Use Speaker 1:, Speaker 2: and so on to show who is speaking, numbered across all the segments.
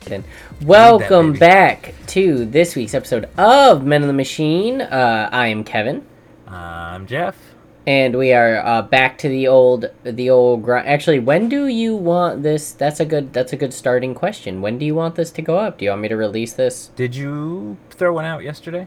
Speaker 1: Washington. Welcome back to this week's episode of Men in the Machine. Uh, I am Kevin,
Speaker 2: Uh, I'm Jeff.
Speaker 1: and we are uh, back to the old, the old grind. Actually, when do you want this? That's a good, that's a good starting question. When do you want this to go up? Do you want me to release this?
Speaker 2: Did you throw one out yesterday?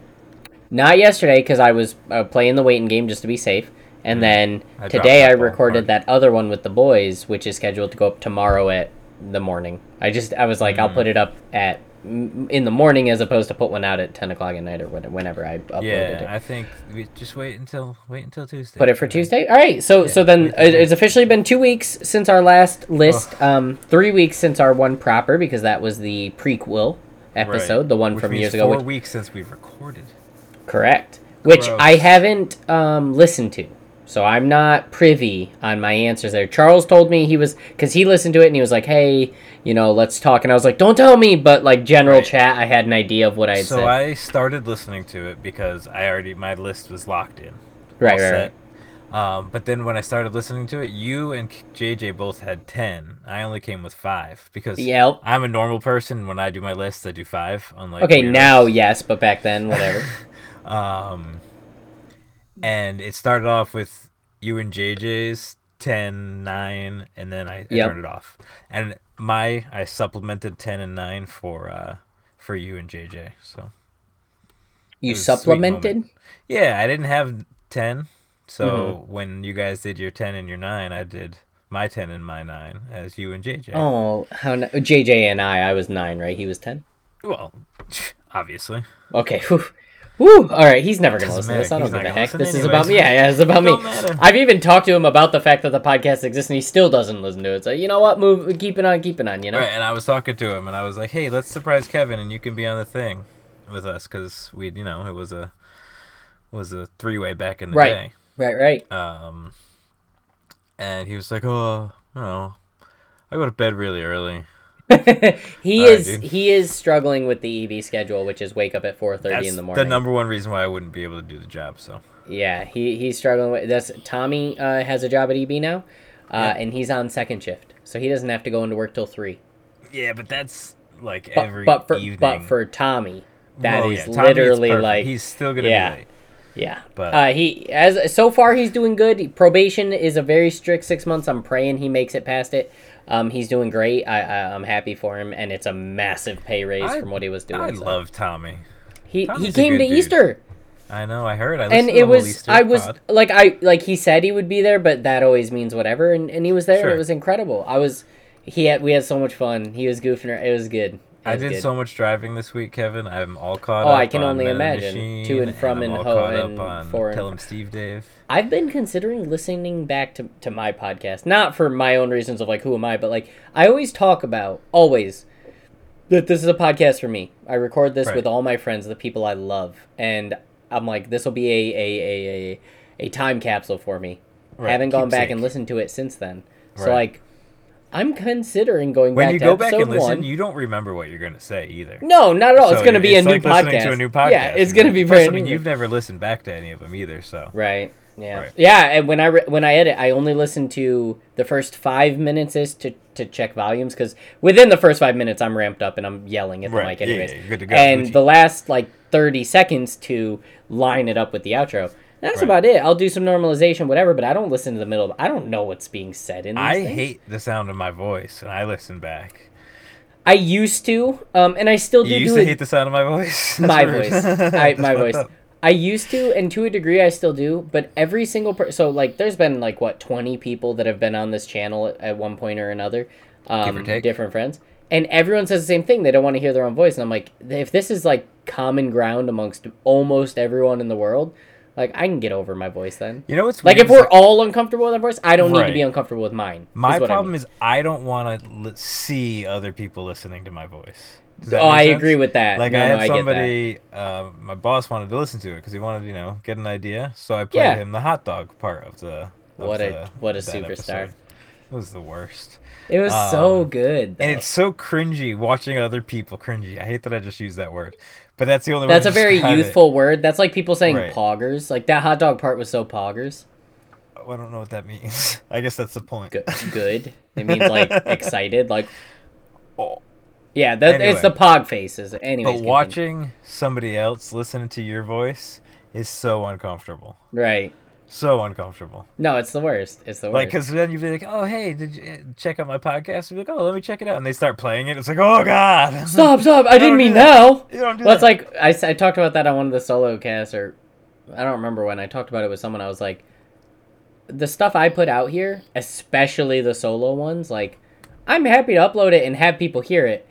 Speaker 1: Not yesterday because I was uh, playing the waiting game just to be safe, and then
Speaker 2: Mm. I dropped
Speaker 1: today
Speaker 2: that
Speaker 1: I
Speaker 2: ball hard.
Speaker 1: recorded that other one with the boys, which is scheduled to go up tomorrow at the morning. I just I was like, I'll
Speaker 2: Mm.
Speaker 1: put it up at m- in the morning as opposed to put one out at ten o'clock at night or when- whenever I uploaded
Speaker 2: Yeah,
Speaker 1: it.
Speaker 2: I think we just wait until wait until Tuesday.
Speaker 1: Put it for Tuesday. All right. So so
Speaker 2: we
Speaker 1: then
Speaker 2: can
Speaker 1: it-
Speaker 2: do
Speaker 1: it's officially been two weeks since our last list. Um, three weeks since our one proper because that was the prequel
Speaker 2: Right.
Speaker 1: episode, the one
Speaker 2: Which
Speaker 1: from
Speaker 2: means
Speaker 1: years ago,
Speaker 2: Four
Speaker 1: which
Speaker 2: weeks since we've recorded.
Speaker 1: Correct. Which I
Speaker 2: Gross.
Speaker 1: haven't um, listened to. So I'm not privy on my answers there. Charles told me he was, because he listened to it and he was like, hey, you know, let's talk. And I was like, don't tell me. But like general
Speaker 2: Right.
Speaker 1: chat, I had an idea of what I had
Speaker 2: so
Speaker 1: said.
Speaker 2: I started listening to it because I already my list was locked in.
Speaker 1: right,
Speaker 2: all
Speaker 1: right, right.
Speaker 2: set. Um, but then when I started listening to it, you and K- JJ both had ten. I only came with five because
Speaker 1: Yep.
Speaker 2: I'm a normal person. When I do my list, I do five. Unlike
Speaker 1: Okay,
Speaker 2: weirdos.
Speaker 1: now yes, but back then, whatever.
Speaker 2: Um, and it started off with you and JJ's 10, 9, and then I, I
Speaker 1: Yep.
Speaker 2: turned it off. And my I supplemented 10 and 9 for uh for you and JJ. So
Speaker 1: You
Speaker 2: was a sweet
Speaker 1: supplemented?
Speaker 2: moment. yeah, I didn't have 10. So
Speaker 1: Mm-hmm.
Speaker 2: when you guys did your 10 and your 9, I did my 10 and my 9 as you and JJ.
Speaker 1: Oh, how n JJ and I, I was nine, right? He was 10?
Speaker 2: Well, obviously.
Speaker 1: Okay. Whew. Whew. All right. He's never going to
Speaker 2: Doesn't
Speaker 1: listen to this. I don't
Speaker 2: matter. He's not
Speaker 1: give a
Speaker 2: gonna
Speaker 1: heck.
Speaker 2: listen
Speaker 1: This is
Speaker 2: anyways.
Speaker 1: about me. Yeah, yeah, it's about me.
Speaker 2: Don't matter.
Speaker 1: I've even talked to him about the fact that the podcast exists, and he still doesn't listen to it. So you know what? Move, keep it on, keep it on. You know.
Speaker 2: Right, and I was talking to him, and I was like, "Hey, let's surprise Kevin, and you can be on the thing with us, because we, you know, it was a was a three way back in the
Speaker 1: Right. Right. Right.
Speaker 2: day." Um, and he was like, "Oh, you know, I go to bed really early.
Speaker 1: he
Speaker 2: All right,
Speaker 1: is
Speaker 2: dude.
Speaker 1: he is struggling with the EV schedule, which is wake up at four thirty
Speaker 2: That's
Speaker 1: in the
Speaker 2: the
Speaker 1: morning.
Speaker 2: number one reason why I wouldn't be able to do the job." So
Speaker 1: yeah, he he's struggling with. That's Tommy uh, has a job at EB now, uh,
Speaker 2: Yeah.
Speaker 1: and he's on second shift, so he doesn't have to go into work till three.
Speaker 2: yeah, but that's like
Speaker 1: But
Speaker 2: every
Speaker 1: but for
Speaker 2: evening.
Speaker 1: but for Tommy, that
Speaker 2: Well,
Speaker 1: is
Speaker 2: yeah, Tommy, it's
Speaker 1: literally
Speaker 2: perfect.
Speaker 1: like
Speaker 2: he's still gonna
Speaker 1: yeah.
Speaker 2: be late.
Speaker 1: Yeah,
Speaker 2: But-
Speaker 1: uh, he as so far he's doing good. Probation is a very strict six months. I'm praying he makes it past it. Um, he's doing great. I, I I'm happy for him, and it's a massive pay raise
Speaker 2: I-
Speaker 1: from what he was doing.
Speaker 2: I
Speaker 1: so.
Speaker 2: love Tommy.
Speaker 1: he he
Speaker 2: Tommy's a
Speaker 1: came to
Speaker 2: good dude.
Speaker 1: Easter,
Speaker 2: I know. I heard. I listened
Speaker 1: and
Speaker 2: to the
Speaker 1: it
Speaker 2: whole
Speaker 1: was
Speaker 2: Easter
Speaker 1: I was
Speaker 2: pod.
Speaker 1: like I like he said he would be there, but that always means whatever, and, and he was there. and
Speaker 2: Sure.
Speaker 1: It was incredible. I was he had we had so much fun. He was goofing. around. It was good. It
Speaker 2: I
Speaker 1: was
Speaker 2: did
Speaker 1: good.
Speaker 2: so much driving this week, Kevin. I'm all caught
Speaker 1: Oh,
Speaker 2: up.
Speaker 1: I can
Speaker 2: on
Speaker 1: only
Speaker 2: Men in the
Speaker 1: imagine.
Speaker 2: Machine,
Speaker 1: To and from
Speaker 2: I'm
Speaker 1: and
Speaker 2: all
Speaker 1: ho
Speaker 2: caught
Speaker 1: and
Speaker 2: up on
Speaker 1: for and
Speaker 2: Tell
Speaker 1: fro.
Speaker 2: him Steve Dave.
Speaker 1: I've been considering listening back to, to my podcast, not for my own reasons of like who am I, but like I always talk about always that this is a podcast for me. I record this
Speaker 2: Right.
Speaker 1: with all my friends, the people I love, and I'm like this will be a a a, a, a time capsule for me.
Speaker 2: Right,
Speaker 1: Haven't gone back
Speaker 2: keepsake.
Speaker 1: and listened to it since then, so
Speaker 2: Right.
Speaker 1: like I'm considering going
Speaker 2: When
Speaker 1: back
Speaker 2: you
Speaker 1: to
Speaker 2: go back
Speaker 1: episode
Speaker 2: and listen,
Speaker 1: one.
Speaker 2: you don't remember what you're going to say either.
Speaker 1: no, not at all. it's
Speaker 2: So
Speaker 1: going to
Speaker 2: you-
Speaker 1: be a
Speaker 2: it's
Speaker 1: new
Speaker 2: like listening
Speaker 1: podcast.
Speaker 2: to a new podcast.
Speaker 1: Yeah, it's
Speaker 2: and
Speaker 1: going to
Speaker 2: like,
Speaker 1: be
Speaker 2: of course,
Speaker 1: brand
Speaker 2: I mean,
Speaker 1: new.
Speaker 2: you've never listened back to any of them either, so
Speaker 1: Right. Yeah.
Speaker 2: Right.
Speaker 1: Yeah, and when I re- when I edit, I only listen to the first five minutes is to to check volumes because within the first five minutes I'm ramped up and I'm yelling at the
Speaker 2: Right,
Speaker 1: mic
Speaker 2: yeah, yeah,
Speaker 1: anyways.
Speaker 2: you're good to go,
Speaker 1: And
Speaker 2: Gucci.
Speaker 1: the last like thirty seconds to line it up with the outro. That's
Speaker 2: Right.
Speaker 1: about it. I'll do some normalization, whatever, but I don't listen to the middle. I don't know what's being said in these
Speaker 2: I
Speaker 1: things.
Speaker 2: hate the sound of my voice, and I listen back.
Speaker 1: I used to, um, and I still do.
Speaker 2: You used
Speaker 1: do
Speaker 2: to
Speaker 1: it.
Speaker 2: hate the sound of my voice. That's
Speaker 1: my
Speaker 2: rude.
Speaker 1: voice. I,
Speaker 2: That's
Speaker 1: my
Speaker 2: fucked
Speaker 1: voice.
Speaker 2: up.
Speaker 1: I used to, and to a degree, I still do. But every single person, so like, there's been like what twenty people that have been on this channel at, at one point or another, um,
Speaker 2: take.
Speaker 1: different friends, and everyone says the same thing. They don't want to hear their own voice, and I'm like, if this is like common ground amongst almost everyone in the world, like I can get over my voice then.
Speaker 2: You know what's
Speaker 1: Like
Speaker 2: weird
Speaker 1: if
Speaker 2: is,
Speaker 1: we're all uncomfortable with our voice, I don't need to be
Speaker 2: Right.
Speaker 1: uncomfortable with mine.
Speaker 2: my
Speaker 1: is what I
Speaker 2: problem
Speaker 1: mean.
Speaker 2: is I don't want to l- see other people listening to my voice. Does that
Speaker 1: oh,
Speaker 2: make
Speaker 1: I
Speaker 2: sense?
Speaker 1: agree with that.
Speaker 2: Like
Speaker 1: no,
Speaker 2: I
Speaker 1: no,
Speaker 2: had
Speaker 1: I get that.
Speaker 2: somebody, uh, my boss wanted to listen to it because he wanted, you know, get an idea. So I played
Speaker 1: Yeah.
Speaker 2: him the hot dog part of the. of
Speaker 1: What a-
Speaker 2: the-
Speaker 1: what a
Speaker 2: that
Speaker 1: superstar.
Speaker 2: episode. It was the worst,
Speaker 1: It was so
Speaker 2: um,
Speaker 1: good.
Speaker 2: and
Speaker 1: though.
Speaker 2: it's so cringy watching other people cringy. I hate that I just used that word, but that's the only.
Speaker 1: That's
Speaker 2: way
Speaker 1: a
Speaker 2: to
Speaker 1: very
Speaker 2: describe it.
Speaker 1: youthful word. That's like people saying
Speaker 2: Right.
Speaker 1: poggers. Like that hot dog part was so poggers.
Speaker 2: I don't know what that means. I guess that's the point.
Speaker 1: Good. Good. It means like excited. Like
Speaker 2: Oh,
Speaker 1: Yeah, that,
Speaker 2: Anyway.
Speaker 1: it's the pog faces. Anyways,
Speaker 2: But
Speaker 1: continue.
Speaker 2: watching somebody else listening to your voice is so uncomfortable.
Speaker 1: Right.
Speaker 2: So uncomfortable.
Speaker 1: No, it's the worst. It's the
Speaker 2: Like,
Speaker 1: worst.
Speaker 2: because then you'd be like, "Oh, hey, did you eh, check out my podcast?" You'd be like, "Oh, let me check it out," and they start playing it. It's like, "Oh God,
Speaker 1: stop, stop! I didn't
Speaker 2: don't
Speaker 1: mean
Speaker 2: do that.
Speaker 1: now.
Speaker 2: you don't do
Speaker 1: Well, it's
Speaker 2: that."
Speaker 1: like I, s- I talked about that on one of the solo casts, or I don't remember when I talked about it with someone. I was like, the stuff I put out here, especially the solo ones, like I'm happy to upload it and have people hear it.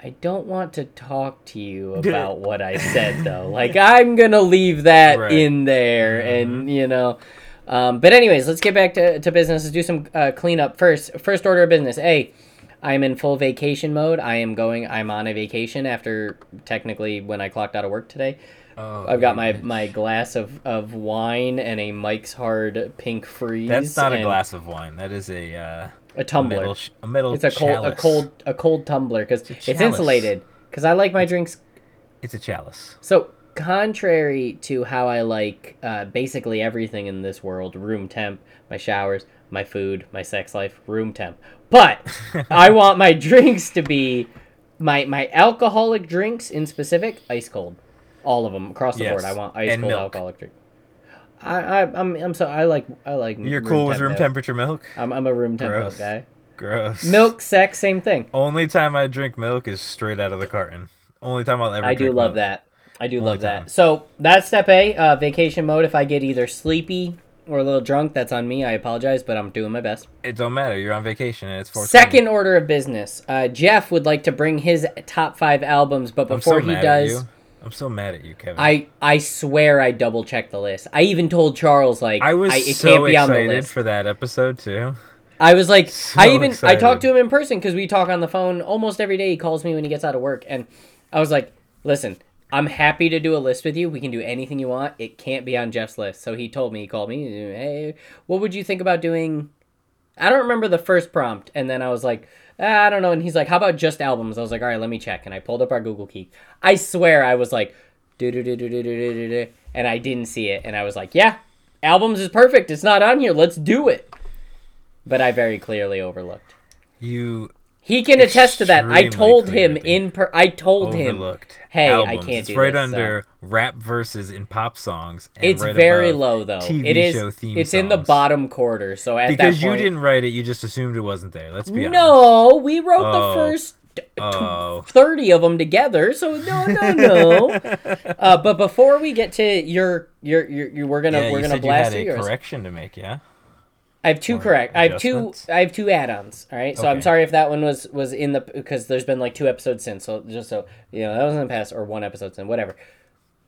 Speaker 1: I don't want to talk to you
Speaker 2: Dude.
Speaker 1: about what I said though. Like I'm gonna leave that
Speaker 2: Right. Mm-hmm.
Speaker 1: in there, and you know. Um, but anyways, let's get back to, to business. Let's do some uh, cleanup first. First order of business. A, I'm in full vacation mode. I am going. I'm on a vacation after technically when I clocked out of work today.
Speaker 2: Oh,
Speaker 1: I've got my, my glass of, of wine and a Mike's Hard Pink Freeze.
Speaker 2: That's not a
Speaker 1: and
Speaker 2: glass of wine. That is a uh,
Speaker 1: A
Speaker 2: a
Speaker 1: tumbler.
Speaker 2: metal, sh- a metal.
Speaker 1: it's a cold a
Speaker 2: chalice.
Speaker 1: cold a cold tumbler because
Speaker 2: a
Speaker 1: it's,
Speaker 2: chalice.
Speaker 1: insulated. Because I like my drinks.
Speaker 2: It's a chalice.
Speaker 1: So contrary to how I like uh, basically everything in this world, room temp, my showers, my food, my sex life, room temp. But I want my drinks to be my my alcoholic drinks in specific ice cold, all of them across the board.
Speaker 2: Yes,
Speaker 1: I want ice
Speaker 2: and
Speaker 1: cold
Speaker 2: milk.
Speaker 1: alcoholic drink. I, I I'm I'm so I like I like.
Speaker 2: You're cool with room
Speaker 1: milk.
Speaker 2: temperature milk?
Speaker 1: I'm I'm a room temp milk
Speaker 2: Gross.
Speaker 1: guy.
Speaker 2: Gross.
Speaker 1: Milk, sex, same thing.
Speaker 2: Only time I drink milk is straight out of the carton. Only time I'll ever.
Speaker 1: I do
Speaker 2: drink
Speaker 1: love
Speaker 2: milk.
Speaker 1: that. I do
Speaker 2: Only
Speaker 1: love
Speaker 2: time.
Speaker 1: that. So that's step A, uh, vacation mode. If I get either sleepy or a little drunk, that's on me. I apologize, but I'm doing my best.
Speaker 2: It don't matter. You're on vacation and it's for
Speaker 1: Second order of business. Uh, Jeff would like to bring his top five albums, but
Speaker 2: I'm so
Speaker 1: before he
Speaker 2: mad
Speaker 1: does,
Speaker 2: at you. I'm so mad at you, Kevin.
Speaker 1: I I swear I double checked the list. I even told Charles like
Speaker 2: I was
Speaker 1: it
Speaker 2: so
Speaker 1: can't be on
Speaker 2: excited
Speaker 1: the list.
Speaker 2: for that episode too.
Speaker 1: I was like
Speaker 2: So
Speaker 1: I even I
Speaker 2: excited.
Speaker 1: talked to him in person because we talk on the phone almost every day. He calls me when he gets out of work, and I was like, "Listen, I'm happy to do a list with you. We can do anything you want. It can't be on Jeff's list." So he told me he called me. Hey, what would you think about doing? I don't remember the first prompt, and then I was like. "Ah, I don't know. And he's like, how about just albums? I was like, all right, let me check. And I pulled up our Google Keep. I swear I was like, do do do do do do do do, and I didn't see it. And I was like, yeah, albums is perfect. It's not on here. Let's do it. But I very clearly overlooked.
Speaker 2: You
Speaker 1: He can attest to that. I
Speaker 2: Extremely
Speaker 1: told him
Speaker 2: clearly
Speaker 1: in per. I told him
Speaker 2: overlooked.
Speaker 1: hey, I
Speaker 2: albums.
Speaker 1: can't
Speaker 2: It's
Speaker 1: do
Speaker 2: right
Speaker 1: this,
Speaker 2: under rap verses in pop songs. And
Speaker 1: it's
Speaker 2: right
Speaker 1: very
Speaker 2: above
Speaker 1: low though.
Speaker 2: TV
Speaker 1: it is.
Speaker 2: show theme
Speaker 1: it's in the
Speaker 2: songs.
Speaker 1: bottom quarter. So at
Speaker 2: Because
Speaker 1: that
Speaker 2: you
Speaker 1: point,
Speaker 2: didn't write it, you just assumed it wasn't there. Let's be honest.
Speaker 1: No, we wrote the
Speaker 2: Oh.
Speaker 1: first t-
Speaker 2: Oh.
Speaker 1: thirty of them together. So no, no, no. uh, but before we get to your your your, your we're gonna
Speaker 2: Yeah,
Speaker 1: we're
Speaker 2: you
Speaker 1: gonna
Speaker 2: said
Speaker 1: blast
Speaker 2: you
Speaker 1: through
Speaker 2: had a
Speaker 1: yours.
Speaker 2: correction to make, yeah?
Speaker 1: I have two
Speaker 2: or
Speaker 1: correct. I have two.
Speaker 2: adjustments?
Speaker 1: I have two add-ons. All right. So I'm
Speaker 2: Okay.
Speaker 1: sorry if that one was was in the because there's been like two episodes since. So just so you know, that was in the past or one episode since, whatever.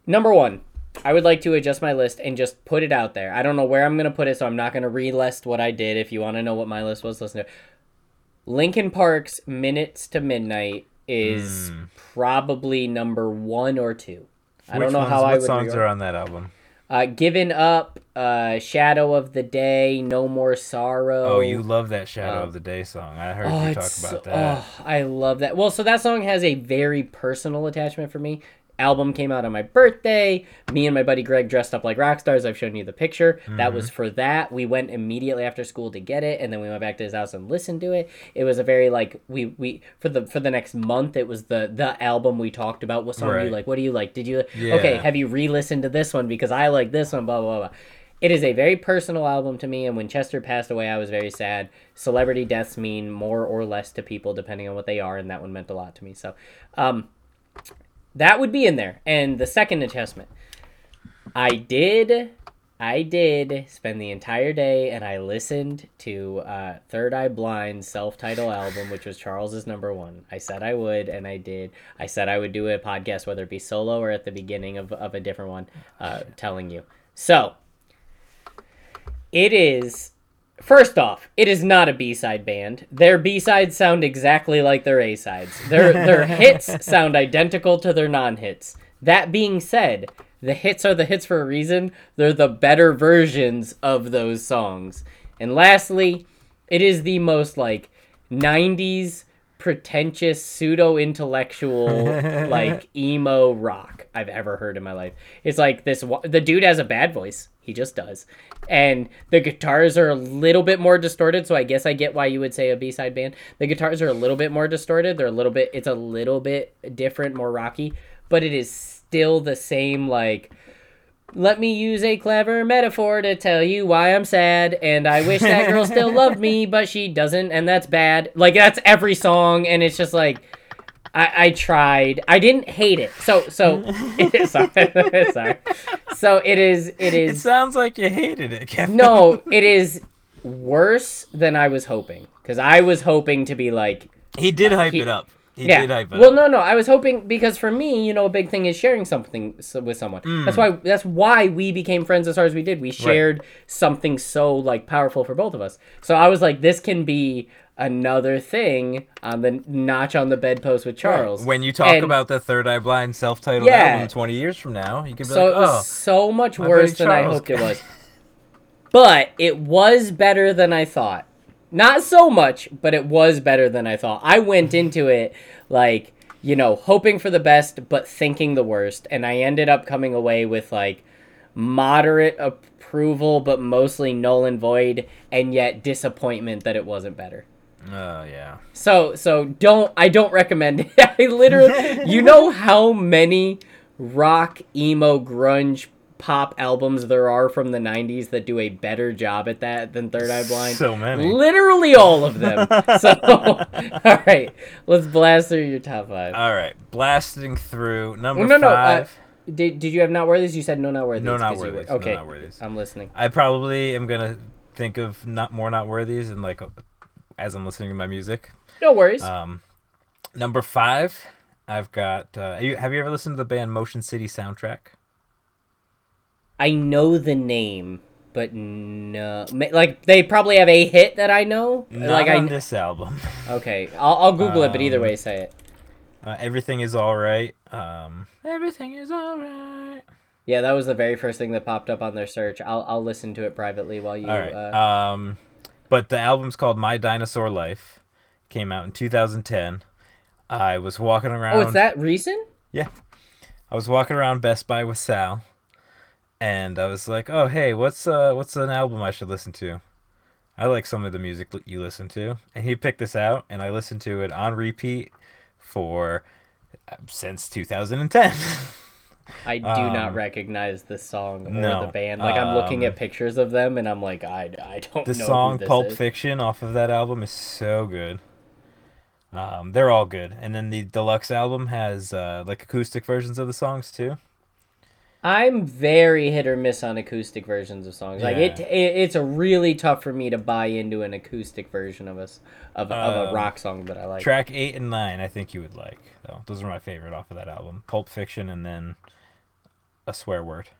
Speaker 1: Number one, I would like to adjust my list and just put it out there. I don't know where I'm gonna put it, so I'm not gonna relist what I did. If you want to know what my list was, listen to it. Linkin Park's "Minutes to Midnight" is
Speaker 2: Hmm.
Speaker 1: probably number one or two. I
Speaker 2: Which
Speaker 1: don't know
Speaker 2: ones,
Speaker 1: how
Speaker 2: what
Speaker 1: I would.
Speaker 2: songs
Speaker 1: reorder-
Speaker 2: are on that album?
Speaker 1: uh, given up, uh, shadow of the day, no more sorrow.
Speaker 2: Oh, you love that Shadow
Speaker 1: um,
Speaker 2: of the Day song. I heard
Speaker 1: Oh,
Speaker 2: you talk
Speaker 1: it's-
Speaker 2: about that.
Speaker 1: oh, I love that. Well, so that song has a very personal attachment for me. Album came out on my birthday. Me and my buddy Greg dressed up like rock stars. I've shown you the picture. That
Speaker 2: Mm-hmm.
Speaker 1: was for that. We went immediately after school to get it, and then we went back to his house and listened to it. It was a very like we we for the for the next month. It was the the album we talked about. What song do you
Speaker 2: Right.
Speaker 1: like? What do you like? Did you
Speaker 2: Yeah.
Speaker 1: okay? Have you re-listened to this one because I like this one? Blah blah blah. It is a very personal album to me, and when Chester passed away, I was very sad. Celebrity deaths mean more or less to people depending on what they are, and that one meant a lot to me. So, um, that would be in there. And the second adjustment, I did, I did spend the entire day, and I listened to uh, Third Eye Blind's self-titled album, which was Charles's number one. I said I would, and I did. I said I would do a podcast, whether it be solo or at the beginning of of a different one, uh, telling you. So. It is. First off, it is not a B-side band. Their B-sides sound exactly like their A-sides. Their their hits sound identical to their non-hits. That being said, the hits are the hits for a reason. They're the better versions of those songs. And lastly, it is the most like 90s pretentious pseudo intellectual like emo rock I've ever heard in my life. It's like this wa- the dude has a bad voice, he just does. And the guitars are a little bit more distorted, so I guess I get why you would say a B-side band. The guitars are a little bit more distorted, they're a little bit it's a little bit different, more rocky, but it is still the same like let me use a clever metaphor to tell you why I'm sad, and I wish that girl still loved me, but she doesn't, and that's bad. Like that's every song, and it's just like, I, I tried. I didn't hate it. So so, sorry, sorry. So it is. It
Speaker 2: It
Speaker 1: is.
Speaker 2: sounds like you hated it, Kevin.
Speaker 1: No, it is worse than I was hoping because I was hoping to be like
Speaker 2: He did hype
Speaker 1: he-
Speaker 2: it up. He
Speaker 1: yeah.
Speaker 2: did hype it
Speaker 1: well,
Speaker 2: up.
Speaker 1: no, no. I was hoping because for me, you know, a big thing is sharing something s- with someone.
Speaker 2: Mm.
Speaker 1: That's why. That's why we became friends as hard as we did. We shared something so like powerful for both of us. So I was like, this can be another thing on the notch on the bedpost with Charles.
Speaker 2: When you talk
Speaker 1: And
Speaker 2: about the Third Eye Blind self-titled
Speaker 1: Yeah.
Speaker 2: album 20 years from now, you can be
Speaker 1: so
Speaker 2: like,
Speaker 1: it
Speaker 2: oh,
Speaker 1: was so much
Speaker 2: buddy
Speaker 1: worse than I
Speaker 2: Charles
Speaker 1: hoped it
Speaker 2: got-
Speaker 1: was. But it was better than I thought. Not so much, but it was better than I thought. I went into it like, you know, hoping for the best but thinking the worst, and I ended up coming away with like moderate approval but mostly null and void and yet disappointment that it wasn't better.
Speaker 2: oh yeah.
Speaker 1: So so don't I don't recommend it. I literally you know how many rock, emo, grunge, pop albums there are from the 90s that do a better job at that than Third Eye Blind.
Speaker 2: So many.
Speaker 1: Literally all of them. so all right, let's blast through your top 5.
Speaker 2: All right, blasting through Uh, number
Speaker 1: Well, no, no. Uh,
Speaker 2: five.
Speaker 1: did, did you have not worthies? You said no not worthies.
Speaker 2: No, not
Speaker 1: 'cause you were-
Speaker 2: worthies. No,
Speaker 1: Okay.
Speaker 2: not worthies.
Speaker 1: I'm listening.
Speaker 2: I probably am gonna think of not more not worthies and like as I'm listening to my music.
Speaker 1: No worries.
Speaker 2: Um, number five, I've got. Uh, you, have you ever listened to the band Motion City soundtrack?
Speaker 1: I know the name, but no ma- like they probably have a hit that I know.
Speaker 2: Not
Speaker 1: like
Speaker 2: on
Speaker 1: I
Speaker 2: this album.
Speaker 1: Okay, I'll, I'll Google it, but either
Speaker 2: Um,
Speaker 1: way, say it.
Speaker 2: Uh, everything is all right. Um, everything is all right.
Speaker 1: Yeah, that was the very first thing that popped up on their search. I'll, I'll listen to it privately while you.
Speaker 2: All right.
Speaker 1: Uh,
Speaker 2: um, but the album's called My Dinosaur Life. Came out in 2010. I was walking around.
Speaker 1: oh, is that recent?
Speaker 2: I was walking around Best Buy with Sal, and I was like, "Oh, hey, what's uh, what's an album I should listen to? I like some of the music li- you listen to." And he picked this out, and I listened to it on repeat for uh, since 2010.
Speaker 1: I do not
Speaker 2: um,
Speaker 1: recognize the song or
Speaker 2: no,
Speaker 1: the band. Like I'm looking
Speaker 2: um,
Speaker 1: at pictures of them, and I'm like, I, I don't
Speaker 2: the
Speaker 1: know.
Speaker 2: song
Speaker 1: who this
Speaker 2: Pulp
Speaker 1: is.
Speaker 2: Fiction off of that album is so good. Um, they're all good, and then the deluxe album has uh, like acoustic versions of the songs too.
Speaker 1: I'm very hit or miss on acoustic versions of songs. Like it,
Speaker 2: Yeah.
Speaker 1: it, it's a really tough for me to buy into an acoustic version of us of, a- of a
Speaker 2: Um,
Speaker 1: rock song that I like.
Speaker 2: Track eight and nine, I think you would like. Though those are my favorite off of that album: Pulp Fiction and then a swear word.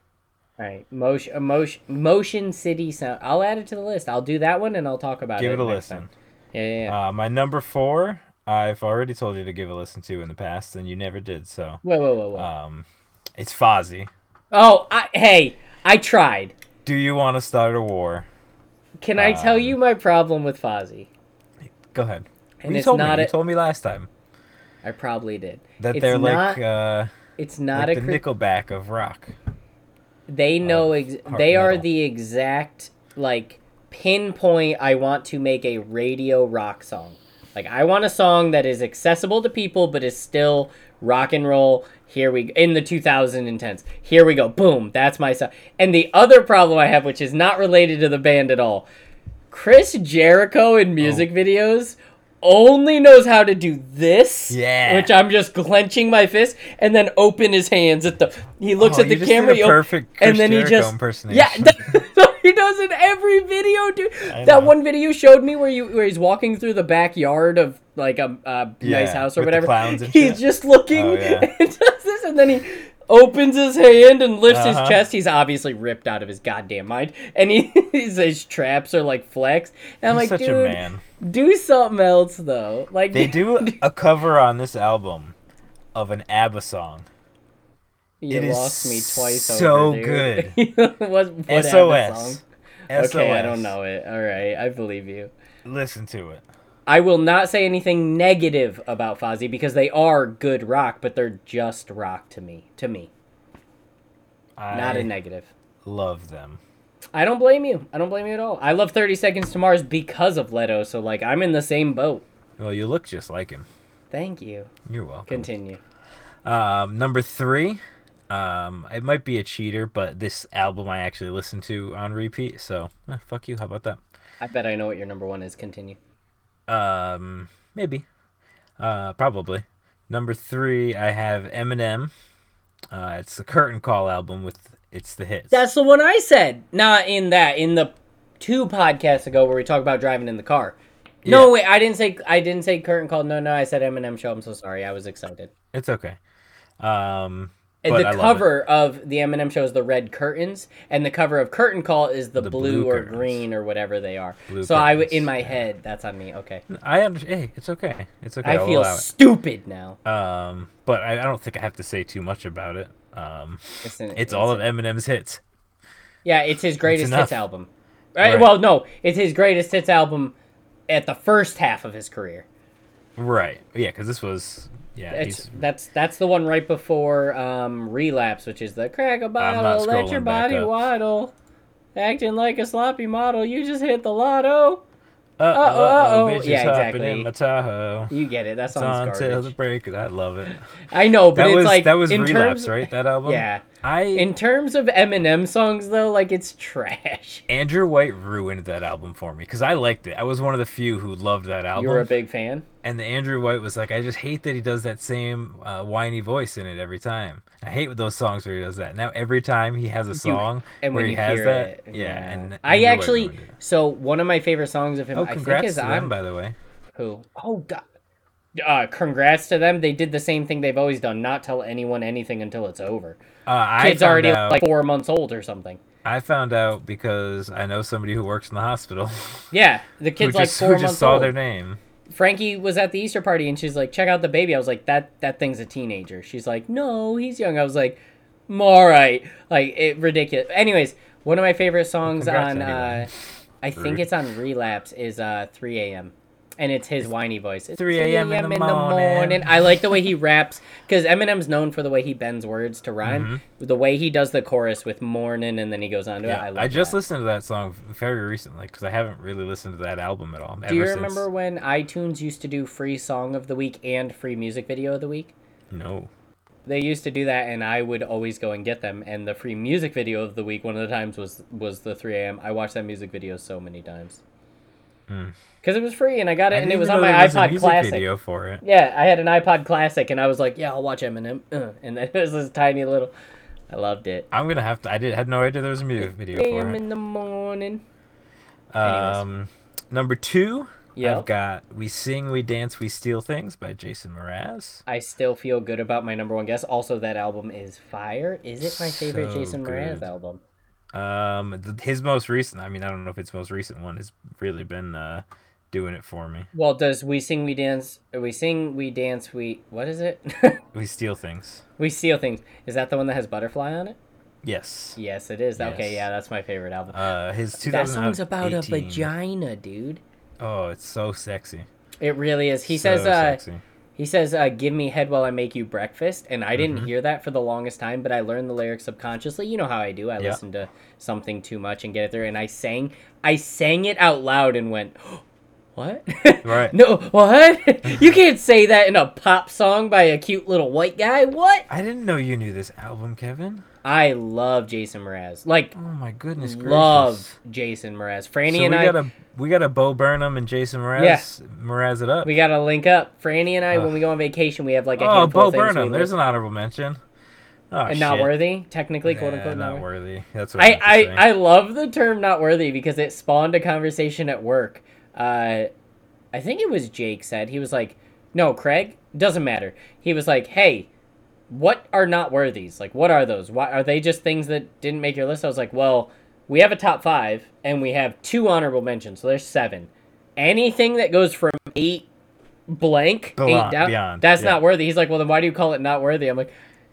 Speaker 1: All right, motion, motion, motion city sound. I'll add it to the list. I'll do that one, and I'll talk about
Speaker 2: Give
Speaker 1: it.
Speaker 2: it a
Speaker 1: next time.
Speaker 2: listen.
Speaker 1: Yeah, yeah. yeah.
Speaker 2: Uh, my number four, I've already told you to give a listen to in the past, and you never did. So,
Speaker 1: whoa, whoa, whoa, whoa.
Speaker 2: um, it's Fozzy.
Speaker 1: Oh, I, hey, I tried.
Speaker 2: Do you want to start a war?
Speaker 1: Can I tell
Speaker 2: Uh,
Speaker 1: you my problem with Fozzy?
Speaker 2: Go ahead.
Speaker 1: And
Speaker 2: you
Speaker 1: it's
Speaker 2: told
Speaker 1: not
Speaker 2: me.
Speaker 1: a-
Speaker 2: you told me last time
Speaker 1: I probably did.
Speaker 2: that
Speaker 1: it's
Speaker 2: they're
Speaker 1: not,
Speaker 2: like uh,
Speaker 1: it's not
Speaker 2: like
Speaker 1: a
Speaker 2: the
Speaker 1: cri-
Speaker 2: Nickelback of rock.
Speaker 1: they know ex-
Speaker 2: hard
Speaker 1: they are
Speaker 2: metal.
Speaker 1: the exact like pinpoint I want to make a radio rock song. Like I want a song that is accessible to people but is still rock and roll. Here we in the 2010s. Here we go. Boom. That's my song. And the other problem I have which is not related to the band at all. Chris Jericho
Speaker 2: Oh.
Speaker 1: in music videos only knows how to do this.
Speaker 2: Yeah.
Speaker 1: Which I'm just clenching my fist and then open his hands at the he looks
Speaker 2: Oh,
Speaker 1: at the
Speaker 2: you just did
Speaker 1: camera
Speaker 2: a
Speaker 1: he op-
Speaker 2: perfect Chris
Speaker 1: and then he
Speaker 2: Jericho
Speaker 1: just
Speaker 2: impersonation.
Speaker 1: yeah that, he does in every video dude
Speaker 2: I
Speaker 1: that
Speaker 2: know.
Speaker 1: one video you showed me where you where he's walking through the backyard of like a, a nice
Speaker 2: Yeah,
Speaker 1: house or
Speaker 2: with the
Speaker 1: whatever
Speaker 2: clowns and
Speaker 1: he's
Speaker 2: shit.
Speaker 1: just looking
Speaker 2: Oh, yeah.
Speaker 1: and does this and then he opens his hand and lifts his
Speaker 2: Uh-huh.
Speaker 1: chest he's obviously ripped out of his goddamn mind and he his, his traps are like flexed and i'm
Speaker 2: He's
Speaker 1: like
Speaker 2: such
Speaker 1: dude
Speaker 2: a man.
Speaker 1: do something else though like
Speaker 2: They do a cover on this album of an ABBA song.
Speaker 1: you
Speaker 2: it is
Speaker 1: lost me twice
Speaker 2: so
Speaker 1: over,
Speaker 2: good.
Speaker 1: dude. good what, what ABBA song?
Speaker 2: SOS.
Speaker 1: Okay, I
Speaker 2: SOS.
Speaker 1: don't know it. All right, I believe you.
Speaker 2: Listen to it.
Speaker 1: I will not say anything negative about Fozzy because they are good rock, but they're just rock to me. To me,
Speaker 2: I
Speaker 1: not a negative.
Speaker 2: love them.
Speaker 1: I don't blame you. I don't blame you at all. I love Thirty Seconds to Mars because of Leto. So like, I'm in the same boat.
Speaker 2: Well, you look just like him.
Speaker 1: Thank you.
Speaker 2: You're welcome.
Speaker 1: Continue.
Speaker 2: Um, number three, um, it might be a cheater, but this album I actually listened to on repeat. So eh, fuck you. How about that?
Speaker 1: I bet I know what your number one is. Continue.
Speaker 2: Um, maybe. Uh, probably. Number three, I have Eminem. Uh, it's the Curtain Call album with it's the hits.
Speaker 1: That's the one I said. Not in that. In the two podcasts ago where we talk about driving in the car. No,
Speaker 2: Yeah.
Speaker 1: wait. I didn't say. I didn't say curtain call. No, no. I said Eminem show. I'm so sorry. I was excited.
Speaker 2: it's okay. Um,
Speaker 1: And
Speaker 2: but
Speaker 1: the
Speaker 2: I love it.
Speaker 1: cover of the Eminem show is the red curtains, and the cover of Curtain Call is the,
Speaker 2: The
Speaker 1: blue,
Speaker 2: blue
Speaker 1: or
Speaker 2: curtains.
Speaker 1: green or whatever they are.
Speaker 2: Blue
Speaker 1: so I, w-
Speaker 2: curtains,
Speaker 1: in my
Speaker 2: yeah.
Speaker 1: head, that's on me. Okay,
Speaker 2: I understand. Hey, it's okay. It's okay.
Speaker 1: I
Speaker 2: I'll
Speaker 1: feel
Speaker 2: allow it.
Speaker 1: stupid now.
Speaker 2: Um, but I, I don't think I have to say too much about it. Um,
Speaker 1: an-
Speaker 2: it's all of Eminem's hits.
Speaker 1: Yeah, it's his greatest
Speaker 2: enough.
Speaker 1: hits album. Right?
Speaker 2: Right.
Speaker 1: Well, no, it's his greatest hits album at the first half of his career.
Speaker 2: Right. Yeah, because this was. Yeah.
Speaker 1: It's,
Speaker 2: he's-
Speaker 1: that's that's the one right before um, relapse, which is the crack a bottle, let your
Speaker 2: scrolling back
Speaker 1: body
Speaker 2: up.
Speaker 1: waddle, acting like a sloppy model. You just hit the lotto.
Speaker 2: Uh oh.
Speaker 1: uh-oh.
Speaker 2: bitches
Speaker 1: Yeah,
Speaker 2: hopping
Speaker 1: exactly.
Speaker 2: in my Tahoe.
Speaker 1: You get it. That
Speaker 2: It's on
Speaker 1: song's
Speaker 2: till the
Speaker 1: garbage.
Speaker 2: break. I love it.
Speaker 1: I know, but
Speaker 2: That
Speaker 1: it's
Speaker 2: was
Speaker 1: like
Speaker 2: that was
Speaker 1: in
Speaker 2: relapse,
Speaker 1: terms,
Speaker 2: right? That album.
Speaker 1: Yeah.
Speaker 2: I
Speaker 1: In terms of Eminem songs, though, like it's trash.
Speaker 2: Andrew White ruined that album for me because I liked it. I was one of the few who loved that album.
Speaker 1: You were a big fan.
Speaker 2: and the Andrew White was like, I just hate that he does that same uh, whiny voice in it every time. I hate those songs where he does that. Now every time he has a song
Speaker 1: and
Speaker 2: where
Speaker 1: when
Speaker 2: he
Speaker 1: you
Speaker 2: has
Speaker 1: hear
Speaker 2: that,
Speaker 1: it,
Speaker 2: yeah. And
Speaker 1: I
Speaker 2: Andrew White
Speaker 1: actually,
Speaker 2: ruined it.
Speaker 1: so one of my favorite songs of him,
Speaker 2: oh,
Speaker 1: I think,
Speaker 2: congrats
Speaker 1: is
Speaker 2: to them,
Speaker 1: I'm
Speaker 2: by the way.
Speaker 1: who. Oh God. Uh, congrats to them. They did the same thing they've always done: not tell anyone anything until it's over.
Speaker 2: Uh,
Speaker 1: Kid's
Speaker 2: I found
Speaker 1: already
Speaker 2: out,
Speaker 1: like four months old or something.
Speaker 2: I found out because I know somebody who works in the hospital
Speaker 1: Yeah, the
Speaker 2: who
Speaker 1: kid's
Speaker 2: just,
Speaker 1: like
Speaker 2: who
Speaker 1: four
Speaker 2: just
Speaker 1: months
Speaker 2: saw
Speaker 1: old.
Speaker 2: their name.
Speaker 1: Frankie was at the Easter party and she's like, "Check out the baby." I was like, "That that thing's a teenager." She's like, "No, he's young." I was like, "Mm, "All right, like it ridiculous." Anyways, one of my favorite songs
Speaker 2: Congrats,
Speaker 1: on,
Speaker 2: anyway.
Speaker 1: uh, I think
Speaker 2: Rude.
Speaker 1: it's on Relapse, is uh, 3 a.m. and it's his whiny voice. It's
Speaker 2: 3 a.m. in the morning.
Speaker 1: I like the way he raps because Eminem's known for the way he bends words to rhyme. The way he does the chorus with morning and then he goes on to it. I,
Speaker 2: Mm-hmm. Yeah,
Speaker 1: love
Speaker 2: I, just
Speaker 1: that.
Speaker 2: listened to that song very recently because I haven't really listened to that album at all.
Speaker 1: Do you
Speaker 2: ever since-
Speaker 1: remember when iTunes used to do free song of the week and free music video of the week?
Speaker 2: No.
Speaker 1: they used to do that and i would always go and get them and the free music video of the week one of the times was was the 3 a.m i watched that music video so many times because it was free and i got it
Speaker 2: Hmm. I
Speaker 1: and
Speaker 2: didn't
Speaker 1: it was
Speaker 2: even
Speaker 1: on
Speaker 2: know
Speaker 1: my
Speaker 2: there was a
Speaker 1: ipod
Speaker 2: music
Speaker 1: classic
Speaker 2: Video for it.
Speaker 1: yeah i had an ipod classic and i was like yeah i'll watch eminem uh, and then it was this tiny little i loved it
Speaker 2: I'm gonna have to. I did had no idea there was a music video for
Speaker 1: a.m
Speaker 2: it.
Speaker 1: in the morning Anyways.
Speaker 2: Um, number two,
Speaker 1: Yeah.
Speaker 2: I've got "We Sing, We Dance, We Steal Things" by Jason Mraz.
Speaker 1: i still feel good about my number one guess also that album is fire is it my favorite
Speaker 2: So
Speaker 1: jason mraz
Speaker 2: good.
Speaker 1: album
Speaker 2: Um, th- his most recent. I mean, I don't know if it's most recent one has really been uh doing it for me.
Speaker 1: well does we sing we dance we sing we dance we what is it
Speaker 2: We steal things.
Speaker 1: We steal things. Is that the one that has butterfly on it?
Speaker 2: Yes.
Speaker 1: Yes, it is. Okay,
Speaker 2: Yes.
Speaker 1: yeah, that's my favorite album.
Speaker 2: Uh, his 2018.
Speaker 1: that song's about a vagina, dude.
Speaker 2: Oh, it's so sexy.
Speaker 1: It really is. He
Speaker 2: So
Speaker 1: says, uh,
Speaker 2: sexy.
Speaker 1: he says, uh, "Give me head while I make you breakfast," and I
Speaker 2: Mm-hmm.
Speaker 1: didn't hear that for the longest time, but I learned the lyrics subconsciously. You know how I do. I
Speaker 2: Yeah.
Speaker 1: listen to something too much and get it through, and I sang, I sang it out loud and went. What?
Speaker 2: Right.
Speaker 1: No, what? you can't say that in a pop song by a cute little white guy. What?
Speaker 2: I didn't know you knew this album, Kevin.
Speaker 1: I love Jason Mraz. Like
Speaker 2: Oh my goodness gracious.
Speaker 1: love Jason Mraz. Franny
Speaker 2: So we
Speaker 1: and I,
Speaker 2: gotta we gotta Bo Burnham and Jason Mraz Mraz it up.
Speaker 1: we gotta link up. Franny and I,
Speaker 2: Ugh.
Speaker 1: when we go on vacation, we have like a
Speaker 2: Uh, oh,
Speaker 1: handful
Speaker 2: Bo
Speaker 1: of things we
Speaker 2: Burnham.
Speaker 1: look-
Speaker 2: There's an honorable mention. Oh,
Speaker 1: and not
Speaker 2: shit.
Speaker 1: worthy, technically,
Speaker 2: Yeah,
Speaker 1: quote unquote. Not
Speaker 2: not
Speaker 1: worthy.
Speaker 2: worthy. That's what
Speaker 1: I,
Speaker 2: I I,
Speaker 1: I, I love the term not worthy because it spawned a conversation at work. Uh, I think it was Jake said he was like, no, Craig doesn't matter. He was like, hey, what are not worthies? Like, what are those? Why are they just things that didn't make your list? I was like, well, we have a top five and we have two honorable mentions, so there's seven. Anything that goes from eight blank eight
Speaker 2: Beyond-
Speaker 1: down,
Speaker 2: beyond,
Speaker 1: that's
Speaker 2: yeah.
Speaker 1: not worthy. He's like, well, then why do you call it not worthy? I'm like,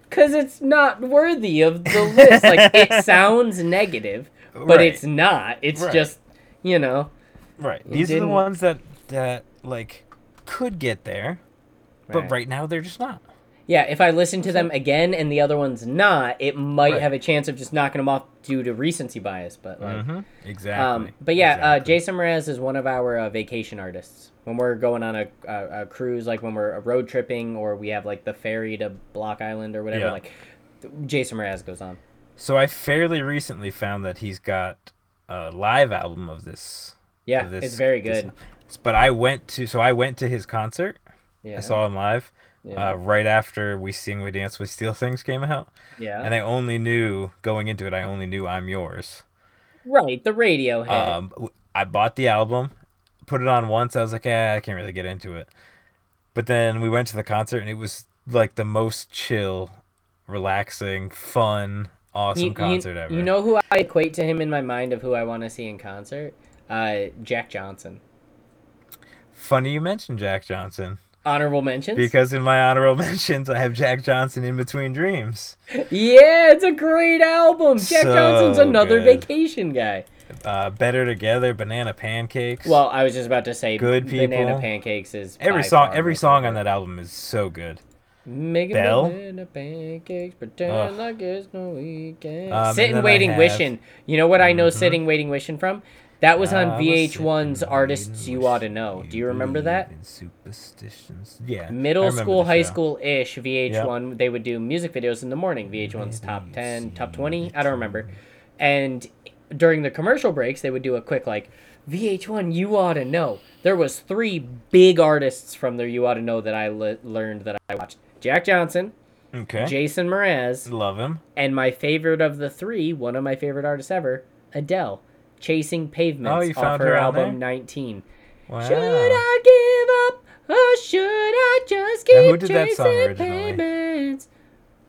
Speaker 1: because it's not worthy of the list. like, it sounds negative, but
Speaker 2: Right.
Speaker 1: it's not. It's
Speaker 2: Right.
Speaker 1: just, you know,
Speaker 2: right. These are the
Speaker 1: didn't-
Speaker 2: ones that that like could get there,
Speaker 1: Right.
Speaker 2: but right now they're just not.
Speaker 1: Yeah, if I listen to them again and the other one's not, it might
Speaker 2: Right.
Speaker 1: have a chance of just knocking them off due to recency bias. But like,
Speaker 2: hmm Exactly.
Speaker 1: um, but yeah, uh,
Speaker 2: exactly.
Speaker 1: Jason Mraz is one of our uh, vacation artists. When we're going on a, a, a cruise, like when we're uh, road tripping or we have like the ferry to Block Island or whatever,
Speaker 2: Yeah.
Speaker 1: like th- Jason Mraz goes on.
Speaker 2: So I fairly recently found that he's got a live album of this.
Speaker 1: Yeah,
Speaker 2: of this
Speaker 1: it's very
Speaker 2: this-
Speaker 1: good.
Speaker 2: but I went to so I went to his concert.
Speaker 1: Yeah,
Speaker 2: I saw him live.
Speaker 1: Yeah.
Speaker 2: Uh, right after we sing, we dance, we steal things came out,
Speaker 1: yeah,
Speaker 2: and I only knew going into it, I only knew I'm yours.
Speaker 1: right. The Radiohead.
Speaker 2: Um, w- I bought the album, put it on once. I was like, eh, I can't really get into it. But then we went to the concert, and it was like the most chill, relaxing, fun, awesome concert ever.
Speaker 1: You know who I equate to him in my mind of who I want to see in concert? Uh, Jack Johnson.
Speaker 2: funny you mentioned Jack Johnson
Speaker 1: Honorable mentions.
Speaker 2: because in my honorable mentions, I have Jack Johnson in between dreams.
Speaker 1: yeah, it's a great album. Jack
Speaker 2: So
Speaker 1: Johnson's another
Speaker 2: good.
Speaker 1: vacation guy.
Speaker 2: Uh, Better together, banana pancakes.
Speaker 1: Well, I was just about to say,
Speaker 2: Good
Speaker 1: Banana
Speaker 2: People.
Speaker 1: pancakes is
Speaker 2: every
Speaker 1: by
Speaker 2: song,
Speaker 1: far
Speaker 2: every
Speaker 1: my
Speaker 2: song on
Speaker 1: favorite.
Speaker 2: that album is so good.
Speaker 1: Make a
Speaker 2: Bell?
Speaker 1: banana pancakes, pretend
Speaker 2: Ugh.
Speaker 1: like it's no weekend.
Speaker 2: Um, and
Speaker 1: sitting,
Speaker 2: then I
Speaker 1: waiting,
Speaker 2: have- Mm-hmm.
Speaker 1: wishing. You know what I know? Sitting, waiting, wishing from. That was on
Speaker 2: I was
Speaker 1: VH1's
Speaker 2: sitting,
Speaker 1: Artists You
Speaker 2: waiting,
Speaker 1: Ought to Know. Do you remember
Speaker 2: believe
Speaker 1: that?
Speaker 2: in Superstitions. Yeah. I
Speaker 1: Middle
Speaker 2: remember
Speaker 1: school,
Speaker 2: the
Speaker 1: high
Speaker 2: show.
Speaker 1: school ish VH1, they would do music videos in the morning. VH1's top 10, top 20, I don't remember. And during the commercial breaks, they would do a quick, like, VH1, you ought to know. There was three big artists from there you ought to know that I le- learned that I watched. Jack Johnson,
Speaker 2: Okay.
Speaker 1: Jason Mraz,
Speaker 2: Love him.
Speaker 1: and my favorite of the three, one of my favorite artists ever, Adele, Chasing Pavements
Speaker 2: Oh, you
Speaker 1: off
Speaker 2: found
Speaker 1: her,
Speaker 2: her on
Speaker 1: album
Speaker 2: there?
Speaker 1: 19.
Speaker 2: Wow.
Speaker 1: Should I give up or should I just keep
Speaker 2: Now, who did that
Speaker 1: chasing
Speaker 2: song originally?
Speaker 1: payments?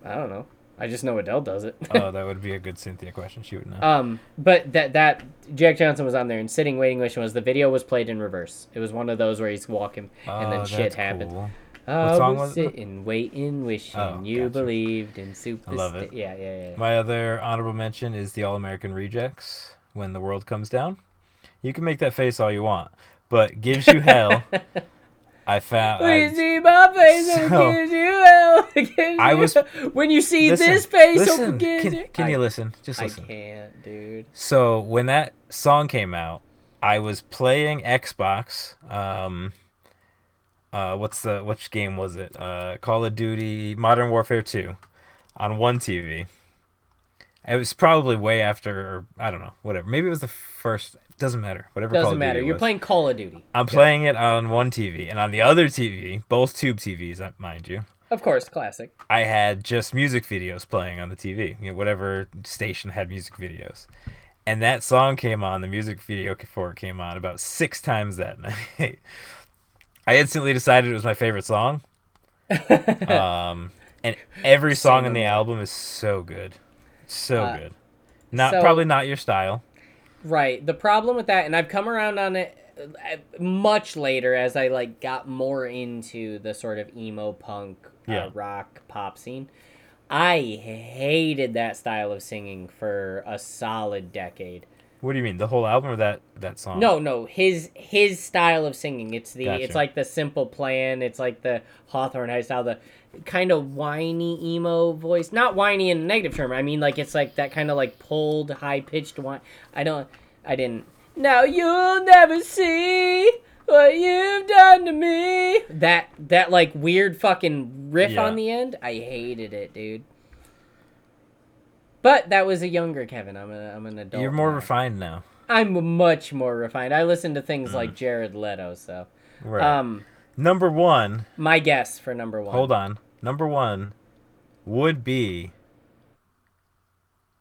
Speaker 1: I don't know. I just know Adele does it.
Speaker 2: oh, that would be a good Cynthia question. She would know.
Speaker 1: um, but that that Jack Johnson was on there and sitting waiting wishing was the video was played in reverse. It was one of those where he's walking and then
Speaker 2: Oh,
Speaker 1: shit
Speaker 2: that's
Speaker 1: happened.
Speaker 2: cool.
Speaker 1: I
Speaker 2: song
Speaker 1: was
Speaker 2: was it?
Speaker 1: sitting waiting wishing
Speaker 2: Oh,
Speaker 1: you
Speaker 2: gotcha.
Speaker 1: believed in super.
Speaker 2: I love it.
Speaker 1: Yeah, yeah, yeah.
Speaker 2: My other honorable mention is the All American Rejects. When the world comes down, you can make that face all you want, but gives you hell. I found.
Speaker 1: Please
Speaker 2: I,
Speaker 1: see my face and
Speaker 2: So-
Speaker 1: gives you hell. It gives
Speaker 2: I
Speaker 1: you
Speaker 2: was-
Speaker 1: hell. when you see
Speaker 2: listen,
Speaker 1: this face, so
Speaker 2: listen.
Speaker 1: forget
Speaker 2: Can,
Speaker 1: it.
Speaker 2: can
Speaker 1: I,
Speaker 2: you listen? Just
Speaker 1: I
Speaker 2: listen.
Speaker 1: can't, dude.
Speaker 2: So when that song came out, I was playing Xbox. Um, uh, what's the which game was it? Uh, Call of Duty Modern Warfare Two, on one TV. It was probably way after. I don't know. Whatever. Maybe it was the first. Doesn't matter. Whatever. Call
Speaker 1: Doesn't
Speaker 2: of
Speaker 1: matter.
Speaker 2: Duty
Speaker 1: You're
Speaker 2: was.
Speaker 1: playing Call of Duty.
Speaker 2: I'm playing it on one TV, and on the other TV, both tube TVs, uh, mind you.
Speaker 1: Of course, classic.
Speaker 2: I had just music videos playing on the TV, you know, whatever station had music videos. And that song came on, the music video for it came on about six times that night. I instantly decided it was my favorite song. um, and every song in the album is so good. So
Speaker 1: Uh,
Speaker 2: good. Not
Speaker 1: so-
Speaker 2: probably not your style.
Speaker 1: Right. The problem with that, and I've come around on it uh, much later as I like got more into the sort of emo punk uh,
Speaker 2: Yeah.
Speaker 1: rock pop scene. I hated that style of singing for a solid decade.
Speaker 2: What do you mean? The whole album or that that song?
Speaker 1: No, no, his his style of singing. It's the it's
Speaker 2: Gotcha.
Speaker 1: like the simple plan. It's like the Hawthorne High style, the kind of whiny emo voice. Not whiny in a negative term. I mean like it's like that kind of like pulled, high pitched whine. I don't. I didn't. Now you'll never see what you've done to me. That that like weird fucking riff
Speaker 2: Yeah.
Speaker 1: on the end. I hated it, dude. But that was a younger Kevin. I'm a, I'm an adult.
Speaker 2: You're more
Speaker 1: now.
Speaker 2: refined now.
Speaker 1: I'm much more refined. I listen to things like Jared Leto, so.
Speaker 2: Mm. Right.
Speaker 1: Um,
Speaker 2: Number one
Speaker 1: my guess for number one.
Speaker 2: Hold on. Number one would be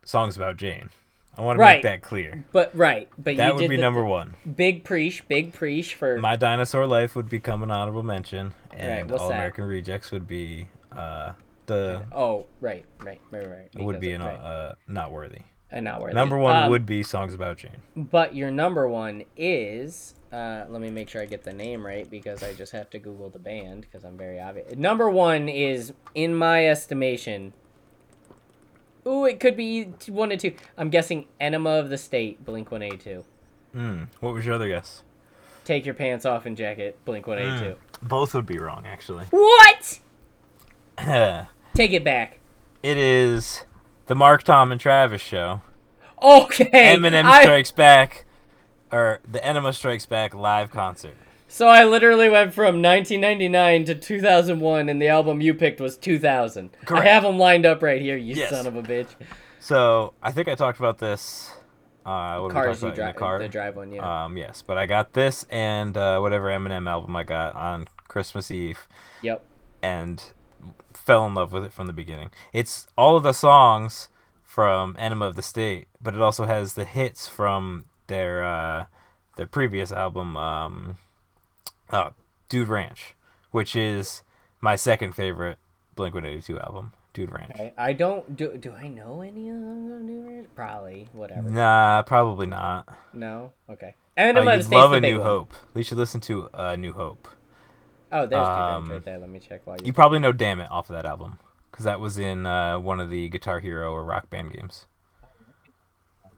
Speaker 2: songs about Jane. I want to
Speaker 1: Right.
Speaker 2: make that clear.
Speaker 1: But right, but
Speaker 2: That
Speaker 1: you
Speaker 2: would
Speaker 1: did
Speaker 2: be
Speaker 1: the
Speaker 2: number one.
Speaker 1: big preach, big preach for
Speaker 2: My Dinosaur Life would become an honorable mention, and
Speaker 1: what's
Speaker 2: All
Speaker 1: that?
Speaker 2: American Rejects would be uh, the
Speaker 1: Oh, right, right, right, right. because
Speaker 2: would be
Speaker 1: of-
Speaker 2: an,
Speaker 1: right,
Speaker 2: uh, not worthy.
Speaker 1: and not worthy.
Speaker 2: Number one
Speaker 1: Um,
Speaker 2: would be songs about Jane.
Speaker 1: But your number one is. Uh, let me make sure I get the name right because I just have to Google the band because I'm very obvious. Number one is, in my estimation, ooh, it could be one or two. I'm guessing Enema of the State, Blink 182.
Speaker 2: Mm. What was your other guess?
Speaker 1: Take Your Pants Off and Jacket, Blink 182.
Speaker 2: Both would be wrong, actually.
Speaker 1: What?
Speaker 2: it
Speaker 1: Take it back.
Speaker 2: is the Mark, Tom, and Travis show.
Speaker 1: Okay.
Speaker 2: Eminem
Speaker 1: I-
Speaker 2: Strikes Back, or the Enema Strikes Back live concert.
Speaker 1: So I literally went from 1999 to 2001, and the album you picked was 2000.
Speaker 2: Correct.
Speaker 1: I have them lined up right here, you
Speaker 2: Yes.
Speaker 1: son of a bitch.
Speaker 2: So I think I talked about this. Uh, what did we
Speaker 1: Cars you
Speaker 2: talk about in
Speaker 1: drive,
Speaker 2: the car.
Speaker 1: the drive one, yeah.
Speaker 2: Um, yes, but I got this and uh, whatever Eminem album I got on Christmas Eve,
Speaker 1: yep.
Speaker 2: and fell in love with it from the beginning. It's all of the songs from Enema of the State, but it also has the hits from their uh, their previous album, um, uh, Dude Ranch, which is my second favorite Blink One Eighty Two album, Dude Ranch.
Speaker 1: I, I don't do. Do I know any of them? on New Year's? Probably. Whatever.
Speaker 2: Nah, probably not.
Speaker 1: No. Okay.
Speaker 2: Uh,
Speaker 1: Eminem
Speaker 2: you'd
Speaker 1: of the State's
Speaker 2: love
Speaker 1: the
Speaker 2: a
Speaker 1: big
Speaker 2: New
Speaker 1: one.
Speaker 2: Hope. We should listen to a New Hope.
Speaker 1: Oh, there's two bands
Speaker 2: Um,
Speaker 1: right there. Let me check while you.
Speaker 2: You probably know "Damn It" off of that album because that was in uh, one of the Guitar Hero or Rock Band games.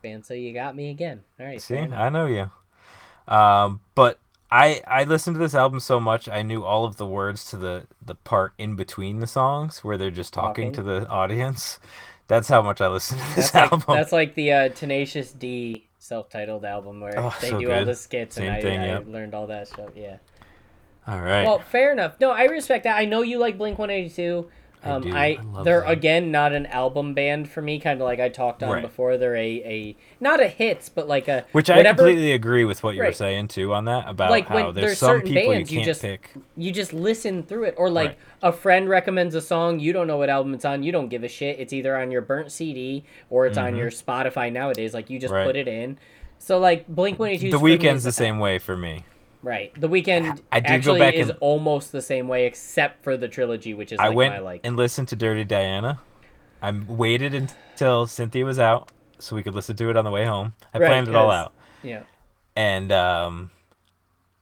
Speaker 1: band, so you got me again. All right.
Speaker 2: See,
Speaker 1: fair enough.
Speaker 2: I know you. Um, but I I listened to this album so much I knew all of the words to the the part in between the songs where they're just talking, to the audience. That's how much I listened to this
Speaker 1: That's like,
Speaker 2: album.
Speaker 1: that's like the uh, Tenacious D self-titled album where
Speaker 2: Oh,
Speaker 1: they
Speaker 2: so
Speaker 1: do all
Speaker 2: good.
Speaker 1: the skits,
Speaker 2: Same
Speaker 1: and I,
Speaker 2: thing,
Speaker 1: I
Speaker 2: yep.
Speaker 1: learned all that stuff. Yeah.
Speaker 2: All right.
Speaker 1: Well, fair enough. No, I respect that. I know you like Blink One Eighty Two.
Speaker 2: I
Speaker 1: Um,
Speaker 2: do.
Speaker 1: I,
Speaker 2: I love
Speaker 1: they're
Speaker 2: them.
Speaker 1: again not an album band for me. Kind of like I talked on
Speaker 2: Right.
Speaker 1: before. They're a, a not a hits, but like a
Speaker 2: Which I completely agree with what you were
Speaker 1: Right.
Speaker 2: saying too on that about
Speaker 1: Like, when
Speaker 2: how
Speaker 1: there's
Speaker 2: there's some
Speaker 1: certain
Speaker 2: people
Speaker 1: bands you
Speaker 2: you can't
Speaker 1: just-
Speaker 2: pick.
Speaker 1: you just listen through it or like
Speaker 2: Right.
Speaker 1: a friend recommends a song you don't know what album it's on you don't give a shit it's either on your burnt cd or it's on your spotify nowadays like you just
Speaker 2: Mm-hmm. Right.
Speaker 1: put it in so like blink 182
Speaker 2: The weekend's the same way for me.
Speaker 1: right the weekend
Speaker 2: I do go
Speaker 1: actually
Speaker 2: back
Speaker 1: is
Speaker 2: and-
Speaker 1: almost the same way except for the trilogy which is like
Speaker 2: I went
Speaker 1: my like
Speaker 2: and listened to Dirty Diana. I waited until Cynthia was out so we could listen to it on the way home. I
Speaker 1: Right,
Speaker 2: planned it all
Speaker 1: yes.
Speaker 2: out,
Speaker 1: yeah
Speaker 2: and um,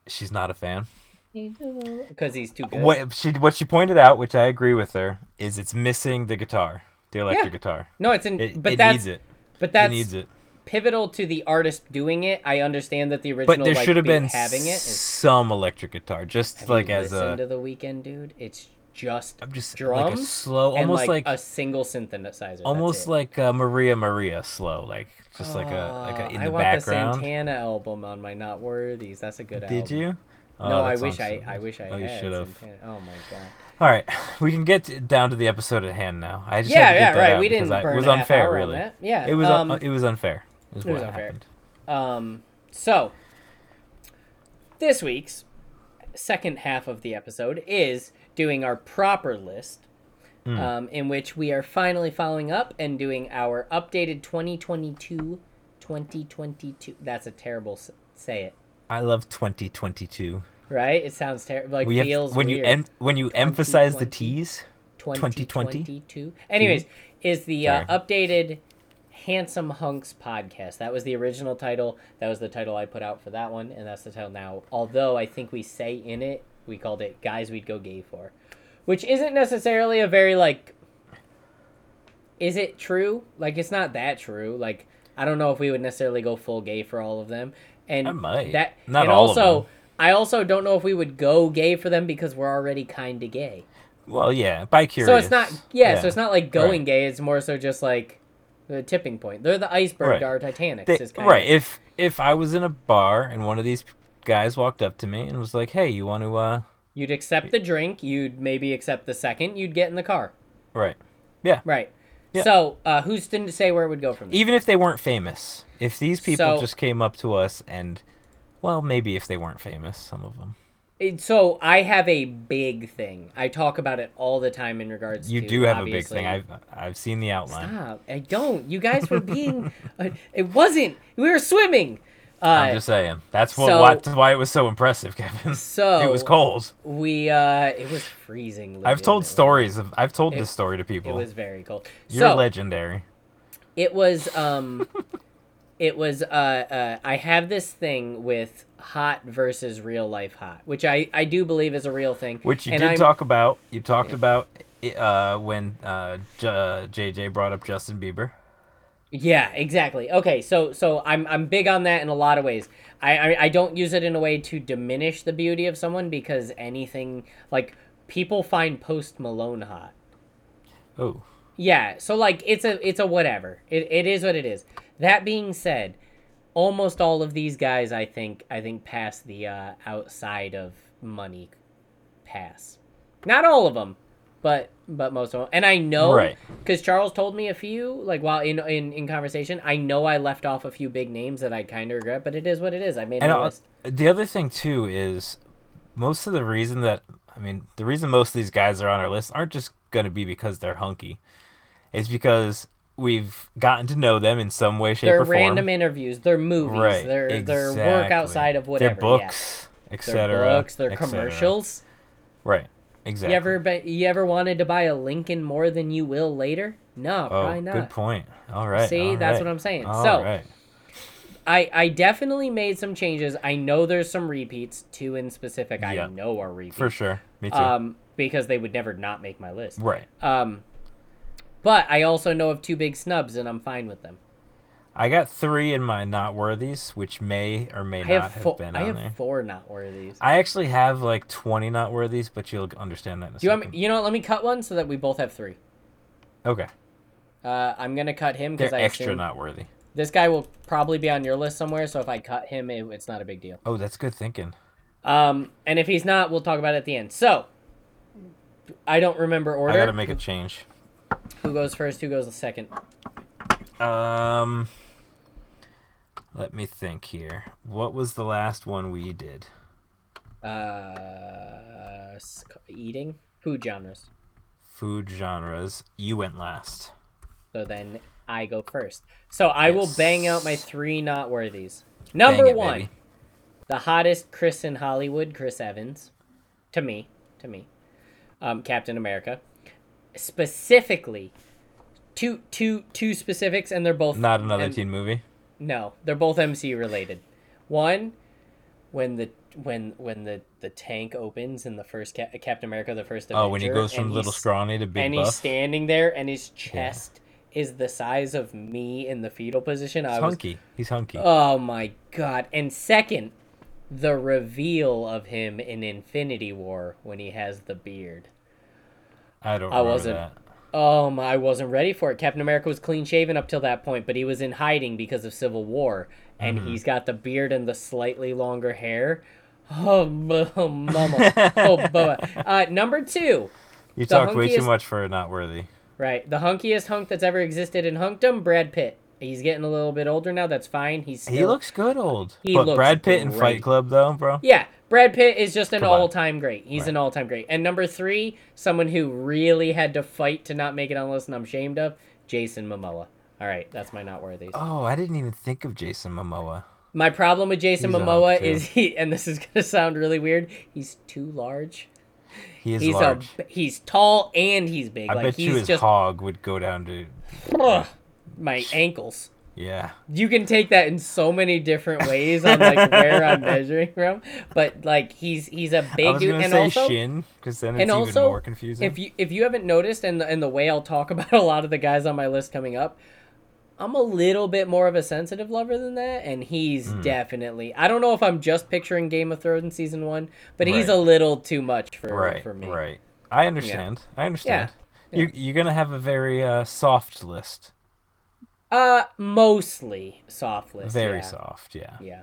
Speaker 2: she's not a fan.
Speaker 1: because he's too good
Speaker 2: What she what she pointed out, which I agree with her, is it's missing the guitar, the electric
Speaker 1: Yeah.
Speaker 2: guitar.
Speaker 1: no it's in
Speaker 2: It,
Speaker 1: but
Speaker 2: it
Speaker 1: that's
Speaker 2: needs it.
Speaker 1: but
Speaker 2: It
Speaker 1: that's
Speaker 2: needs it.
Speaker 1: pivotal to the artist doing it i understand that the original
Speaker 2: But there
Speaker 1: like,
Speaker 2: should have
Speaker 1: be-
Speaker 2: been
Speaker 1: having it is
Speaker 2: some electric guitar, just
Speaker 1: Have you
Speaker 2: like as
Speaker 1: listened
Speaker 2: a
Speaker 1: to the weekend, dude. It's just
Speaker 2: I'm just
Speaker 1: drums,
Speaker 2: like a slow,
Speaker 1: and,
Speaker 2: almost like,
Speaker 1: like, a single synthesizer. That's
Speaker 2: almost
Speaker 1: it.
Speaker 2: like uh, Maria Maria slow, like just like a like
Speaker 1: Uh,
Speaker 2: a, in
Speaker 1: I
Speaker 2: the
Speaker 1: want
Speaker 2: background.
Speaker 1: the Santana album on my Not Worthies. That's a good album.
Speaker 2: Did you? Oh,
Speaker 1: no,
Speaker 2: that
Speaker 1: I wish
Speaker 2: song's
Speaker 1: I,
Speaker 2: so
Speaker 1: I
Speaker 2: good.
Speaker 1: wish I
Speaker 2: Oh, you
Speaker 1: had.
Speaker 2: should have.
Speaker 1: Santana. Oh my god.
Speaker 2: All right, we can get t- down to the episode at hand now. I just had
Speaker 1: yeah,
Speaker 2: to get
Speaker 1: yeah,
Speaker 2: that
Speaker 1: right.
Speaker 2: out
Speaker 1: We
Speaker 2: because
Speaker 1: didn't
Speaker 2: I-
Speaker 1: burn
Speaker 2: It was
Speaker 1: a half
Speaker 2: unfair,
Speaker 1: hour
Speaker 2: really.
Speaker 1: On that. Yeah.
Speaker 2: It was
Speaker 1: um,
Speaker 2: un- it was unfair. Is
Speaker 1: it was
Speaker 2: what
Speaker 1: unfair.
Speaker 2: happened.
Speaker 1: Um, so this week's second half of the episode is doing our proper list,
Speaker 2: Hmm.
Speaker 1: um, in which we are finally following up and doing our updated 2022 2022. That's a terrible s- say it,
Speaker 2: I love 2022.
Speaker 1: right? It sounds terrible. Like
Speaker 2: We
Speaker 1: feels
Speaker 2: have, when
Speaker 1: weird.
Speaker 2: you em- when you emphasize the
Speaker 1: 2020.
Speaker 2: T's. 2020?
Speaker 1: 2022. Anyways, is the uh,
Speaker 2: Sorry.
Speaker 1: updated Handsome Hunks podcast. That was the original title. That was the title I put out for that one, and that's the title now. Although I think we say in it, we called it Guys We'd Go Gay For, which isn't necessarily a very, like, is it true? Like, it's not that true. Like, I don't know if we would necessarily go full gay for all of them. And
Speaker 2: I might.
Speaker 1: That,
Speaker 2: Not
Speaker 1: and
Speaker 2: all of
Speaker 1: also,
Speaker 2: them.
Speaker 1: I also don't know if we would go gay for them because we're already kind of gay.
Speaker 2: Well, yeah, by curious.
Speaker 1: So it's not yeah, So it's not like going
Speaker 2: Right.
Speaker 1: gay. It's more so just like the tipping point. They're the iceberg
Speaker 2: Right.
Speaker 1: to our Titanic.
Speaker 2: They-
Speaker 1: is kind
Speaker 2: right.
Speaker 1: Of,
Speaker 2: If if I was in a bar and one of these guys walked up to me and was like, "Hey, you want to?" uh
Speaker 1: you'd accept the drink. You'd maybe accept the second. You'd get in the car.
Speaker 2: Right. Yeah.
Speaker 1: Right.
Speaker 2: Yeah. E-
Speaker 1: So uh, who's didn't say where it would go from there?
Speaker 2: even if they weren't famous if these people
Speaker 1: So-
Speaker 2: just came up to us and well maybe if they weren't famous some of them
Speaker 1: It- So I have a big thing. I talk about it all the time in regards.
Speaker 2: you
Speaker 1: to,
Speaker 2: do have
Speaker 1: obviously-
Speaker 2: a big thing i've i've seen the outline
Speaker 1: Stop! I don't. You guys were being. uh, it wasn't. We were swimming. Uh,
Speaker 2: i'm just saying that's what
Speaker 1: so-
Speaker 2: that's why it was so impressive kevin it was
Speaker 1: So-
Speaker 2: cold
Speaker 1: we. Uh, it was freezing.
Speaker 2: i've
Speaker 1: legitimately.
Speaker 2: told stories of i've told this story to
Speaker 1: It
Speaker 2: people
Speaker 1: was very cold.
Speaker 2: you're
Speaker 1: so,
Speaker 2: legendary
Speaker 1: it was um it was uh, uh i have this thing with hot versus real life hot which i i do believe is a real thing
Speaker 2: which you
Speaker 1: and
Speaker 2: did
Speaker 1: I'm-
Speaker 2: talk about eh, you uh, talked about about uh when uh J- jj brought up justin bieber
Speaker 1: Yeah, exactly. Okay, so so I'm I'm big on that in a lot of ways. I, I I don't use it in a way to diminish the beauty of someone because anything like people find Post Malone hot.
Speaker 2: Oh,
Speaker 1: Yeah, so like it's a it's a whatever. It it is what it is. That being said, almost all of these guys I think I think pass the uh outside of money pass. Not all of them, but but most of them. And I know
Speaker 2: Right.
Speaker 1: cuz Charles told me a few like while in in in conversation, I know I left off a few big names that I kind of regret, but it is what it is. I made
Speaker 2: and
Speaker 1: a
Speaker 2: uh
Speaker 1: list.
Speaker 2: the other thing too is most of the reason that I mean the reason most of these guys are on our list aren't just gonna be because they're hunky. It's because we've gotten to know them in some way, shape,
Speaker 1: Their
Speaker 2: or form.
Speaker 1: random interviews, their movies,
Speaker 2: right?
Speaker 1: their their work
Speaker 2: exactly.
Speaker 1: outside of whatever.
Speaker 2: Their
Speaker 1: yeah.
Speaker 2: books, etc.
Speaker 1: Their books, their
Speaker 2: et cetera.
Speaker 1: commercials.
Speaker 2: Right. Exactly.
Speaker 1: You ever be, you ever wanted to buy a Lincoln more than you will later? No,
Speaker 2: oh,
Speaker 1: probably not.
Speaker 2: good point. All right.
Speaker 1: See,
Speaker 2: all
Speaker 1: that's
Speaker 2: right,
Speaker 1: what I'm saying.
Speaker 2: all
Speaker 1: so
Speaker 2: right.
Speaker 1: I I definitely made some changes. I know there's some repeats, two in specific. I
Speaker 2: Yeah.
Speaker 1: know are repeats.
Speaker 2: for sure. Me too.
Speaker 1: Um, because they would never not make my list.
Speaker 2: right.
Speaker 1: Um, but I also know of two big snubs, and I'm fine with them.
Speaker 2: I got three in my not worthies, which may or may
Speaker 1: I
Speaker 2: not
Speaker 1: have,
Speaker 2: have
Speaker 1: four.
Speaker 2: been
Speaker 1: I
Speaker 2: on
Speaker 1: have
Speaker 2: there.
Speaker 1: four not worthies.
Speaker 2: I actually have like twenty not worthies, but you'll understand that. In a
Speaker 1: Do you want
Speaker 2: second.
Speaker 1: me, You know, what, let me cut one so that we both have three.
Speaker 2: Okay,
Speaker 1: Uh, I'm gonna cut him because
Speaker 2: they're
Speaker 1: I
Speaker 2: extra
Speaker 1: assume
Speaker 2: not worthy.
Speaker 1: this guy will probably be on your list somewhere. So if I cut him, it, it's not a big deal.
Speaker 2: Oh, that's good thinking.
Speaker 1: Um, and if he's not, we'll talk about it at the end. So, I don't remember order.
Speaker 2: I gotta make a change.
Speaker 1: Who goes first? Who goes second?
Speaker 2: Um, let me think here. What was the last one we did?
Speaker 1: Uh, s- eating food genres.
Speaker 2: Food genres. You went last.
Speaker 1: So then I go first. So I will bang out my
Speaker 2: Yes.
Speaker 1: three not worthies.
Speaker 2: Dang
Speaker 1: Number
Speaker 2: it,
Speaker 1: one,
Speaker 2: baby.
Speaker 1: the hottest Chris in Hollywood, Chris Evans, to me, to me, um, Captain America, specifically. Two, two, two specifics, and they're both
Speaker 2: Not another
Speaker 1: and-
Speaker 2: teen movie.
Speaker 1: No, they're both MCU related. One, when the when when the the tank opens in the first Cap- Captain America, the first Avenger,
Speaker 2: Oh, when he goes from
Speaker 1: and
Speaker 2: little
Speaker 1: he's-
Speaker 2: scrawny to big
Speaker 1: and
Speaker 2: buff.
Speaker 1: he's standing there, and his chest is the size of me in the fetal position. I
Speaker 2: he's
Speaker 1: was,
Speaker 2: hunky. He's hunky.
Speaker 1: oh my god! And second, the reveal of him in Infinity War when he has the beard.
Speaker 2: I don't.
Speaker 1: I
Speaker 2: remember
Speaker 1: wasn't-
Speaker 2: That.
Speaker 1: Oh my, I wasn't ready for it. Captain America was clean shaven up till that point, but he was in hiding because of Civil War, and
Speaker 2: Mm-hmm.
Speaker 1: he's got the beard and the slightly longer hair. Oh, m- oh, mama. oh, boa. Uh, number two,
Speaker 2: You talked way too
Speaker 1: hunkiest-
Speaker 2: much for not worthy.
Speaker 1: right? The hunkiest hunk that's ever existed in hunkdom, Brad Pitt. He's getting a little bit older now. That's fine. He's still,
Speaker 2: He looks good old.
Speaker 1: He
Speaker 2: but
Speaker 1: looks
Speaker 2: Brad Pitt in
Speaker 1: great.
Speaker 2: Fight Club though, bro.
Speaker 1: Yeah, Brad Pitt is just an
Speaker 2: Come on.
Speaker 1: all time great. He's an all time great. And number three, someone who really had to fight to not make it on the list, and I'm ashamed of, Jason Momoa. All right, that's my not worthies.
Speaker 2: Oh, I didn't even think of Jason Momoa.
Speaker 1: My problem with Jason
Speaker 2: He's a
Speaker 1: Momoa
Speaker 2: hunk, too.
Speaker 1: is he, and this is gonna sound really weird. He's too large.
Speaker 2: He is
Speaker 1: he's
Speaker 2: large.
Speaker 1: a he's tall and he's big.
Speaker 2: I
Speaker 1: like
Speaker 2: bet you
Speaker 1: he's
Speaker 2: his
Speaker 1: just
Speaker 2: hog would go down to
Speaker 1: Ugh, my ankles.
Speaker 2: yeah.
Speaker 1: You can take that in so many different ways on like where I'm measuring from, but like he's he's a
Speaker 2: I
Speaker 1: big
Speaker 2: was
Speaker 1: dude,
Speaker 2: gonna
Speaker 1: and
Speaker 2: say
Speaker 1: also
Speaker 2: shin because then it's
Speaker 1: and
Speaker 2: even
Speaker 1: also
Speaker 2: more confusing.
Speaker 1: if you if you haven't noticed, and the, and the way I'll talk about a lot of the guys on my list coming up, I'm a little bit more of a sensitive lover than that, and he's
Speaker 2: Hmm.
Speaker 1: definitely. I don't know if I'm just picturing Game of Thrones season one, but he's a
Speaker 2: Right.
Speaker 1: little too much for
Speaker 2: right,
Speaker 1: for me.
Speaker 2: right. I understand. I understand.
Speaker 1: yeah.
Speaker 2: You you're gonna have a very uh, soft list.
Speaker 1: Uh, mostly soft list.
Speaker 2: Very
Speaker 1: yeah.
Speaker 2: soft, yeah.
Speaker 1: Yeah.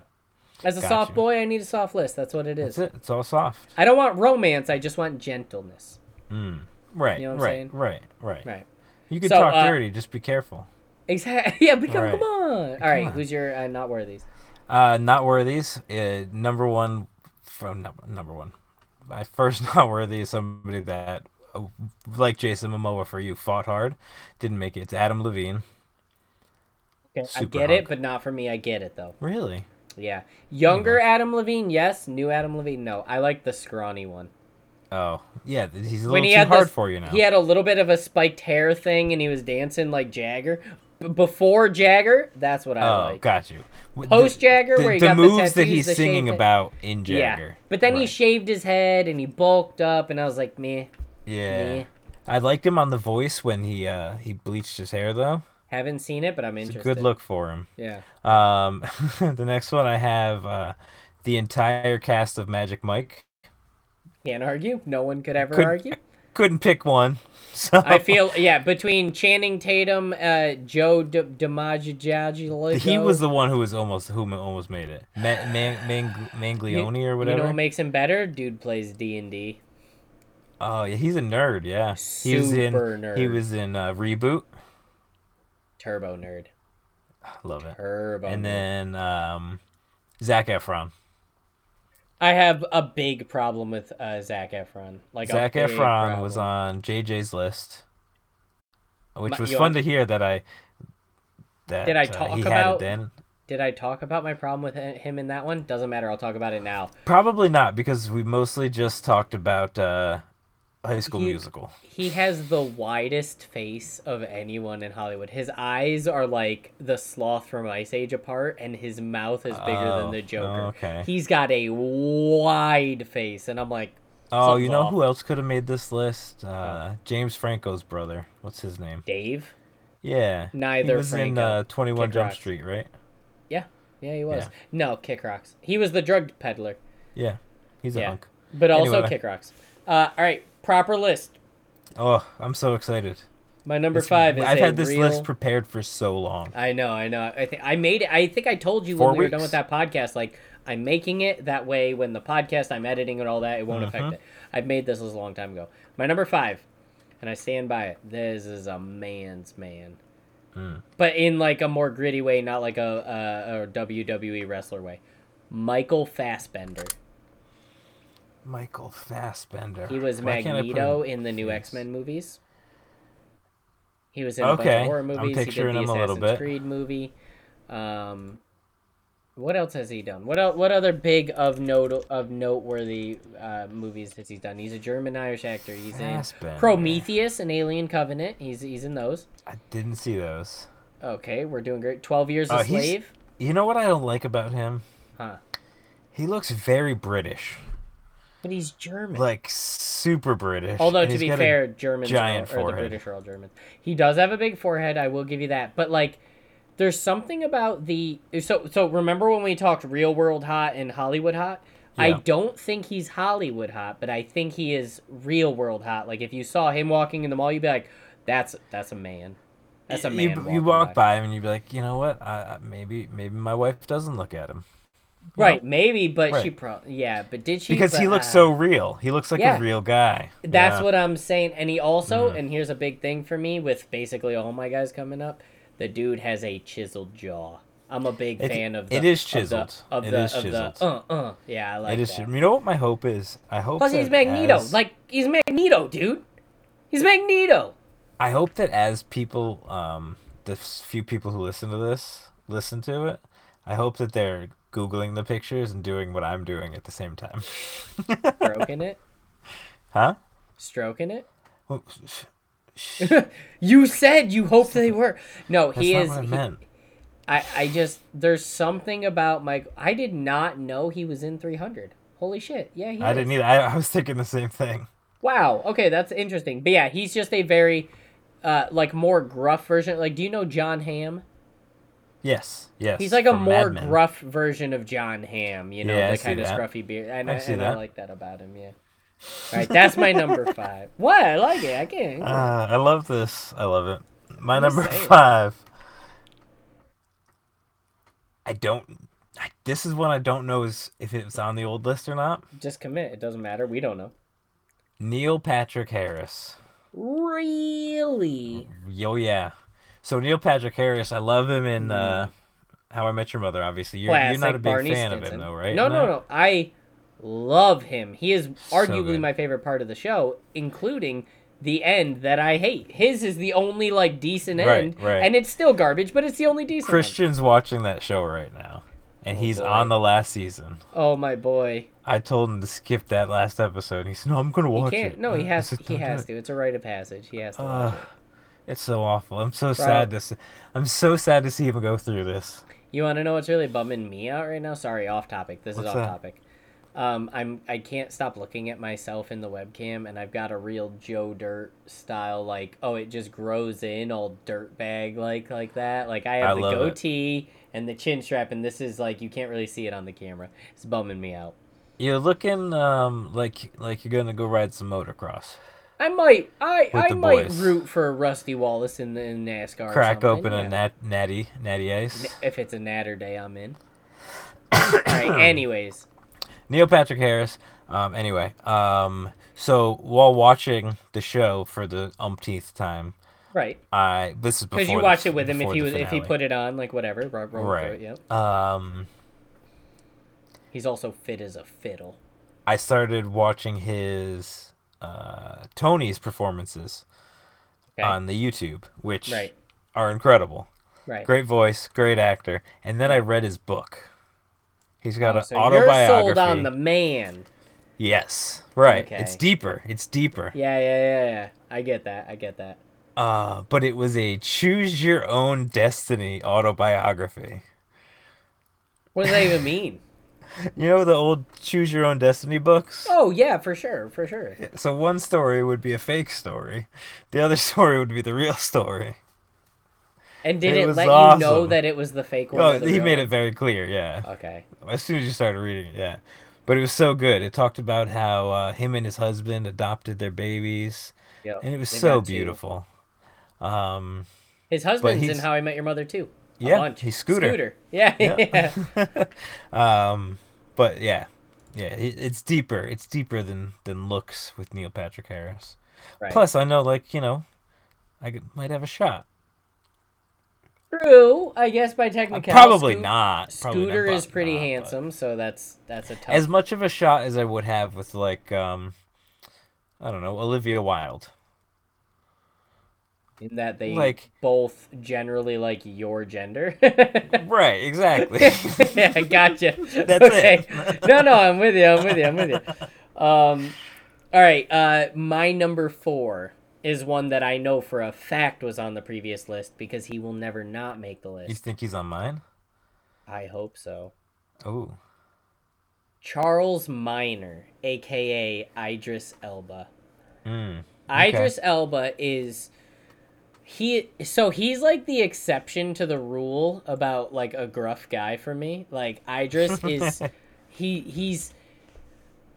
Speaker 1: As a
Speaker 2: Gotcha.
Speaker 1: soft boy, I need a soft list. That's what it is.
Speaker 2: That's it. It's all soft.
Speaker 1: I don't want romance. I just want gentleness.
Speaker 2: Right,
Speaker 1: You know what I'm saying?
Speaker 2: right, right, right,
Speaker 1: Right.
Speaker 2: You can
Speaker 1: So,
Speaker 2: talk
Speaker 1: uh,
Speaker 2: dirty, just be careful.
Speaker 1: Exactly. Yeah. Become.
Speaker 2: Right.
Speaker 1: Come on. All right.
Speaker 2: on.
Speaker 1: Who's your uh, not worthies?
Speaker 2: Uh, not worthies. Uh, number one from num- number one. My first not worthy is somebody that, uh, like Jason Momoa for you, fought hard, didn't make it. It's Adam Levine.
Speaker 1: Okay. I
Speaker 2: Super
Speaker 1: get it,
Speaker 2: hunk.
Speaker 1: but not for me. I get it though.
Speaker 2: Really?
Speaker 1: Yeah. Younger Adam Levine, yes. New Adam Levine, no. I like the scrawny one.
Speaker 2: Oh, yeah. th- He's a
Speaker 1: When
Speaker 2: little
Speaker 1: he
Speaker 2: too
Speaker 1: had
Speaker 2: hard
Speaker 1: the-
Speaker 2: for you now.
Speaker 1: He had a little bit of a spiked hair thing and he was dancing like Jagger. B- before Jagger, that's what I
Speaker 2: oh,
Speaker 1: like.
Speaker 2: got you. W- the-
Speaker 1: Post Jagger,
Speaker 2: the,
Speaker 1: where he
Speaker 2: the
Speaker 1: got
Speaker 2: moves
Speaker 1: the
Speaker 2: that
Speaker 1: tattoos,
Speaker 2: he's
Speaker 1: the
Speaker 2: singing
Speaker 1: shaved-
Speaker 2: about in Jagger.
Speaker 1: Yeah. But then he
Speaker 2: Right.
Speaker 1: shaved his head and he bulked up, and I was like, meh.
Speaker 2: yeah.
Speaker 1: Yeah.
Speaker 2: I liked him on The Voice when he uh he bleached his hair though.
Speaker 1: Haven't seen it, but I'm
Speaker 2: It's a
Speaker 1: interested.
Speaker 2: good look for him.
Speaker 1: Yeah.
Speaker 2: Um, the next one I have uh, the entire cast of Magic Mike.
Speaker 1: Can't argue. No one could ever
Speaker 2: Could-
Speaker 1: argue.
Speaker 2: Couldn't pick one. So
Speaker 1: I feel yeah between Channing Tatum, uh, Joe D- DiMaggio.
Speaker 2: he was the one who was almost who almost made it. Ma- Man- Mang- Manglione or
Speaker 1: You
Speaker 2: whatever.
Speaker 1: know what makes him better? Dude plays D and D.
Speaker 2: oh yeah, he's a nerd. Yeah, he was in.
Speaker 1: Super
Speaker 2: He
Speaker 1: nerd.
Speaker 2: was in uh, reboot.
Speaker 1: Turbo nerd.
Speaker 2: Love it.
Speaker 1: Turbo.
Speaker 2: And
Speaker 1: nerd.
Speaker 2: then um, Zach Efron.
Speaker 1: I have a big problem with uh, Zach Efron. Like a
Speaker 2: Zach
Speaker 1: big
Speaker 2: Efron was
Speaker 1: problem.
Speaker 2: on JJ's list, which
Speaker 1: My-
Speaker 2: was
Speaker 1: yo,
Speaker 2: fun to hear that I that
Speaker 1: Did I
Speaker 2: uh,
Speaker 1: talk
Speaker 2: he had it
Speaker 1: about-
Speaker 2: then.
Speaker 1: Did I talk about my problem with h- him in that one? Doesn't matter. I'll talk about it now.
Speaker 2: Probably not because we mostly just talked about uh, High School
Speaker 1: He-
Speaker 2: Musical.
Speaker 1: He has the widest face of anyone in Hollywood. His eyes are like the sloth from Ice Age apart, and his mouth is bigger
Speaker 2: Oh,
Speaker 1: than the Joker.
Speaker 2: okay.
Speaker 1: He's got a wide face, and I'm like,
Speaker 2: Oh, you
Speaker 1: something's
Speaker 2: know
Speaker 1: off.
Speaker 2: who else could have made this list? Uh, James Franco's brother. What's his name?
Speaker 1: Dave?
Speaker 2: Yeah, he
Speaker 1: Neither
Speaker 2: was in
Speaker 1: Franco.
Speaker 2: uh, Twenty One
Speaker 1: Kick
Speaker 2: Jump
Speaker 1: Rock.
Speaker 2: Street, right?
Speaker 1: Yeah, yeah, he was.
Speaker 2: Yeah.
Speaker 1: No, Kick Rocks. He was the drug peddler,
Speaker 2: Yeah, he's a
Speaker 1: Yeah.
Speaker 2: hunk.
Speaker 1: but also
Speaker 2: Anyway.
Speaker 1: Kick Rocks. Uh, all right, proper list.
Speaker 2: Oh, I'm so excited.
Speaker 1: My number
Speaker 2: It's-
Speaker 1: five is
Speaker 2: I've
Speaker 1: a
Speaker 2: had this
Speaker 1: real...
Speaker 2: list prepared for so long.
Speaker 1: I know, I know. I think I made. I think I told you
Speaker 2: Four
Speaker 1: when we were done with
Speaker 2: weeks?
Speaker 1: that podcast. Like I'm making it that way. When the podcast, I'm editing and all that. It won't
Speaker 2: Uh-huh.
Speaker 1: affect it. I've made this list a long time ago. My number five, and I stand by it. This is a man's man,
Speaker 2: Hmm.
Speaker 1: but in like a more gritty way, not like a, a, a WWE wrestler way. Michael Fassbender.
Speaker 2: Michael Fassbender.
Speaker 1: He was
Speaker 2: Why can't I put
Speaker 1: Magneto
Speaker 2: him-
Speaker 1: in the new
Speaker 2: Yes.
Speaker 1: X Men movies. He was in a bunch
Speaker 2: Okay,
Speaker 1: of horror
Speaker 2: I'm
Speaker 1: movies.
Speaker 2: picturing
Speaker 1: he
Speaker 2: him
Speaker 1: did
Speaker 2: a
Speaker 1: the
Speaker 2: little
Speaker 1: Assassin's
Speaker 2: bit.
Speaker 1: Creed movie. Um, what else has he done? What el- What other big of note of noteworthy uh, movies has he done? He's a German Irish actor. He's
Speaker 2: Fassbender.
Speaker 1: in Prometheus and Alien Covenant. He's he's in those.
Speaker 2: I didn't see those.
Speaker 1: Okay, we're doing great. Twelve Years a
Speaker 2: Uh, he's-
Speaker 1: Slave.
Speaker 2: You know what I don't like about him?
Speaker 1: Huh.
Speaker 2: He looks very British,
Speaker 1: But he's German.
Speaker 2: like super British.
Speaker 1: Although
Speaker 2: and
Speaker 1: to
Speaker 2: he's
Speaker 1: be
Speaker 2: got a-
Speaker 1: fair, Germans are-
Speaker 2: giant
Speaker 1: or the
Speaker 2: forehead.
Speaker 1: British are all Germans. He does have a big forehead. I will give you that. But like, there's something about the so so. Remember when we talked real world hot and Hollywood hot? I
Speaker 2: Yeah.
Speaker 1: don't think he's Hollywood hot, but I think he is real world hot. Like if you saw him walking in the mall, you'd be like, "That's that's a man. That's a
Speaker 2: you,
Speaker 1: man."
Speaker 2: you
Speaker 1: walking
Speaker 2: walk by him and you'd be like, you know what? I, I- maybe maybe my wife doesn't look at him
Speaker 1: right? Maybe, but she
Speaker 2: Right.
Speaker 1: pro yeah. But did she?
Speaker 2: because he
Speaker 1: But,
Speaker 2: looks
Speaker 1: uh,
Speaker 2: so real. He looks like
Speaker 1: yeah.
Speaker 2: a real guy.
Speaker 1: That's
Speaker 2: Yeah. Mm-hmm.
Speaker 1: what I'm saying. And he also, and here's a big thing for me with basically all my guys coming up, the dude has a chiseled jaw. I'm a big
Speaker 2: It-
Speaker 1: fan of the,
Speaker 2: it is
Speaker 1: of the-
Speaker 2: chiseled.
Speaker 1: Of the,
Speaker 2: It is
Speaker 1: of
Speaker 2: chiseled.
Speaker 1: the, uh, uh. Yeah, I like
Speaker 2: it is.
Speaker 1: that.
Speaker 2: You know what my hope is? I hope
Speaker 1: Plus, he's
Speaker 2: that
Speaker 1: Magneto.
Speaker 2: as-
Speaker 1: Like, he's Magneto, dude. He's Magneto.
Speaker 2: I hope that as people, um, the s- few people who listen to this listen to it, I hope that they're googling the pictures and doing what I'm doing at the same time.
Speaker 1: Stroking it.
Speaker 2: Huh?
Speaker 1: Stroking it.
Speaker 2: Well, sh-
Speaker 1: You said you hoped they were. No,
Speaker 2: That's
Speaker 1: he
Speaker 2: not
Speaker 1: is.
Speaker 2: what I
Speaker 1: he-
Speaker 2: meant.
Speaker 1: I, I just, there's something about Mike. I did not know he was in 300. Holy shit. Yeah, he
Speaker 2: I
Speaker 1: is.
Speaker 2: didn't either. I, I was thinking the same thing.
Speaker 1: Wow. Okay, that's interesting. But yeah, he's just a very, uh, like more gruff version. Like, do you know John Hamm?
Speaker 2: Yes. Yes.
Speaker 1: He's like a
Speaker 2: from
Speaker 1: more
Speaker 2: Mad Men.
Speaker 1: gruff version of John Hamm. You know,
Speaker 2: Yeah, I
Speaker 1: the
Speaker 2: see
Speaker 1: kind of
Speaker 2: that.
Speaker 1: scruffy beard. And,
Speaker 2: I
Speaker 1: I,
Speaker 2: see
Speaker 1: and I
Speaker 2: that.
Speaker 1: like that about him. Yeah. All right, that's my number five. What? I like it. I can't.
Speaker 2: Uh, I love this. I love it. My
Speaker 1: Just
Speaker 2: number
Speaker 1: say it.
Speaker 2: five. I don't. I, this is one I don't know is if it was on the old list or not.
Speaker 1: Just commit. It doesn't matter. We don't know.
Speaker 2: Neil Patrick Harris.
Speaker 1: Really?
Speaker 2: Yo, yeah. So Neil Patrick Harris, I love him in uh, How I Met Your Mother. Obviously, you're, you're
Speaker 1: Mm. Classic
Speaker 2: not a big
Speaker 1: Barney
Speaker 2: fan of
Speaker 1: Stinson.
Speaker 2: him, though, right?
Speaker 1: No,
Speaker 2: In
Speaker 1: no,
Speaker 2: that?
Speaker 1: no. I love him. He is arguably
Speaker 2: good.
Speaker 1: my favorite part of the show, including the end that I hate. His is the only like decent
Speaker 2: Right,
Speaker 1: end,
Speaker 2: right.
Speaker 1: and it's still garbage, but it's the only decent.
Speaker 2: Christian's watching that show right now, and he's
Speaker 1: Oh, boy.
Speaker 2: on the last season.
Speaker 1: One. Oh my boy,
Speaker 2: I told him to skip that last episode. and He said, "No, I'm gonna
Speaker 1: he
Speaker 2: watch
Speaker 1: can't.
Speaker 2: it." Uh,
Speaker 1: No, he
Speaker 2: I
Speaker 1: has.
Speaker 2: said,
Speaker 1: He
Speaker 2: "Don't do
Speaker 1: has
Speaker 2: it."
Speaker 1: to. It's a rite of passage. He has to. watch
Speaker 2: Ugh, it's so awful. I'm so
Speaker 1: Rob.
Speaker 2: sad to see. I'm so sad to see him go through this.
Speaker 1: it. You want to know what's really bumming me out right now? Sorry, off topic. This is
Speaker 2: What's
Speaker 1: off
Speaker 2: that?
Speaker 1: topic. Um, I'm I can't stop looking at myself in the webcam, and I've got a real Joe Dirt style, like oh, it just grows in all dirt bag like like that. Like I have
Speaker 2: I
Speaker 1: the
Speaker 2: love it.
Speaker 1: goatee and the chin strap, and this is like you can't really see it on the camera. It's bumming me out.
Speaker 2: You're looking um like like you're gonna go ride some motocross.
Speaker 1: I might I
Speaker 2: With
Speaker 1: I
Speaker 2: the
Speaker 1: might
Speaker 2: boys.
Speaker 1: root for Rusty Wallace in the in NASCAR. or
Speaker 2: Crack
Speaker 1: something,
Speaker 2: open
Speaker 1: yeah.
Speaker 2: a nat- natty natty ice.
Speaker 1: if it's a natter day, I'm in. All right. Anyways,
Speaker 2: Neil Patrick Harris. Um, anyway, um, so while watching the show for the umpteenth time,
Speaker 1: right.
Speaker 2: I this is
Speaker 1: Because
Speaker 2: because
Speaker 1: you watched it with him if he was if he
Speaker 2: it.
Speaker 1: put it on like whatever. Rob, Rob,
Speaker 2: Right.
Speaker 1: Yep.
Speaker 2: Um,
Speaker 1: He's also fit as a fiddle.
Speaker 2: I started watching his uh, Tony's performances
Speaker 1: Okay.
Speaker 2: on the YouTube, which
Speaker 1: Right.
Speaker 2: are incredible.
Speaker 1: Right.
Speaker 2: Great voice, great actor, and then I read his book. He's got
Speaker 1: Oh,
Speaker 2: an
Speaker 1: so
Speaker 2: autobiography.
Speaker 1: You're sold on the man.
Speaker 2: Yes, right. It's
Speaker 1: Okay.
Speaker 2: deeper. It's deeper.
Speaker 1: Yeah, yeah, yeah, yeah. I get that. I get that.
Speaker 2: Uh, but it was a choose your own destiny autobiography.
Speaker 1: What does that even mean?
Speaker 2: You know the old choose your own destiny books?
Speaker 1: Oh yeah, for sure, for sure.
Speaker 2: So one story would be a fake story. The other story would be the real story.
Speaker 1: And did
Speaker 2: It
Speaker 1: it,
Speaker 2: was
Speaker 1: let you know
Speaker 2: awesome.
Speaker 1: that it was the fake one?
Speaker 2: Oh,
Speaker 1: or the
Speaker 2: he
Speaker 1: real
Speaker 2: made
Speaker 1: one?
Speaker 2: it very clear, yeah.
Speaker 1: Okay.
Speaker 2: As soon as you started reading it, yeah. But it was so good. It talked about how uh, him and his husband adopted their babies,
Speaker 1: Yep.
Speaker 2: and it was
Speaker 1: They've
Speaker 2: so
Speaker 1: got two.
Speaker 2: beautiful. Um,
Speaker 1: His husband's in
Speaker 2: he's-
Speaker 1: How I Met Your Mother too. A
Speaker 2: Yeah,
Speaker 1: bunch.
Speaker 2: he's Scooter.
Speaker 1: Yeah,
Speaker 2: Yeah.
Speaker 1: yeah.
Speaker 2: um, but yeah, yeah, it, it's deeper. It's deeper than than looks with Neil Patrick Harris.
Speaker 1: Right.
Speaker 2: Plus, I know, like you know, I could, might have a shot.
Speaker 1: True, I guess by technicality.
Speaker 2: Uh, Probably
Speaker 1: Scoot-
Speaker 2: not. Probably not,
Speaker 1: Scooter is
Speaker 2: but-
Speaker 1: pretty
Speaker 2: nah, but
Speaker 1: handsome, so that's that's a tough.
Speaker 2: As much of a shot as I would have with like, um, I don't know, Olivia Wilde.
Speaker 1: in that they
Speaker 2: like-
Speaker 1: both generally like your gender.
Speaker 2: Right. Exactly.
Speaker 1: yeah, gotcha.
Speaker 2: That's
Speaker 1: okay.
Speaker 2: it.
Speaker 1: no, no, I'm with you. I'm with you. I'm with you. Um, all right. Uh, my number four is one that I know for a fact was on the previous list because he will never not make the
Speaker 2: you
Speaker 1: list.
Speaker 2: think he's on mine?
Speaker 1: I hope so.
Speaker 2: Oh.
Speaker 1: Charles Minor, aka Idris Elba.
Speaker 2: Mm. Okay.
Speaker 1: Idris Elba is he so he's like the exception to the rule about like a gruff guy for me. Like Idris is he he's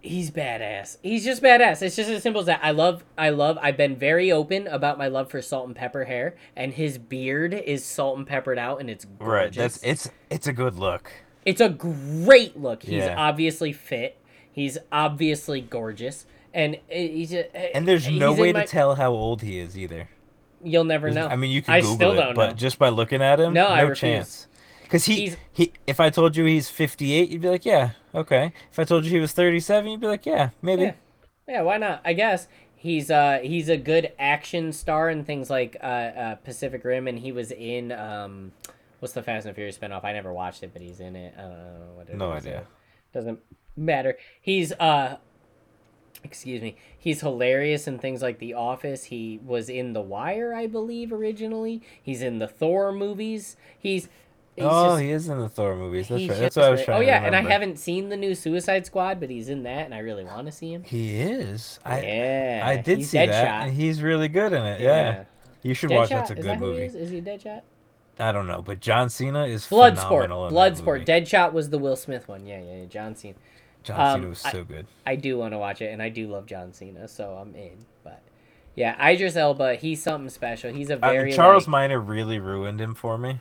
Speaker 1: he's badass. He's just badass. It's just as simple as that. I love I love I've been very open about my love for salt and pepper hair and his beard is salt and peppered out and it's gorgeous.
Speaker 2: Right. That's it's it's a good look.
Speaker 1: It's a great look. He's
Speaker 2: Yeah.
Speaker 1: obviously fit. He's obviously gorgeous. And uh, he's a, uh,
Speaker 2: And there's no
Speaker 1: he's in
Speaker 2: way
Speaker 1: my-
Speaker 2: to tell how old he is either.
Speaker 1: You'll never know.
Speaker 2: I mean, you can
Speaker 1: I
Speaker 2: Google
Speaker 1: still
Speaker 2: it,
Speaker 1: don't
Speaker 2: but
Speaker 1: know.
Speaker 2: just by looking at him,
Speaker 1: No,
Speaker 2: no,
Speaker 1: I refuse.
Speaker 2: chance. Because he,
Speaker 1: He's-
Speaker 2: he, if I told you he's 58, you'd be like, yeah, okay. If I told you he was 37, you'd be like, yeah, maybe.
Speaker 1: Yeah. Yeah, why not? I guess he's uh he's a good action star in things like uh, uh Pacific Rim, and he was in um what's the Fast and Furious spinoff? I never watched it, but he's in it. I don't know what it
Speaker 2: No
Speaker 1: is.
Speaker 2: idea.
Speaker 1: Doesn't matter. He's uh. Excuse me. He's hilarious in things like The Office. He was in The Wire, I believe, originally. He's in the Thor movies. He's, he's
Speaker 2: oh,
Speaker 1: just-
Speaker 2: he is in the Thor movies. That's
Speaker 1: he's
Speaker 2: right. That's
Speaker 1: just
Speaker 2: what I was
Speaker 1: great.
Speaker 2: trying
Speaker 1: Oh
Speaker 2: to
Speaker 1: yeah, and I
Speaker 2: remember.
Speaker 1: haven't seen the new Suicide Squad, but he's in that, and I really want to see him.
Speaker 2: He is. I,
Speaker 1: yeah,
Speaker 2: I did
Speaker 1: he's
Speaker 2: see
Speaker 1: Deadshot.
Speaker 2: that, and he's really good in it. Yeah. You should watch. That's a
Speaker 1: Deadshot, is
Speaker 2: good
Speaker 1: that who he
Speaker 2: movie.
Speaker 1: is? Is he Deadshot?
Speaker 2: I don't know, but John Cena is
Speaker 1: Bloodsport.
Speaker 2: phenomenal. in that movie.
Speaker 1: Bloodsport. Deadshot was the Will Smith one. Yeah, yeah, yeah. John Cena.
Speaker 2: John
Speaker 1: um,
Speaker 2: Cena was
Speaker 1: I-
Speaker 2: so good.
Speaker 1: I do want to watch it, and I do love John Cena, so I'm in. But yeah, Idris Elba, he's something special. He's a
Speaker 2: I mean,
Speaker 1: very
Speaker 2: Uh, Charles
Speaker 1: like-
Speaker 2: Minor really ruined him for me.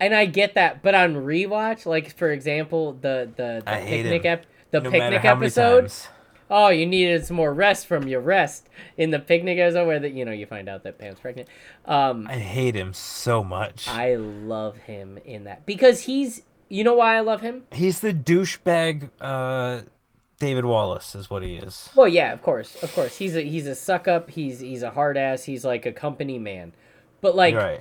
Speaker 1: and I get that, but on rewatch, like for example, the the, the
Speaker 2: I hate
Speaker 1: picnic
Speaker 2: him.
Speaker 1: ep- the
Speaker 2: no matter
Speaker 1: picnic
Speaker 2: how many
Speaker 1: episode.
Speaker 2: times.
Speaker 1: oh, you needed some more rest from your rest in the picnic episode where that you know you find out that Pam's pregnant. Um,
Speaker 2: I hate him so much.
Speaker 1: I love him in that because he's you know why I love him.
Speaker 2: He's the douchebag uh, David Wallace is what he is.
Speaker 1: Well, yeah, of course, of course. He's a he's a suck up. He's he's a hard ass. He's like a company man, but like
Speaker 2: You're right.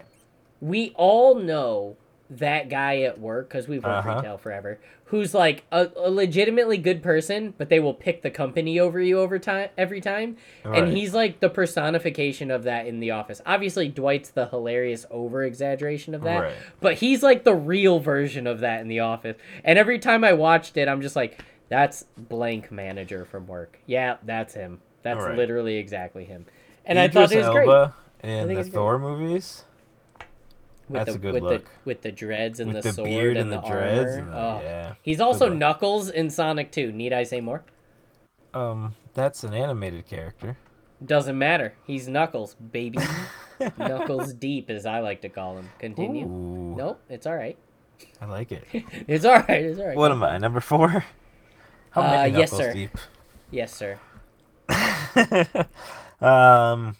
Speaker 1: we all know that guy at work because we've worked
Speaker 2: Uh-huh.
Speaker 1: retail forever who's like a, a legitimately good person but they will pick the company over you over time every time
Speaker 2: Right.
Speaker 1: and he's like the personification of that in the office obviously dwight's the hilarious over exaggeration of that
Speaker 2: Right.
Speaker 1: but he's like the real version of that in the office and every time i watched it i'm just like That's blank manager from work. Yeah, that's him. That's
Speaker 2: Alright.
Speaker 1: literally exactly him. And I
Speaker 2: Idris
Speaker 1: thought it was great
Speaker 2: Elba
Speaker 1: I
Speaker 2: in
Speaker 1: think
Speaker 2: the
Speaker 1: it's great.
Speaker 2: Thor movies.
Speaker 1: with
Speaker 2: That's
Speaker 1: the
Speaker 2: a good
Speaker 1: with
Speaker 2: look.
Speaker 1: the with the dreads and
Speaker 2: With
Speaker 1: the,
Speaker 2: the
Speaker 1: sword
Speaker 2: beard
Speaker 1: and,
Speaker 2: and
Speaker 1: the
Speaker 2: the dreads
Speaker 1: armor.
Speaker 2: and the-
Speaker 1: Oh.
Speaker 2: yeah.
Speaker 1: He's
Speaker 2: Good
Speaker 1: also
Speaker 2: look.
Speaker 1: Knuckles in Sonic 2. Need I say more?
Speaker 2: Um, that's an animated character.
Speaker 1: Doesn't matter. He's Knuckles, baby. Knuckles deep, as I like to call him. Continue.
Speaker 2: Ooh,
Speaker 1: Nope, it's all right.
Speaker 2: I like it.
Speaker 1: It's all right. It's all right.
Speaker 2: What am I? Number four. How
Speaker 1: Uh,
Speaker 2: many
Speaker 1: yes,
Speaker 2: knuckles
Speaker 1: sir.
Speaker 2: deep?
Speaker 1: Yes, sir.
Speaker 2: um,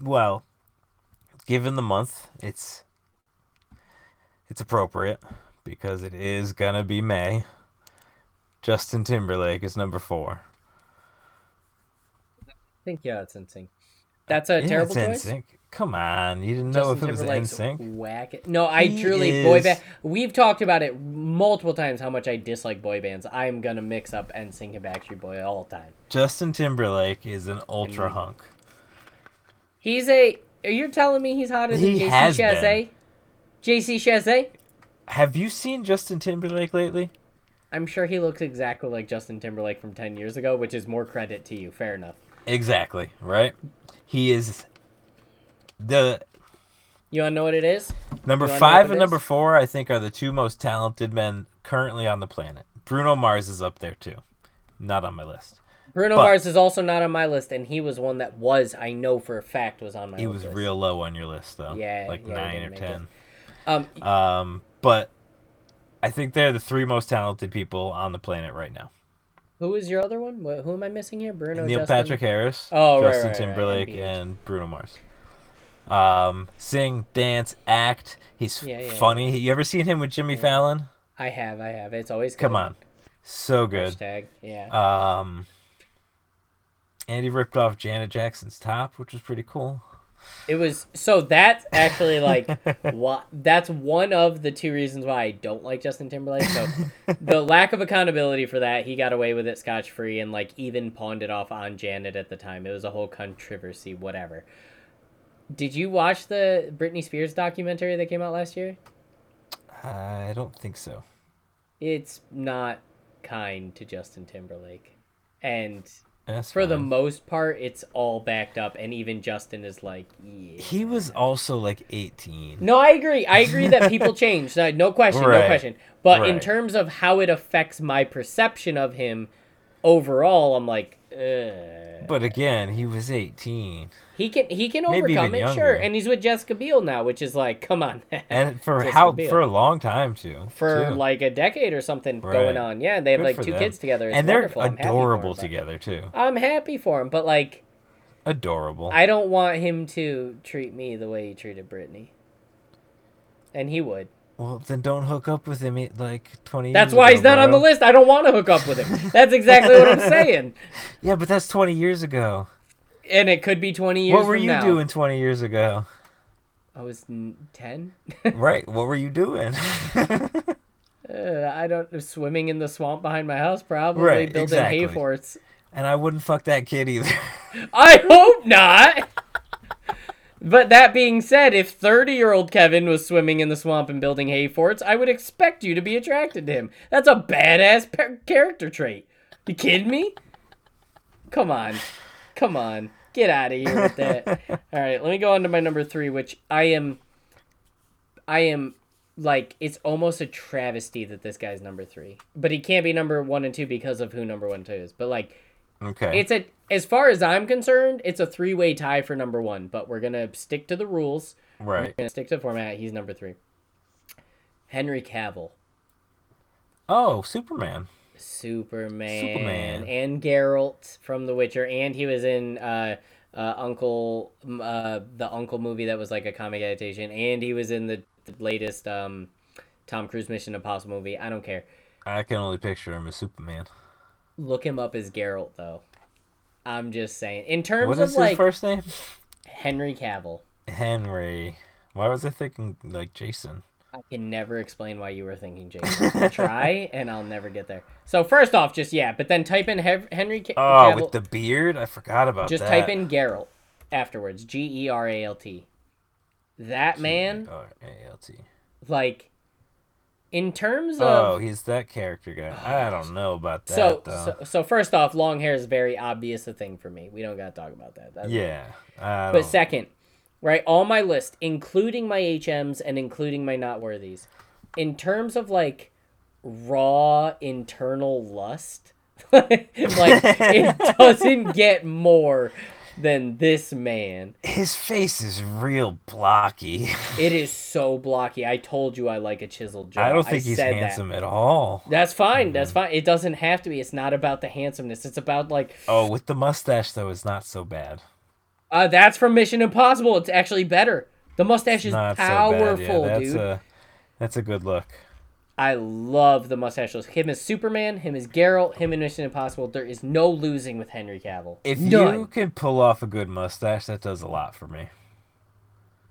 Speaker 2: well, given the month, it's it's appropriate because it is gonna be May. Justin Timberlake is number four.
Speaker 1: I think yeah, it's in sync. That's a
Speaker 2: Yeah,
Speaker 1: terrible
Speaker 2: it's
Speaker 1: choice.
Speaker 2: NSYNC. Come on, you didn't know
Speaker 1: Justin
Speaker 2: if it
Speaker 1: Timberlake's
Speaker 2: was NSYNC.
Speaker 1: Whack it. No, I
Speaker 2: He
Speaker 1: truly boy
Speaker 2: is-
Speaker 1: band. We've talked about it multiple times how much I dislike boy bands. I'm gonna mix up NSYNC and Backstreet Boy all the time.
Speaker 2: Justin Timberlake is an ultra hunk.
Speaker 1: He's a. You're telling me he's hotter than
Speaker 2: He
Speaker 1: JC
Speaker 2: has
Speaker 1: Chazet? JC Chazet?
Speaker 2: Have you seen Justin Timberlake lately?
Speaker 1: I'm sure he looks exactly like Justin Timberlake from 10 years ago, which is more credit to you. Fair enough.
Speaker 2: Exactly, right? He is the
Speaker 1: You want to know what it is?
Speaker 2: Number
Speaker 1: You wanna know
Speaker 2: five
Speaker 1: what
Speaker 2: and
Speaker 1: it
Speaker 2: number
Speaker 1: is?
Speaker 2: four, I think, are the two most talented men currently on the planet. Bruno Mars is up there too. Not on my list.
Speaker 1: Bruno
Speaker 2: But-
Speaker 1: Mars is also not on my list, and he was one that was, I know for a fact, was on my
Speaker 2: He
Speaker 1: list.
Speaker 2: was real low on your list though.
Speaker 1: Yeah,
Speaker 2: Like
Speaker 1: yeah, he
Speaker 2: nine
Speaker 1: didn't
Speaker 2: or
Speaker 1: make
Speaker 2: ten.
Speaker 1: Um,
Speaker 2: Um, but I think they're the three most talented people on the planet right now.
Speaker 1: who is your other one? Wh- Who am I missing here? Bruno.
Speaker 2: Neil
Speaker 1: Justin?
Speaker 2: Patrick Harris,
Speaker 1: Oh, right, right,
Speaker 2: Justin
Speaker 1: right,
Speaker 2: Timberlake,
Speaker 1: NPH.
Speaker 2: and Bruno Mars. Um, sing, dance, act. He's
Speaker 1: Yeah, yeah,
Speaker 2: funny. You ever seen him with Jimmy Fallon?
Speaker 1: I have, I have. It's always
Speaker 2: Come
Speaker 1: good.
Speaker 2: on, so good.
Speaker 1: Hashtag. Yeah.
Speaker 2: Um, and he ripped off Janet Jackson's top, which was pretty cool.
Speaker 1: It was so that's actually like what that's one of the two reasons why I don't like Justin Timberlake. So the lack of accountability for that, he got away with it scotch free and like even pawned it off on Janet at the time. It was a whole controversy, whatever. Did you watch the Britney Spears documentary that came out last year?
Speaker 2: I don't think so.
Speaker 1: It's not kind to Justin Timberlake. And
Speaker 2: That's
Speaker 1: for the
Speaker 2: fine.
Speaker 1: most part, it's all backed up and even Justin is like, yeah.
Speaker 2: he was also like eighteen.
Speaker 1: No, I agree. I agree that people change. No- No question. No
Speaker 2: Right.
Speaker 1: question. But in
Speaker 2: Right.
Speaker 1: terms of how it affects my perception of him overall, I'm like, Ugh.
Speaker 2: But again, he was eighteen,
Speaker 1: he can he can
Speaker 2: Maybe
Speaker 1: overcome it,
Speaker 2: even
Speaker 1: sure.
Speaker 2: younger.
Speaker 1: And he's with Jessica Biel now, which is like, come on,
Speaker 2: and for
Speaker 1: Just
Speaker 2: how
Speaker 1: a bit.
Speaker 2: for a long time too.
Speaker 1: for
Speaker 2: too.
Speaker 1: like a decade or something
Speaker 2: Right.
Speaker 1: going on. Yeah, they have
Speaker 2: Good
Speaker 1: like
Speaker 2: for
Speaker 1: two
Speaker 2: them.
Speaker 1: kids together. It's
Speaker 2: and they're
Speaker 1: wonderful. I'm happy for
Speaker 2: adorable
Speaker 1: him, but-
Speaker 2: together too.
Speaker 1: I'm happy for him, but like,
Speaker 2: Adorable.
Speaker 1: I don't want him to treat me the way he treated Brittany. And he would.
Speaker 2: well, then don't hook up with him. eh, Like twenty.
Speaker 1: That's
Speaker 2: years
Speaker 1: why
Speaker 2: ago,
Speaker 1: he's not on the
Speaker 2: bro.
Speaker 1: list. I don't want to hook up with him. That's exactly what I'm saying.
Speaker 2: Yeah, but that's twenty years ago.
Speaker 1: And it could be 20 years.
Speaker 2: What were
Speaker 1: from
Speaker 2: you
Speaker 1: now.
Speaker 2: doing twenty years ago?
Speaker 1: I was 10.
Speaker 2: right. What were you doing?
Speaker 1: Uh, I don't swimming in the swamp behind my house. Probably
Speaker 2: Right,
Speaker 1: building hay
Speaker 2: exactly.
Speaker 1: forts.
Speaker 2: and I wouldn't fuck that kid either.
Speaker 1: I hope not. but that being said, if 30 year old Kevin was swimming in the swamp and building hay forts, I would expect you to be attracted to him. That's a badass pa- character trait. You kidding me? Come on. Come on. Get out of here with that. All right, let me go on to my number three, which I am. I am. Like, it's almost a travesty that this guy's number three. But he can't be number one and two because of who number one and two is. But, like,
Speaker 2: Okay.
Speaker 1: it's a as far as I'm concerned, it's a three way tie for number one, but we're gonna stick to the rules.
Speaker 2: right.
Speaker 1: We're gonna stick to the format. He's number three. Henry Cavill,
Speaker 2: Oh, Superman.
Speaker 1: Superman,
Speaker 2: Superman.
Speaker 1: and Geralt from The Witcher, and he was in uh, uh, Uncle um, uh, the Uncle movie that was like a comic adaptation, and he was in the, the latest um, Tom Cruise Mission Impossible movie. I don't care.
Speaker 2: I can only picture him as Superman.
Speaker 1: Look him up as Geralt though. I'm just saying. In terms
Speaker 2: What
Speaker 1: of
Speaker 2: is his
Speaker 1: like
Speaker 2: first name?
Speaker 1: Henry Cavill.
Speaker 2: Henry. Why was I thinking like Jason?
Speaker 1: I can never explain why you were thinking Jason. I'll try, and I'll never get there. So first off, just yeah, but then type in Hev- Henry Ca-
Speaker 2: Oh,
Speaker 1: Cavill.
Speaker 2: with the beard? I forgot about
Speaker 1: just
Speaker 2: that.
Speaker 1: type in Geralt afterwards. G E
Speaker 2: E
Speaker 1: R A L T. That man,
Speaker 2: G-R-A-L-T.
Speaker 1: like, In terms
Speaker 2: oh,
Speaker 1: of
Speaker 2: he's that character guy. I don't know about that
Speaker 1: so,
Speaker 2: though.
Speaker 1: so so first off, long hair is very obvious a thing for me. We don't got to talk about that. That's-
Speaker 2: yeah. I
Speaker 1: But
Speaker 2: don't-
Speaker 1: second, right, all my list, including my HMs and including my not worthies, in terms of like raw internal lust, like it doesn't get more than this man.
Speaker 2: his face is real blocky.
Speaker 1: It is so blocky. I told you I like a chiseled jaw.
Speaker 2: I don't think he's
Speaker 1: said that.
Speaker 2: handsome Mm-hmm. at all.
Speaker 1: That's fine. That's fine. It doesn't have to be. It's not about the handsomeness. It's about like
Speaker 2: Oh, with the mustache though, it's not so bad.
Speaker 1: uh, that's from Mission Impossible. It's actually better. The mustache is
Speaker 2: Not
Speaker 1: powerful,
Speaker 2: so bad. Yeah, that's
Speaker 1: dude.
Speaker 2: a that's a good look.
Speaker 1: I love the mustache look. Him as Superman, him as Geralt, him in Mission Impossible. There is no losing with Henry Cavill.
Speaker 2: If
Speaker 1: None.
Speaker 2: you can pull off a good mustache, that does a lot for me.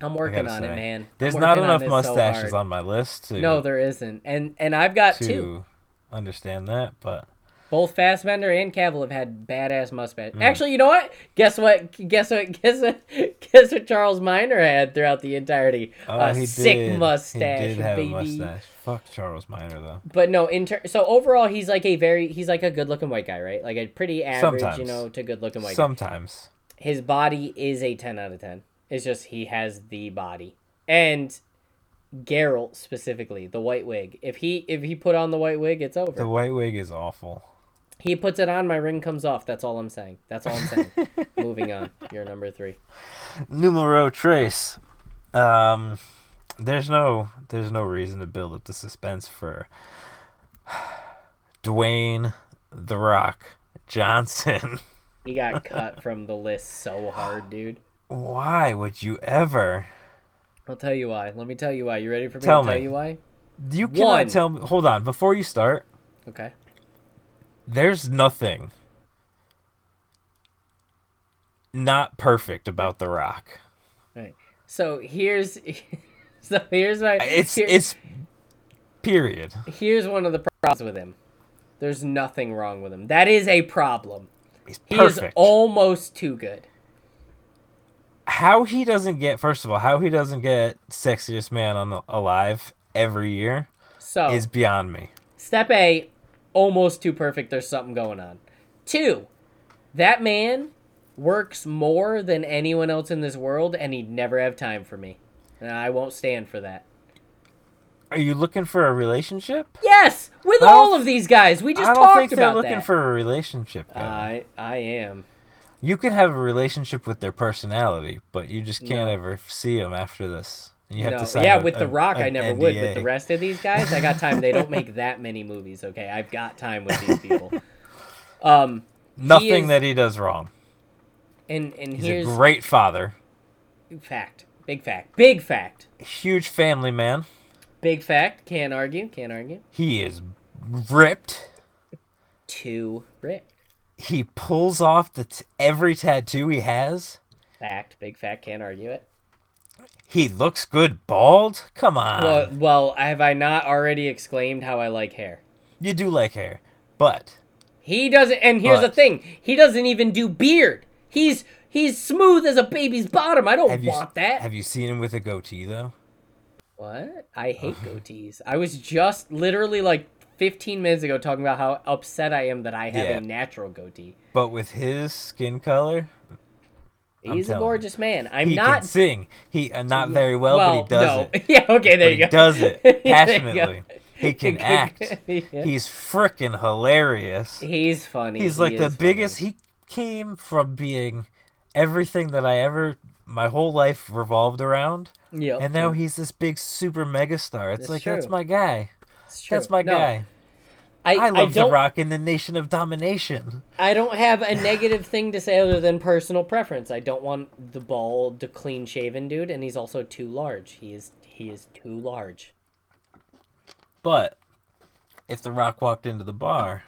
Speaker 1: I'm
Speaker 2: I gotta
Speaker 1: working on
Speaker 2: say.
Speaker 1: it, man. I'm
Speaker 2: There's not
Speaker 1: working
Speaker 2: enough
Speaker 1: this so
Speaker 2: mustaches
Speaker 1: hard.
Speaker 2: on my list to
Speaker 1: No, there isn't, and and I've got
Speaker 2: to
Speaker 1: two.
Speaker 2: understand that, but
Speaker 1: Both Fassbender and Cavill have had badass mustache.
Speaker 2: Mm.
Speaker 1: Actually, you know what? Guess what? Guess what? Guess what? Guess what? Charles Minor had throughout the entirety
Speaker 2: oh,
Speaker 1: a
Speaker 2: he
Speaker 1: sick
Speaker 2: did.
Speaker 1: mustache,
Speaker 2: He did have
Speaker 1: baby. Oh
Speaker 2: a mustache. Fuck Charles Minor though.
Speaker 1: But no, in ter- so overall, he's like a very he's like a good looking white guy, right? Like a pretty average, you
Speaker 2: Sometimes.
Speaker 1: know, to good looking white guy.
Speaker 2: Sometimes
Speaker 1: his body is a 10 out of 10. It's just he has the body. And Geralt specifically, the white wig. If he if he put on the white wig, it's over.
Speaker 2: the white wig is awful.
Speaker 1: He puts it on, my ring comes off. That's all I'm saying. That's all I'm saying. Moving on. You're number 3.
Speaker 2: Numero tres. Um, there's no there's no reason to build up the suspense for Dwayne the Rock Johnson.
Speaker 1: He got cut from the list so hard, dude.
Speaker 2: Why would you ever?
Speaker 1: I'll tell you why. Let me tell you why. You ready for me
Speaker 2: Tell
Speaker 1: to tell
Speaker 2: me.
Speaker 1: you why?
Speaker 2: You cannot
Speaker 1: One.
Speaker 2: tell me. Hold on, before you start,
Speaker 1: Okay.
Speaker 2: there's nothing not perfect about The Rock.
Speaker 1: All right. So here's so here's my
Speaker 2: It's
Speaker 1: here-
Speaker 2: it's period.
Speaker 1: here's one of the problems with him. There's nothing wrong with him. That is a problem.
Speaker 2: It's
Speaker 1: He is
Speaker 2: perfect.
Speaker 1: almost too good.
Speaker 2: how he doesn't get first of all how he doesn't get sexiest man on alive every year
Speaker 1: So
Speaker 2: is beyond me
Speaker 1: step A, almost too perfect. There's something going on. Two, that man works more than anyone else in this world, and he'd never have time for me. And I won't stand for that.
Speaker 2: are you looking for a relationship
Speaker 1: Yes, with
Speaker 2: I don't
Speaker 1: all of these guys, we just
Speaker 2: i don't
Speaker 1: talked
Speaker 2: think they're
Speaker 1: about
Speaker 2: looking
Speaker 1: that. Uh,
Speaker 2: for a relationship though.
Speaker 1: I I am.
Speaker 2: you can have a relationship with their personality but you just can't
Speaker 1: No.
Speaker 2: ever see them after this you have
Speaker 1: No,
Speaker 2: to sign
Speaker 1: yeah,
Speaker 2: a-
Speaker 1: with The
Speaker 2: a-
Speaker 1: Rock, I
Speaker 2: an
Speaker 1: never would. With
Speaker 2: NDA.
Speaker 1: the rest of these guys, I got time. They don't make that many movies. Okay, I've got time with these people. Um,
Speaker 2: nothing
Speaker 1: is-
Speaker 2: that he does wrong
Speaker 1: and and
Speaker 2: he's
Speaker 1: here's
Speaker 2: a great father
Speaker 1: fact, big fact, big fact,
Speaker 2: huge family man
Speaker 1: big fact. Can't argue. Can't argue.
Speaker 2: he is ripped
Speaker 1: Too ripped.
Speaker 2: he pulls off the t- every tattoo he has
Speaker 1: Fact, big fact. Can't argue it.
Speaker 2: He looks good bald. Come on,
Speaker 1: Well, well, have I not already exclaimed how I like hair?
Speaker 2: you do like hair, but
Speaker 1: He doesn't. And here's the
Speaker 2: But-
Speaker 1: thing: he doesn't even do beard. He's he's smooth as a baby's bottom. I don't
Speaker 2: have you
Speaker 1: want that.
Speaker 2: have you seen him with a goatee though?
Speaker 1: What? I hate goatees. I was just literally like 15 minutes ago talking about how upset I am that I have
Speaker 2: Yeah.
Speaker 1: a natural goatee.
Speaker 2: But with his skin color, I'm
Speaker 1: He's a
Speaker 2: telling you.
Speaker 1: gorgeous man. I'm
Speaker 2: he
Speaker 1: not.
Speaker 2: can sing. He uh, not very well, but he does
Speaker 1: no.
Speaker 2: it.
Speaker 1: Yeah, okay, there
Speaker 2: But
Speaker 1: you
Speaker 2: he
Speaker 1: go.
Speaker 2: does
Speaker 1: There
Speaker 2: it
Speaker 1: you go.
Speaker 2: passionately. he can act.
Speaker 1: Yeah.
Speaker 2: He's frickin' hilarious.
Speaker 1: He's funny.
Speaker 2: He's
Speaker 1: He
Speaker 2: like the
Speaker 1: is
Speaker 2: biggest.
Speaker 1: funny.
Speaker 2: He came from being everything that I ever, my whole life revolved around,
Speaker 1: Yep.
Speaker 2: and now he's this big super mega star. It's
Speaker 1: That's
Speaker 2: like that's
Speaker 1: true.
Speaker 2: my guy.
Speaker 1: It's true.
Speaker 2: That's my
Speaker 1: No,
Speaker 2: guy.
Speaker 1: I,
Speaker 2: I love
Speaker 1: don't,
Speaker 2: The Rock in the Nation of Domination.
Speaker 1: I don't have a negative thing to say other than personal preference. I don't want the bald, clean shaven dude, and he's also too large. He is he is too large.
Speaker 2: But if The Rock walked into the bar,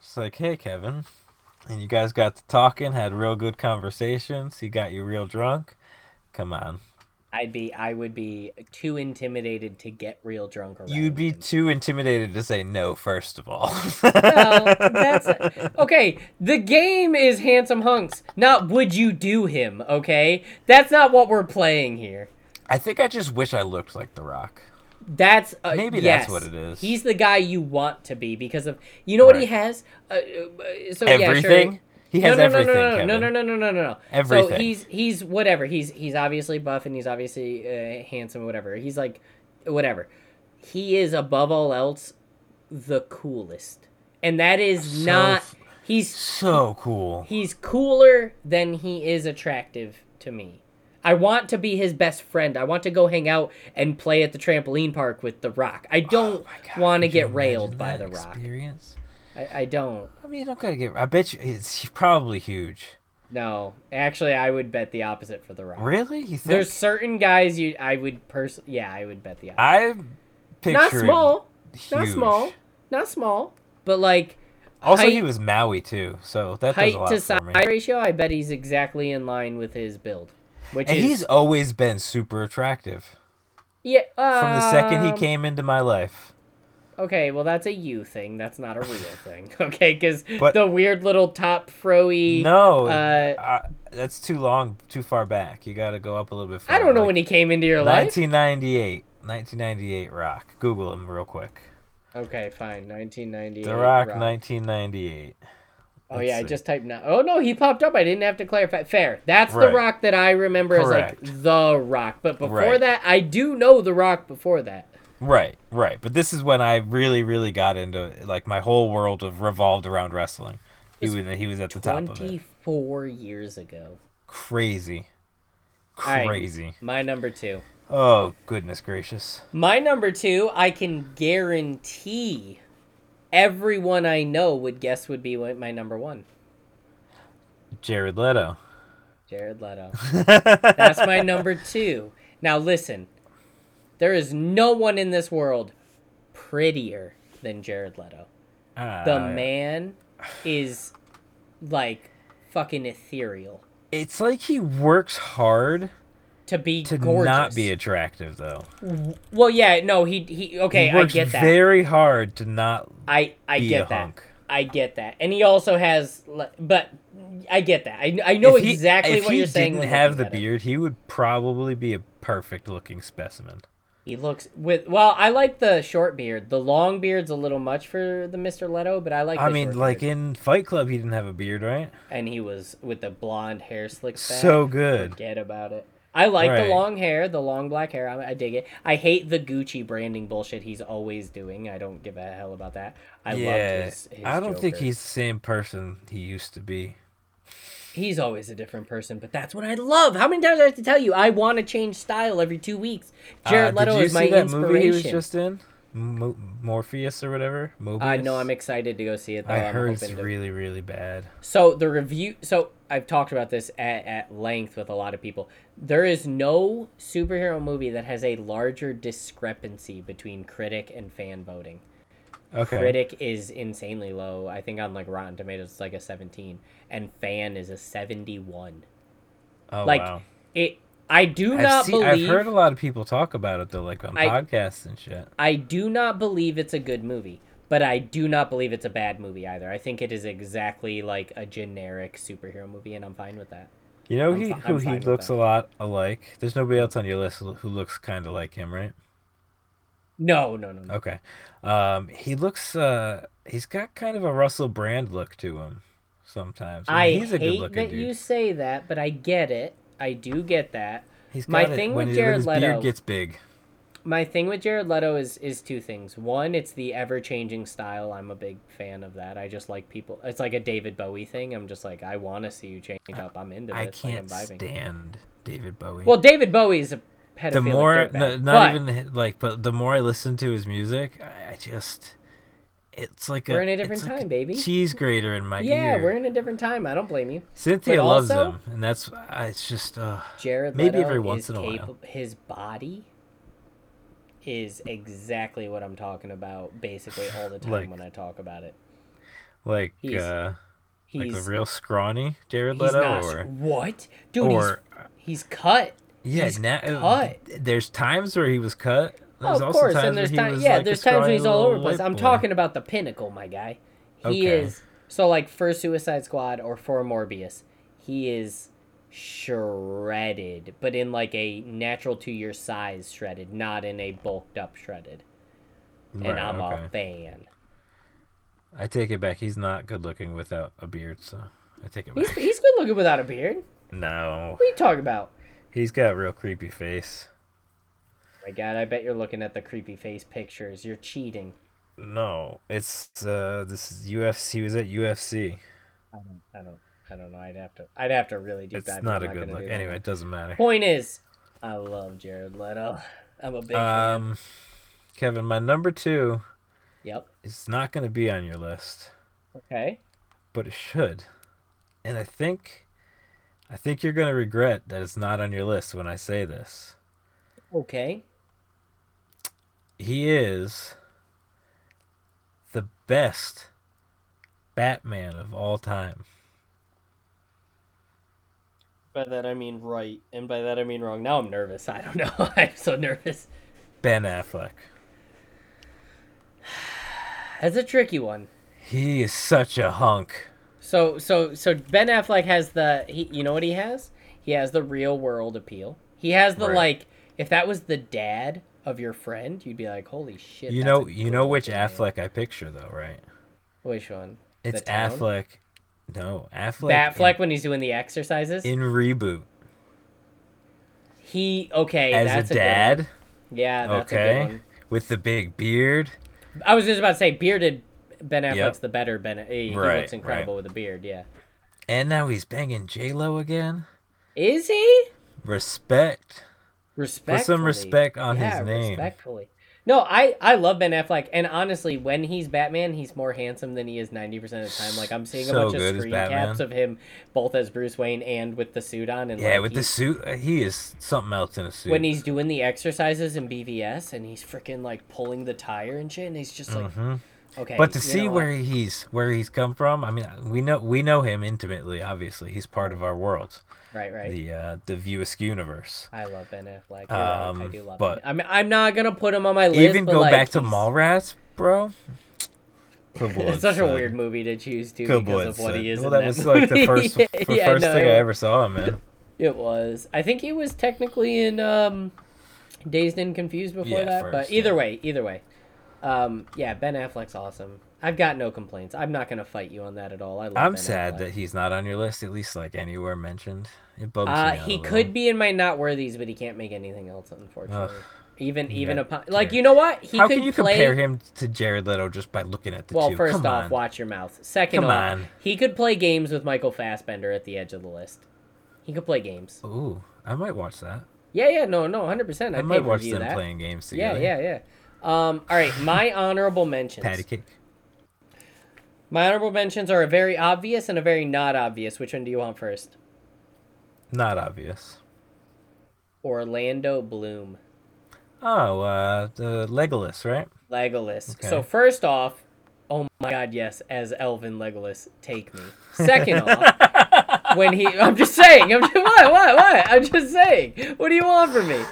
Speaker 2: it's like, hey, Kevin. And you guys got to talking, had real good conversations. He got you real drunk. Come on.
Speaker 1: I'd be I would be too intimidated to get real drunk around.
Speaker 2: You'd be
Speaker 1: him.
Speaker 2: too intimidated to say no, first of all.
Speaker 1: well, that's okay. The game is handsome hunks, not would you do him, okay? That's not what we're playing here.
Speaker 2: I think I just wish I looked like The Rock.
Speaker 1: That's uh,
Speaker 2: Maybe
Speaker 1: yes.
Speaker 2: that's what it is.
Speaker 1: He's the guy you want to be because of you know what he
Speaker 2: Right.
Speaker 1: has. Uh, uh, so
Speaker 2: everything.
Speaker 1: Yeah, sure.
Speaker 2: He has
Speaker 1: no, no,
Speaker 2: everything.
Speaker 1: No, no, no,
Speaker 2: Kevin.
Speaker 1: no, no, no, no, no, no. So
Speaker 2: Everything.
Speaker 1: he's he's whatever. He's he's obviously buff and he's obviously uh, handsome, whatever. He's like, whatever. He is above all else, the coolest, and that is
Speaker 2: So-
Speaker 1: not. He's
Speaker 2: So cool.
Speaker 1: he's cooler than he is attractive to me. I want to be his best friend. I want to go hang out and play at the trampoline park with The Rock.
Speaker 2: Oh
Speaker 1: I don't want to get railed by The Rock.
Speaker 2: Experience?
Speaker 1: I, I don't.
Speaker 2: I mean, you don't gotta get. I bet you it's probably huge.
Speaker 1: No, actually, I would bet the opposite for The Rock.
Speaker 2: Really? You think?
Speaker 1: There's certain guys you I would pers yeah I would bet the opposite.
Speaker 2: I'm picturing
Speaker 1: Not small,
Speaker 2: Huge.
Speaker 1: not small, not small, but like
Speaker 2: Also, he
Speaker 1: height-
Speaker 2: was Maui too, so that does a
Speaker 1: height
Speaker 2: lot
Speaker 1: to
Speaker 2: for
Speaker 1: size
Speaker 2: me.
Speaker 1: ratio. I bet he's exactly in line with his build, which
Speaker 2: And
Speaker 1: is
Speaker 2: he's always been super attractive
Speaker 1: yeah
Speaker 2: from the second he
Speaker 1: um,
Speaker 2: came into my life.
Speaker 1: Okay, well that's a you thing. That's not a real thing. Okay, because
Speaker 2: But-
Speaker 1: the weird little top froey.
Speaker 2: No,
Speaker 1: uh,
Speaker 2: I- that's too long, too far back. You got to go up a little bit.
Speaker 1: I
Speaker 2: Further.
Speaker 1: don't know
Speaker 2: like
Speaker 1: when he came into your life.
Speaker 2: 1998, 1998 Rock. Google him real quick.
Speaker 1: Okay, fine. 1998.
Speaker 2: The Rock, 1998.
Speaker 1: Oh
Speaker 2: Let's
Speaker 1: yeah, I
Speaker 2: see.
Speaker 1: just typed now. Oh no, he popped up. I didn't have to clarify. Fair. That's the
Speaker 2: Right.
Speaker 1: rock that I remember as like
Speaker 2: Correct.
Speaker 1: the rock. But before
Speaker 2: Right.
Speaker 1: that, I do know the rock before that.
Speaker 2: Right, right. But this is when I really, really got into like my whole world of revolved around wrestling. He
Speaker 1: It's
Speaker 2: was he was at the top of
Speaker 1: Twenty
Speaker 2: it.
Speaker 1: four years ago.
Speaker 2: Crazy,
Speaker 1: right.
Speaker 2: crazy.
Speaker 1: My number two.
Speaker 2: Oh goodness gracious!
Speaker 1: My number two, I can guarantee everyone I know would guess would be what my number one.
Speaker 2: Jared Leto.
Speaker 1: Jared Leto. That's my number two. Now listen, there is no one in this world prettier than Jared Leto. The
Speaker 2: Ah,
Speaker 1: man is like fucking ethereal.
Speaker 2: It's like he works hard
Speaker 1: To be
Speaker 2: to
Speaker 1: gorgeous.
Speaker 2: not be attractive, though.
Speaker 1: well, yeah, no, he he. Okay,
Speaker 2: he
Speaker 1: I
Speaker 2: works
Speaker 1: get that.
Speaker 2: very hard to not
Speaker 1: I I
Speaker 2: be
Speaker 1: get
Speaker 2: a
Speaker 1: that.
Speaker 2: hunk.
Speaker 1: I get that, and he also has, le- but I get that. I, I know
Speaker 2: If he-
Speaker 1: exactly
Speaker 2: if
Speaker 1: what
Speaker 2: he
Speaker 1: you're saying.
Speaker 2: didn't
Speaker 1: when
Speaker 2: have
Speaker 1: looking
Speaker 2: the
Speaker 1: at it.
Speaker 2: beard, he would probably be a perfect-looking specimen.
Speaker 1: He looks with well. I like the short beard. The long beard's a little much for the Mister Leto, but I like.
Speaker 2: I
Speaker 1: the
Speaker 2: mean,
Speaker 1: short
Speaker 2: like
Speaker 1: beard.
Speaker 2: in Fight Club, he didn't have a beard, right?
Speaker 1: and he was with the blonde hair slicked back.
Speaker 2: So good.
Speaker 1: forget about it. I like the
Speaker 2: Right.
Speaker 1: long hair, the long black hair. I, I dig it. I hate the Gucci branding bullshit he's always doing. I don't give a hell about that. I love his, his.
Speaker 2: I don't think
Speaker 1: Joker.
Speaker 2: he's the same person he used to be.
Speaker 1: He's always a different person, but that's what I love. How many times do I have to tell you? I want to change style every two weeks. Jared
Speaker 2: Uh,
Speaker 1: Leto
Speaker 2: did you
Speaker 1: is
Speaker 2: see
Speaker 1: my
Speaker 2: that
Speaker 1: inspiration.
Speaker 2: movie he was just in? Mo- Morpheus or whatever. Mobius.
Speaker 1: I know I'm excited to go see it. Though.
Speaker 2: I
Speaker 1: am
Speaker 2: heard
Speaker 1: hoping
Speaker 2: it's
Speaker 1: to...
Speaker 2: really, really bad.
Speaker 1: So the review. So I've talked about this at, at length with a lot of people. There is no superhero movie that has a larger discrepancy between critic and fan voting.
Speaker 2: Okay.
Speaker 1: Critic is insanely low. I think on like Rotten Tomatoes it's like a 17, and fan is a 71.
Speaker 2: oh,
Speaker 1: like
Speaker 2: wow.
Speaker 1: it. I do
Speaker 2: I've,
Speaker 1: not
Speaker 2: seen, I've
Speaker 1: believe.
Speaker 2: heard a lot of people talk about it though, like on
Speaker 1: I-
Speaker 2: podcasts and shit.
Speaker 1: I do not believe it's a good movie, but I do not believe it's a bad movie either. I think it is exactly like a generic superhero movie, and I'm fine with that.
Speaker 2: You know
Speaker 1: I'm
Speaker 2: he
Speaker 1: fi- I'm
Speaker 2: who
Speaker 1: fine
Speaker 2: he
Speaker 1: with
Speaker 2: looks
Speaker 1: that.
Speaker 2: a lot alike. There's nobody else on your list who who looks kind of like him, right?
Speaker 1: No, no, no, no.
Speaker 2: Okay. Um, he looks. Uh, he's got kind of a Russell Brand look to him sometimes. I
Speaker 1: I
Speaker 2: mean, he's a
Speaker 1: hate
Speaker 2: good-looking
Speaker 1: that
Speaker 2: dude.
Speaker 1: you say that, but I get it. I do get that.
Speaker 2: He's
Speaker 1: My
Speaker 2: got it
Speaker 1: thing
Speaker 2: when
Speaker 1: with
Speaker 2: he- when
Speaker 1: Jared
Speaker 2: his
Speaker 1: Leto-
Speaker 2: beard gets big.
Speaker 1: My thing with Jared Leto is is two things. One, it's the ever changing style. I'm a big fan of that. I just like people. It's like a David Bowie thing. I'm just like, I want to see you change it up. I'm into this.
Speaker 2: I
Speaker 1: Like,
Speaker 2: can't
Speaker 1: I'm vibing.
Speaker 2: stand David Bowie.
Speaker 1: Well, David Bowie is a pedophile.
Speaker 2: the more,
Speaker 1: dirtbag,
Speaker 2: no,
Speaker 1: but-
Speaker 2: not even like, but the more I listen to his music, I I just, it's like
Speaker 1: We're
Speaker 2: a,
Speaker 1: in a different
Speaker 2: it's like
Speaker 1: time, baby.
Speaker 2: Cheese grater in my
Speaker 1: Yeah,
Speaker 2: ear.
Speaker 1: we're in a different time. I don't blame you.
Speaker 2: Cynthia
Speaker 1: but
Speaker 2: loves
Speaker 1: also-
Speaker 2: him, and that's I it's just uh,
Speaker 1: Jared
Speaker 2: Maybe
Speaker 1: Leto
Speaker 2: every once
Speaker 1: is
Speaker 2: in a while.
Speaker 1: capable. His body is exactly what I'm talking about, basically all the time
Speaker 2: Like-
Speaker 1: when I talk about it.
Speaker 2: like
Speaker 1: He's-
Speaker 2: uh, like
Speaker 1: He's
Speaker 2: the real scrawny Jared
Speaker 1: he's
Speaker 2: Leto,
Speaker 1: not
Speaker 2: or
Speaker 1: what, dude?
Speaker 2: or
Speaker 1: he's, he's cut.
Speaker 2: yeah,
Speaker 1: he's
Speaker 2: now
Speaker 1: cut.
Speaker 2: there's times where he was cut.
Speaker 1: Oh,
Speaker 2: There's
Speaker 1: of
Speaker 2: also
Speaker 1: course,
Speaker 2: times
Speaker 1: and there's
Speaker 2: where he
Speaker 1: times,
Speaker 2: was,
Speaker 1: yeah,
Speaker 2: like, a
Speaker 1: there's times when he's
Speaker 2: scrawny
Speaker 1: all over the
Speaker 2: little
Speaker 1: place.
Speaker 2: white
Speaker 1: I'm
Speaker 2: boy.
Speaker 1: talking about the pinnacle, my guy. He
Speaker 2: Okay.
Speaker 1: is so like for Suicide Squad or for Morbius, he is shredded, but in like a natural to your size shredded, not in a bulked up shredded. And
Speaker 2: Right,
Speaker 1: I'm
Speaker 2: okay.
Speaker 1: a fan.
Speaker 2: I take it back. He's not good looking without a beard, so I take it
Speaker 1: He's,
Speaker 2: back.
Speaker 1: he's good looking without a beard.
Speaker 2: no,
Speaker 1: What are you talking about?
Speaker 2: he's got a real creepy face.
Speaker 1: Oh my god, I bet you're looking at the creepy face pictures. You're cheating.
Speaker 2: No, it's uh, this is UFC. He was at UFC.
Speaker 1: I don't I don't I don't know. I'd have to I'd have to really deep
Speaker 2: It's
Speaker 1: dive.
Speaker 2: not
Speaker 1: I'm
Speaker 2: a good
Speaker 1: gonna
Speaker 2: look.
Speaker 1: do that.
Speaker 2: Anyway, it doesn't matter.
Speaker 1: Point is, I love Jared Leto. I'm a big fan.
Speaker 2: Um, Kevin, my number two
Speaker 1: Yep.
Speaker 2: is not going to be on your list,
Speaker 1: Okay.
Speaker 2: but it should. And I think, I think you're going to regret that it's not on your list when I say this.
Speaker 1: Okay.
Speaker 2: He is the best Batman of all time.
Speaker 1: By that I mean right, and by that I mean wrong. Now I'm nervous. I don't know. I'm so nervous.
Speaker 2: Ben Affleck.
Speaker 1: That's a tricky one.
Speaker 2: He is such a hunk.
Speaker 1: So so so Ben Affleck has the he, you know what he has? He has the real world appeal. He has the
Speaker 2: Right.
Speaker 1: like if that was the dad of your friend, you'd be like, "Holy shit."
Speaker 2: You
Speaker 1: that's
Speaker 2: know,
Speaker 1: a
Speaker 2: you
Speaker 1: cool
Speaker 2: know which
Speaker 1: looking man."
Speaker 2: Affleck I picture though, right?
Speaker 1: Which one? The
Speaker 2: It's
Speaker 1: town?
Speaker 2: Affleck. No, Affleck. in-
Speaker 1: Batfleck when he's doing the exercises.
Speaker 2: in reboot
Speaker 1: he okay,
Speaker 2: as
Speaker 1: that's
Speaker 2: a
Speaker 1: good one.
Speaker 2: dad.
Speaker 1: Yeah, that's a good
Speaker 2: okay,
Speaker 1: one.
Speaker 2: with the big beard.
Speaker 1: I was just about to say bearded Ben Affleck's
Speaker 2: Yep.
Speaker 1: the better Ben. He, he
Speaker 2: Right,
Speaker 1: looks incredible with a beard. Yeah,
Speaker 2: And now he's banging J Lo again.
Speaker 1: is he?
Speaker 2: Respect.
Speaker 1: Respectfully.
Speaker 2: Put some respect on
Speaker 1: yeah,
Speaker 2: his name.
Speaker 1: respectfully. No, I I love Ben Affleck, and honestly, when he's Batman, he's more handsome than he is ninety percent of the time. Like I'm seeing
Speaker 2: So
Speaker 1: a bunch
Speaker 2: good
Speaker 1: of
Speaker 2: as
Speaker 1: screen
Speaker 2: Batman.
Speaker 1: caps of him, both as Bruce Wayne and with the suit on, and
Speaker 2: Yeah,
Speaker 1: like,
Speaker 2: with the
Speaker 1: he's-
Speaker 2: suit, uh, he is something else in a suit.
Speaker 1: when he's doing the exercises in BVS, and he's freaking like pulling the tire and shit, and he's just like,
Speaker 2: Mhm.
Speaker 1: okay.
Speaker 2: But to
Speaker 1: you
Speaker 2: see
Speaker 1: know what?
Speaker 2: where he's where he's come from, I mean, we know we know him intimately. Obviously, he's part of our world,
Speaker 1: right, right.
Speaker 2: the uh, the Viewisk universe.
Speaker 1: I love Ben Affleck. You're right, I
Speaker 2: Um,
Speaker 1: do love
Speaker 2: but-
Speaker 1: him. I mean, I'm not gonna put him on my list.
Speaker 2: Even
Speaker 1: but,
Speaker 2: go
Speaker 1: like,
Speaker 2: back to
Speaker 1: he's-
Speaker 2: Mallrats, bro. Good Lord,
Speaker 1: It's such a
Speaker 2: son.
Speaker 1: weird movie to choose too
Speaker 2: Good
Speaker 1: because of
Speaker 2: Lord,
Speaker 1: what
Speaker 2: son.
Speaker 1: he is.
Speaker 2: Well,
Speaker 1: in
Speaker 2: that
Speaker 1: that
Speaker 2: was like the
Speaker 1: movie.
Speaker 2: first f- f-
Speaker 1: Yeah,
Speaker 2: first
Speaker 1: no,
Speaker 2: thing
Speaker 1: it-
Speaker 2: I ever saw him in.
Speaker 1: It was. I think he was technically in um, Dazed and Confused before
Speaker 2: Yeah,
Speaker 1: that.
Speaker 2: first,
Speaker 1: but either
Speaker 2: yeah.
Speaker 1: way, either way, um, yeah, Ben Affleck's awesome. I've got no complaints. I'm not gonna fight you on that at all. I love.
Speaker 2: I'm
Speaker 1: Ben
Speaker 2: sad
Speaker 1: Affleck.
Speaker 2: that he's not on your list, at least like anywhere mentioned. It bums me
Speaker 1: Uh,
Speaker 2: out
Speaker 1: he
Speaker 2: a
Speaker 1: could
Speaker 2: little.
Speaker 1: be in my not worthies, but he can't make anything else, unfortunately. Even even
Speaker 2: Yeah,
Speaker 1: upon like
Speaker 2: yeah.
Speaker 1: you know what he
Speaker 2: How
Speaker 1: could
Speaker 2: can you
Speaker 1: play.
Speaker 2: compare him to Jared Leto just by looking at the
Speaker 1: well,
Speaker 2: two?
Speaker 1: first
Speaker 2: Come
Speaker 1: off,
Speaker 2: on.
Speaker 1: watch your mouth. Second
Speaker 2: Come
Speaker 1: off,
Speaker 2: on.
Speaker 1: he could play games with Michael Fassbender at the edge of the list. He could play games.
Speaker 2: Ooh, I might watch that.
Speaker 1: Yeah, yeah, no, no, hundred percent.
Speaker 2: Oh. I
Speaker 1: I
Speaker 2: might watch
Speaker 1: review
Speaker 2: them
Speaker 1: that.
Speaker 2: playing games
Speaker 1: Yeah,
Speaker 2: together.
Speaker 1: yeah, yeah. Um, all right, my honorable mentions.
Speaker 2: Patty cake.
Speaker 1: My honorable mentions are a very obvious and a very not obvious. Which one do you want first?
Speaker 2: Not obvious.
Speaker 1: Orlando Bloom,
Speaker 2: Oh, uh, the Legolas, right?
Speaker 1: Legolas.
Speaker 2: Okay.
Speaker 1: So first off, oh my God, yes, as Elvin Legolas, take me. Second off, when he, I'm just saying, I'm just, what, what, what? I'm just saying. What do you want from me?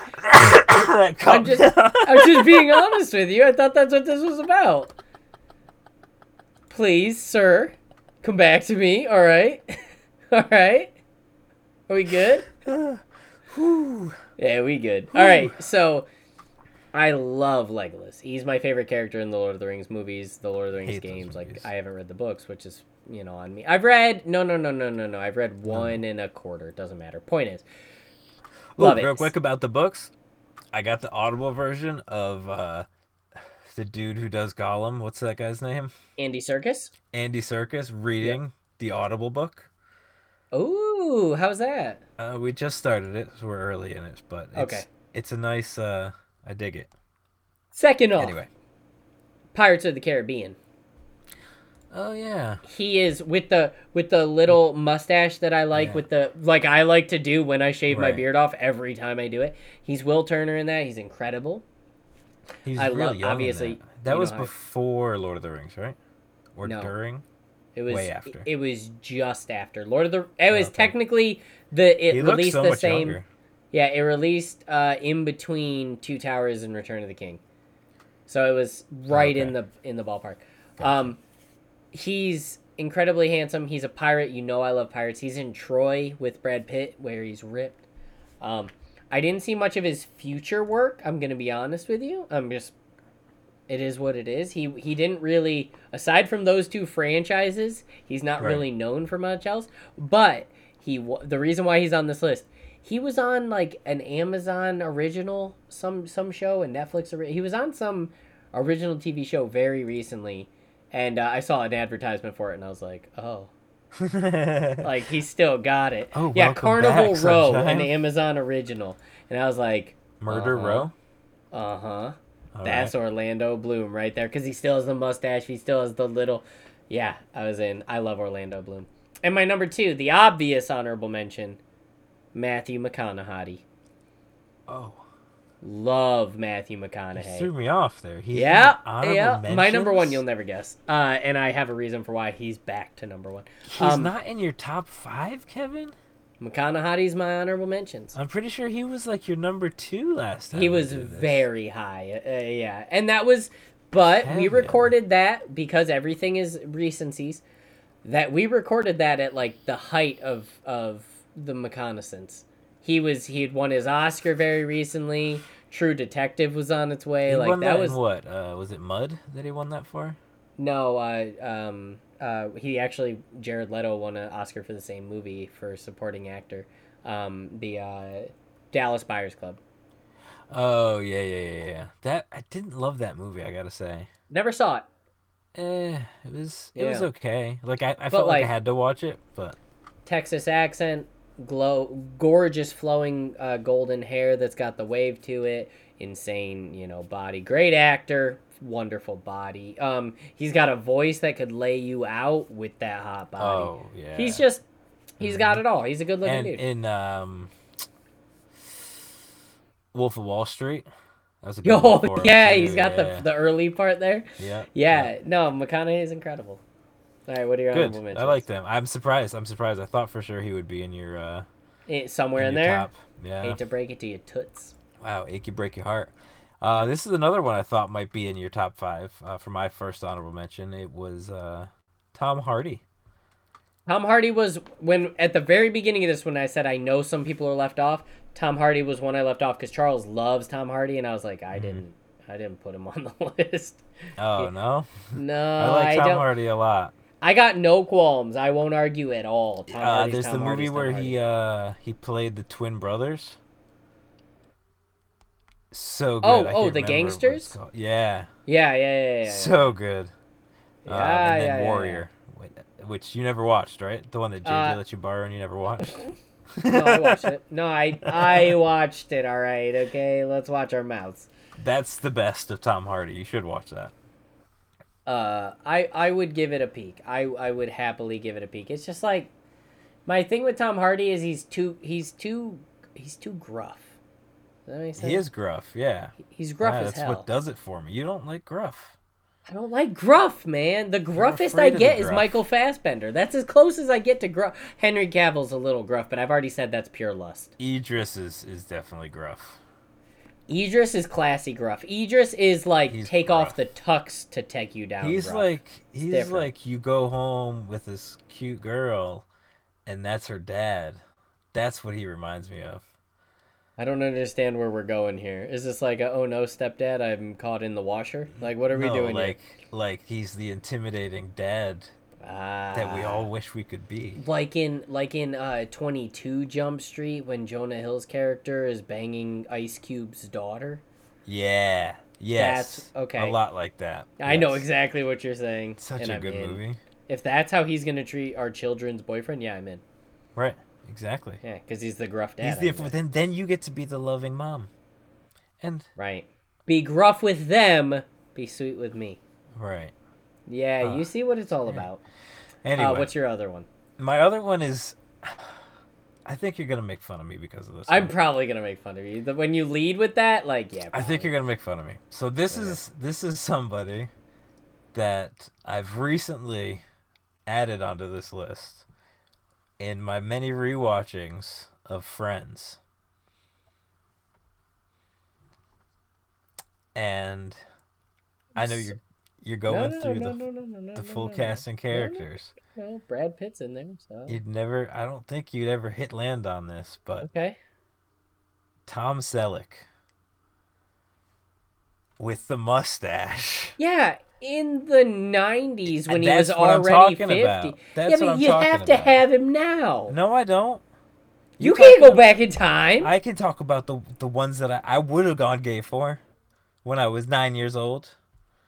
Speaker 1: I'm just, I'm just being honest with you. I thought that's what this was about. Please, sir, come back to me. All right, all right. Are we good? Yeah, we good. All right, so I love Legolas. He's my favorite character in the Lord of the Rings movies, the Lord of the Rings
Speaker 2: Hate those
Speaker 1: games. Like
Speaker 2: movies.
Speaker 1: I haven't read the books, which is you know on me. I've read no, no, no, no, no, no. I've read one and a quarter. It Doesn't matter. Point is, love
Speaker 2: Ooh, real
Speaker 1: it.
Speaker 2: quick about the books. I got the Audible version of uh, the dude who does Gollum. What's that guy's name?
Speaker 1: Andy Circus.
Speaker 2: Andy Circus reading the Audible book.
Speaker 1: Ooh, how's that?
Speaker 2: Uh, we just started it, so we're early in it, but it's,
Speaker 1: Okay.
Speaker 2: it's a nice. Uh, I dig it.
Speaker 1: Second off,
Speaker 2: Anyway.
Speaker 1: Pirates of the Caribbean.
Speaker 2: Oh yeah.
Speaker 1: He is with the with the little mustache that I like
Speaker 2: Yeah.
Speaker 1: with the like I like to do when I shave my
Speaker 2: Right.
Speaker 1: beard off every time I do it. He's Will Turner in that. He's incredible.
Speaker 2: He's
Speaker 1: I
Speaker 2: real
Speaker 1: love-
Speaker 2: young in
Speaker 1: obviously,
Speaker 2: That,
Speaker 1: you
Speaker 2: That
Speaker 1: know
Speaker 2: was
Speaker 1: how I-
Speaker 2: before Lord of the Rings, right? Or
Speaker 1: No.
Speaker 2: during?
Speaker 1: It was
Speaker 2: Way after.
Speaker 1: It was just after Lord of the. It was
Speaker 2: Okay.
Speaker 1: technically the it
Speaker 2: He looks
Speaker 1: released
Speaker 2: so
Speaker 1: the
Speaker 2: much
Speaker 1: same.
Speaker 2: younger.
Speaker 1: Yeah, it released uh, in between Two Towers and Return of the King, so it was right in the in the ballpark. Um, he's incredibly handsome. He's a pirate. You know I love pirates. He's in Troy with Brad Pitt, where he's ripped. Um, I didn't see much of his future work. I'm gonna be honest with you. I'm just, it is what it is. He he didn't really, aside from those two franchises, he's not
Speaker 2: Right.
Speaker 1: really known for much else. But he wa- the reason why he's on this list, he was on like an Amazon original, some some show, and Netflix. ori- He was on some original TV show very recently, and uh, I saw an advertisement for it, and I was like, oh. Like he still got it.
Speaker 2: Oh,
Speaker 1: yeah,
Speaker 2: welcome
Speaker 1: Carnival
Speaker 2: back,
Speaker 1: Row,
Speaker 2: Sunshine.
Speaker 1: an Amazon original, and I was like,
Speaker 2: Murder
Speaker 1: uh-huh,
Speaker 2: Row.
Speaker 1: Uh huh.
Speaker 2: All
Speaker 1: That's
Speaker 2: right.
Speaker 1: Orlando Bloom right there, because he still has the mustache. He still has the little. Yeah, I was in. I love Orlando Bloom. And my number two, the obvious honorable mention, Matthew McConaughey.
Speaker 2: Oh,
Speaker 1: Love Matthew
Speaker 2: you
Speaker 1: McConaughey.
Speaker 2: threw me off there. He's in
Speaker 1: Yeah,
Speaker 2: honorable
Speaker 1: yeah. My number one,
Speaker 2: mentions?
Speaker 1: you'll never guess. Uh, and I have a reason for why he's back to number one.
Speaker 2: He's
Speaker 1: um,
Speaker 2: not in your top five, Kevin.
Speaker 1: McConaughey's my honorable mentions.
Speaker 2: I'm pretty sure he was like your number two last time.
Speaker 1: he
Speaker 2: we
Speaker 1: was
Speaker 2: did this.
Speaker 1: very high. Uh, yeah, and that was, but we
Speaker 2: Kevin.
Speaker 1: recorded that because everything is recencies. That we recorded that at like the height of of the reconnaissance. He was he had won his Oscar very recently. True Detective was on its way.
Speaker 2: He
Speaker 1: like
Speaker 2: won
Speaker 1: that was
Speaker 2: in what? Uh, was it Mud that he won that for?
Speaker 1: No, uh, um, uh, he actually Jared Leto won an Oscar for the same movie for supporting actor, um, the uh, Dallas Buyers Club.
Speaker 2: Oh yeah, yeah, yeah, yeah. That I didn't love that movie. I gotta say,
Speaker 1: Never saw it.
Speaker 2: eh, it was it was
Speaker 1: Yeah.
Speaker 2: okay. Like I, I felt like,
Speaker 1: like-
Speaker 2: I had to watch it, but
Speaker 1: Texas accent, glow, gorgeous flowing uh, golden hair that's got the wave to it. Insane, you know, body. Great actor, wonderful body. Um, he's got a voice that could lay you out with that hot body.
Speaker 2: oh yeah. Mm-hmm.
Speaker 1: He's just, he's got it all. He's a good looking
Speaker 2: and
Speaker 1: dude.
Speaker 2: in um, Wolf of Wall Street. That was a good one
Speaker 1: Yo,
Speaker 2: for him,
Speaker 1: yeah,
Speaker 2: too,
Speaker 1: he's got
Speaker 2: Oh, yeah,
Speaker 1: the the early part there.
Speaker 2: yeah.
Speaker 1: Yeah, no, McConaughey is incredible. All right, what are your
Speaker 2: Good.
Speaker 1: honorable mentions?
Speaker 2: I like them. I'm surprised. I'm surprised. I thought for sure he would be in your uh
Speaker 1: it Eh, somewhere in,
Speaker 2: your
Speaker 1: there.
Speaker 2: top. Yeah.
Speaker 1: Hate to break it to you, toots.
Speaker 2: Wow, achy break your heart. Uh, this is another one I thought might be in your top five uh, for my first honorable mention. It was uh, Tom Hardy.
Speaker 1: Tom Hardy was when at the very beginning of this when I said I know some people are left off. Tom Hardy was one I left off because Charles loves Tom Hardy, and I was like, I
Speaker 2: Mm-hmm.
Speaker 1: didn't, I didn't put him on the list.
Speaker 2: Oh no,
Speaker 1: No,
Speaker 2: I like
Speaker 1: Oh, I,
Speaker 2: Tom
Speaker 1: don't.
Speaker 2: Hardy a lot.
Speaker 1: I got no qualms. I won't argue at all. Tom
Speaker 2: Uh,
Speaker 1: Hardy's
Speaker 2: there's the
Speaker 1: Tom
Speaker 2: movie
Speaker 1: Hardy's Tom
Speaker 2: where he
Speaker 1: Hardy.
Speaker 2: uh, he played the twin brothers. So good.
Speaker 1: Oh,
Speaker 2: I
Speaker 1: oh,
Speaker 2: can't
Speaker 1: The
Speaker 2: remember what it's
Speaker 1: Gangsters?
Speaker 2: called. Yeah,
Speaker 1: Yeah, yeah, yeah, yeah. yeah.
Speaker 2: so good. Um,
Speaker 1: Yeah,
Speaker 2: and
Speaker 1: yeah, yeah,
Speaker 2: then
Speaker 1: yeah.
Speaker 2: Warrior, wh- which you never watched, right? The one that JJ
Speaker 1: Uh,
Speaker 2: let you borrow and you never watched.
Speaker 1: no, I watched it. No, I I watched it. All right, okay. Let's watch our mouths.
Speaker 2: That's the best of Tom Hardy. You should watch that.
Speaker 1: Uh, I I would give it a peek. I I would happily give it a peek. It's just like my thing with Tom Hardy is he's too he's too he's too gruff. Does that make sense?
Speaker 2: He is gruff, yeah.
Speaker 1: He's gruff
Speaker 2: Yeah,
Speaker 1: as
Speaker 2: that's
Speaker 1: hell.
Speaker 2: what does it for me. You don't like gruff.
Speaker 1: I don't like gruff, man. The gruffest
Speaker 2: afraid
Speaker 1: I
Speaker 2: of the
Speaker 1: get is
Speaker 2: gruff.
Speaker 1: Michael Fassbender. That's as close as I get to gruff. Henry Cavill's a little gruff, but I've already said that's pure lust.
Speaker 2: Idris is, is definitely gruff.
Speaker 1: Idris is classy gruff. Idris is like
Speaker 2: He's
Speaker 1: take off
Speaker 2: gruff.
Speaker 1: the tux to take you down.
Speaker 2: he's
Speaker 1: gruff.
Speaker 2: like he's
Speaker 1: different.
Speaker 2: like you go home with this cute girl and that's her dad. That's what he reminds me of.
Speaker 1: I don't understand where we're going here. Is this like a oh no stepdad? I'm caught in the washer. Like what are we
Speaker 2: no,
Speaker 1: doing
Speaker 2: like like he's the intimidating dad
Speaker 1: here? Ah,
Speaker 2: that we all wish we could be.
Speaker 1: like in like in uh 22 Jump Street when Jonah Hill's character is banging Ice Cube's daughter.
Speaker 2: Yeah. Yes.
Speaker 1: okay.
Speaker 2: A lot like that.
Speaker 1: I know
Speaker 2: Yes.
Speaker 1: exactly what you're saying.
Speaker 2: Such
Speaker 1: and
Speaker 2: a
Speaker 1: I'm
Speaker 2: good
Speaker 1: in.
Speaker 2: movie.
Speaker 1: If that's how he's gonna treat our children's boyfriend, yeah, I'm in.
Speaker 2: Right. Exactly.
Speaker 1: Yeah, because he's the gruff dad.
Speaker 2: He's
Speaker 1: I'm
Speaker 2: the
Speaker 1: with.
Speaker 2: then then you get to be the loving mom. And
Speaker 1: Right. Be gruff with them. Be sweet with me.
Speaker 2: right.
Speaker 1: Yeah,
Speaker 2: Uh,
Speaker 1: you see what it's all about.
Speaker 2: Anyway,
Speaker 1: Uh, what's your other one?
Speaker 2: my other one is I think you're gonna make fun of me because of this.
Speaker 1: I'm
Speaker 2: one.
Speaker 1: probably gonna make fun of you. The- When you lead with that, like yeah.
Speaker 2: I think
Speaker 1: probably.
Speaker 2: you're gonna make fun of me. So this
Speaker 1: Okay.
Speaker 2: is this is somebody that I've recently added onto this list in my many rewatchings of Friends. And I know
Speaker 1: S-
Speaker 2: you're You're
Speaker 1: No,
Speaker 2: going
Speaker 1: no,
Speaker 2: through
Speaker 1: no,
Speaker 2: the,
Speaker 1: no, no, no, no,
Speaker 2: the
Speaker 1: no,
Speaker 2: full
Speaker 1: no,
Speaker 2: cast and characters.
Speaker 1: No, Well, Brad Pitt's in there, so
Speaker 2: You'd never. I don't think you'd ever hit land on this, but
Speaker 1: okay.
Speaker 2: Tom Selleck with the mustache.
Speaker 1: Yeah, in the '90s when
Speaker 2: And
Speaker 1: he was
Speaker 2: that's what I'm
Speaker 1: already
Speaker 2: talking
Speaker 1: fifty.
Speaker 2: about. That's
Speaker 1: yeah, but
Speaker 2: what I'm
Speaker 1: you
Speaker 2: talking
Speaker 1: have to
Speaker 2: about.
Speaker 1: have him now.
Speaker 2: No, I don't.
Speaker 1: you
Speaker 2: You
Speaker 1: can't
Speaker 2: talking
Speaker 1: go back in time.
Speaker 2: I can talk about the the ones that I, I would have gone gay for when I was nine years old.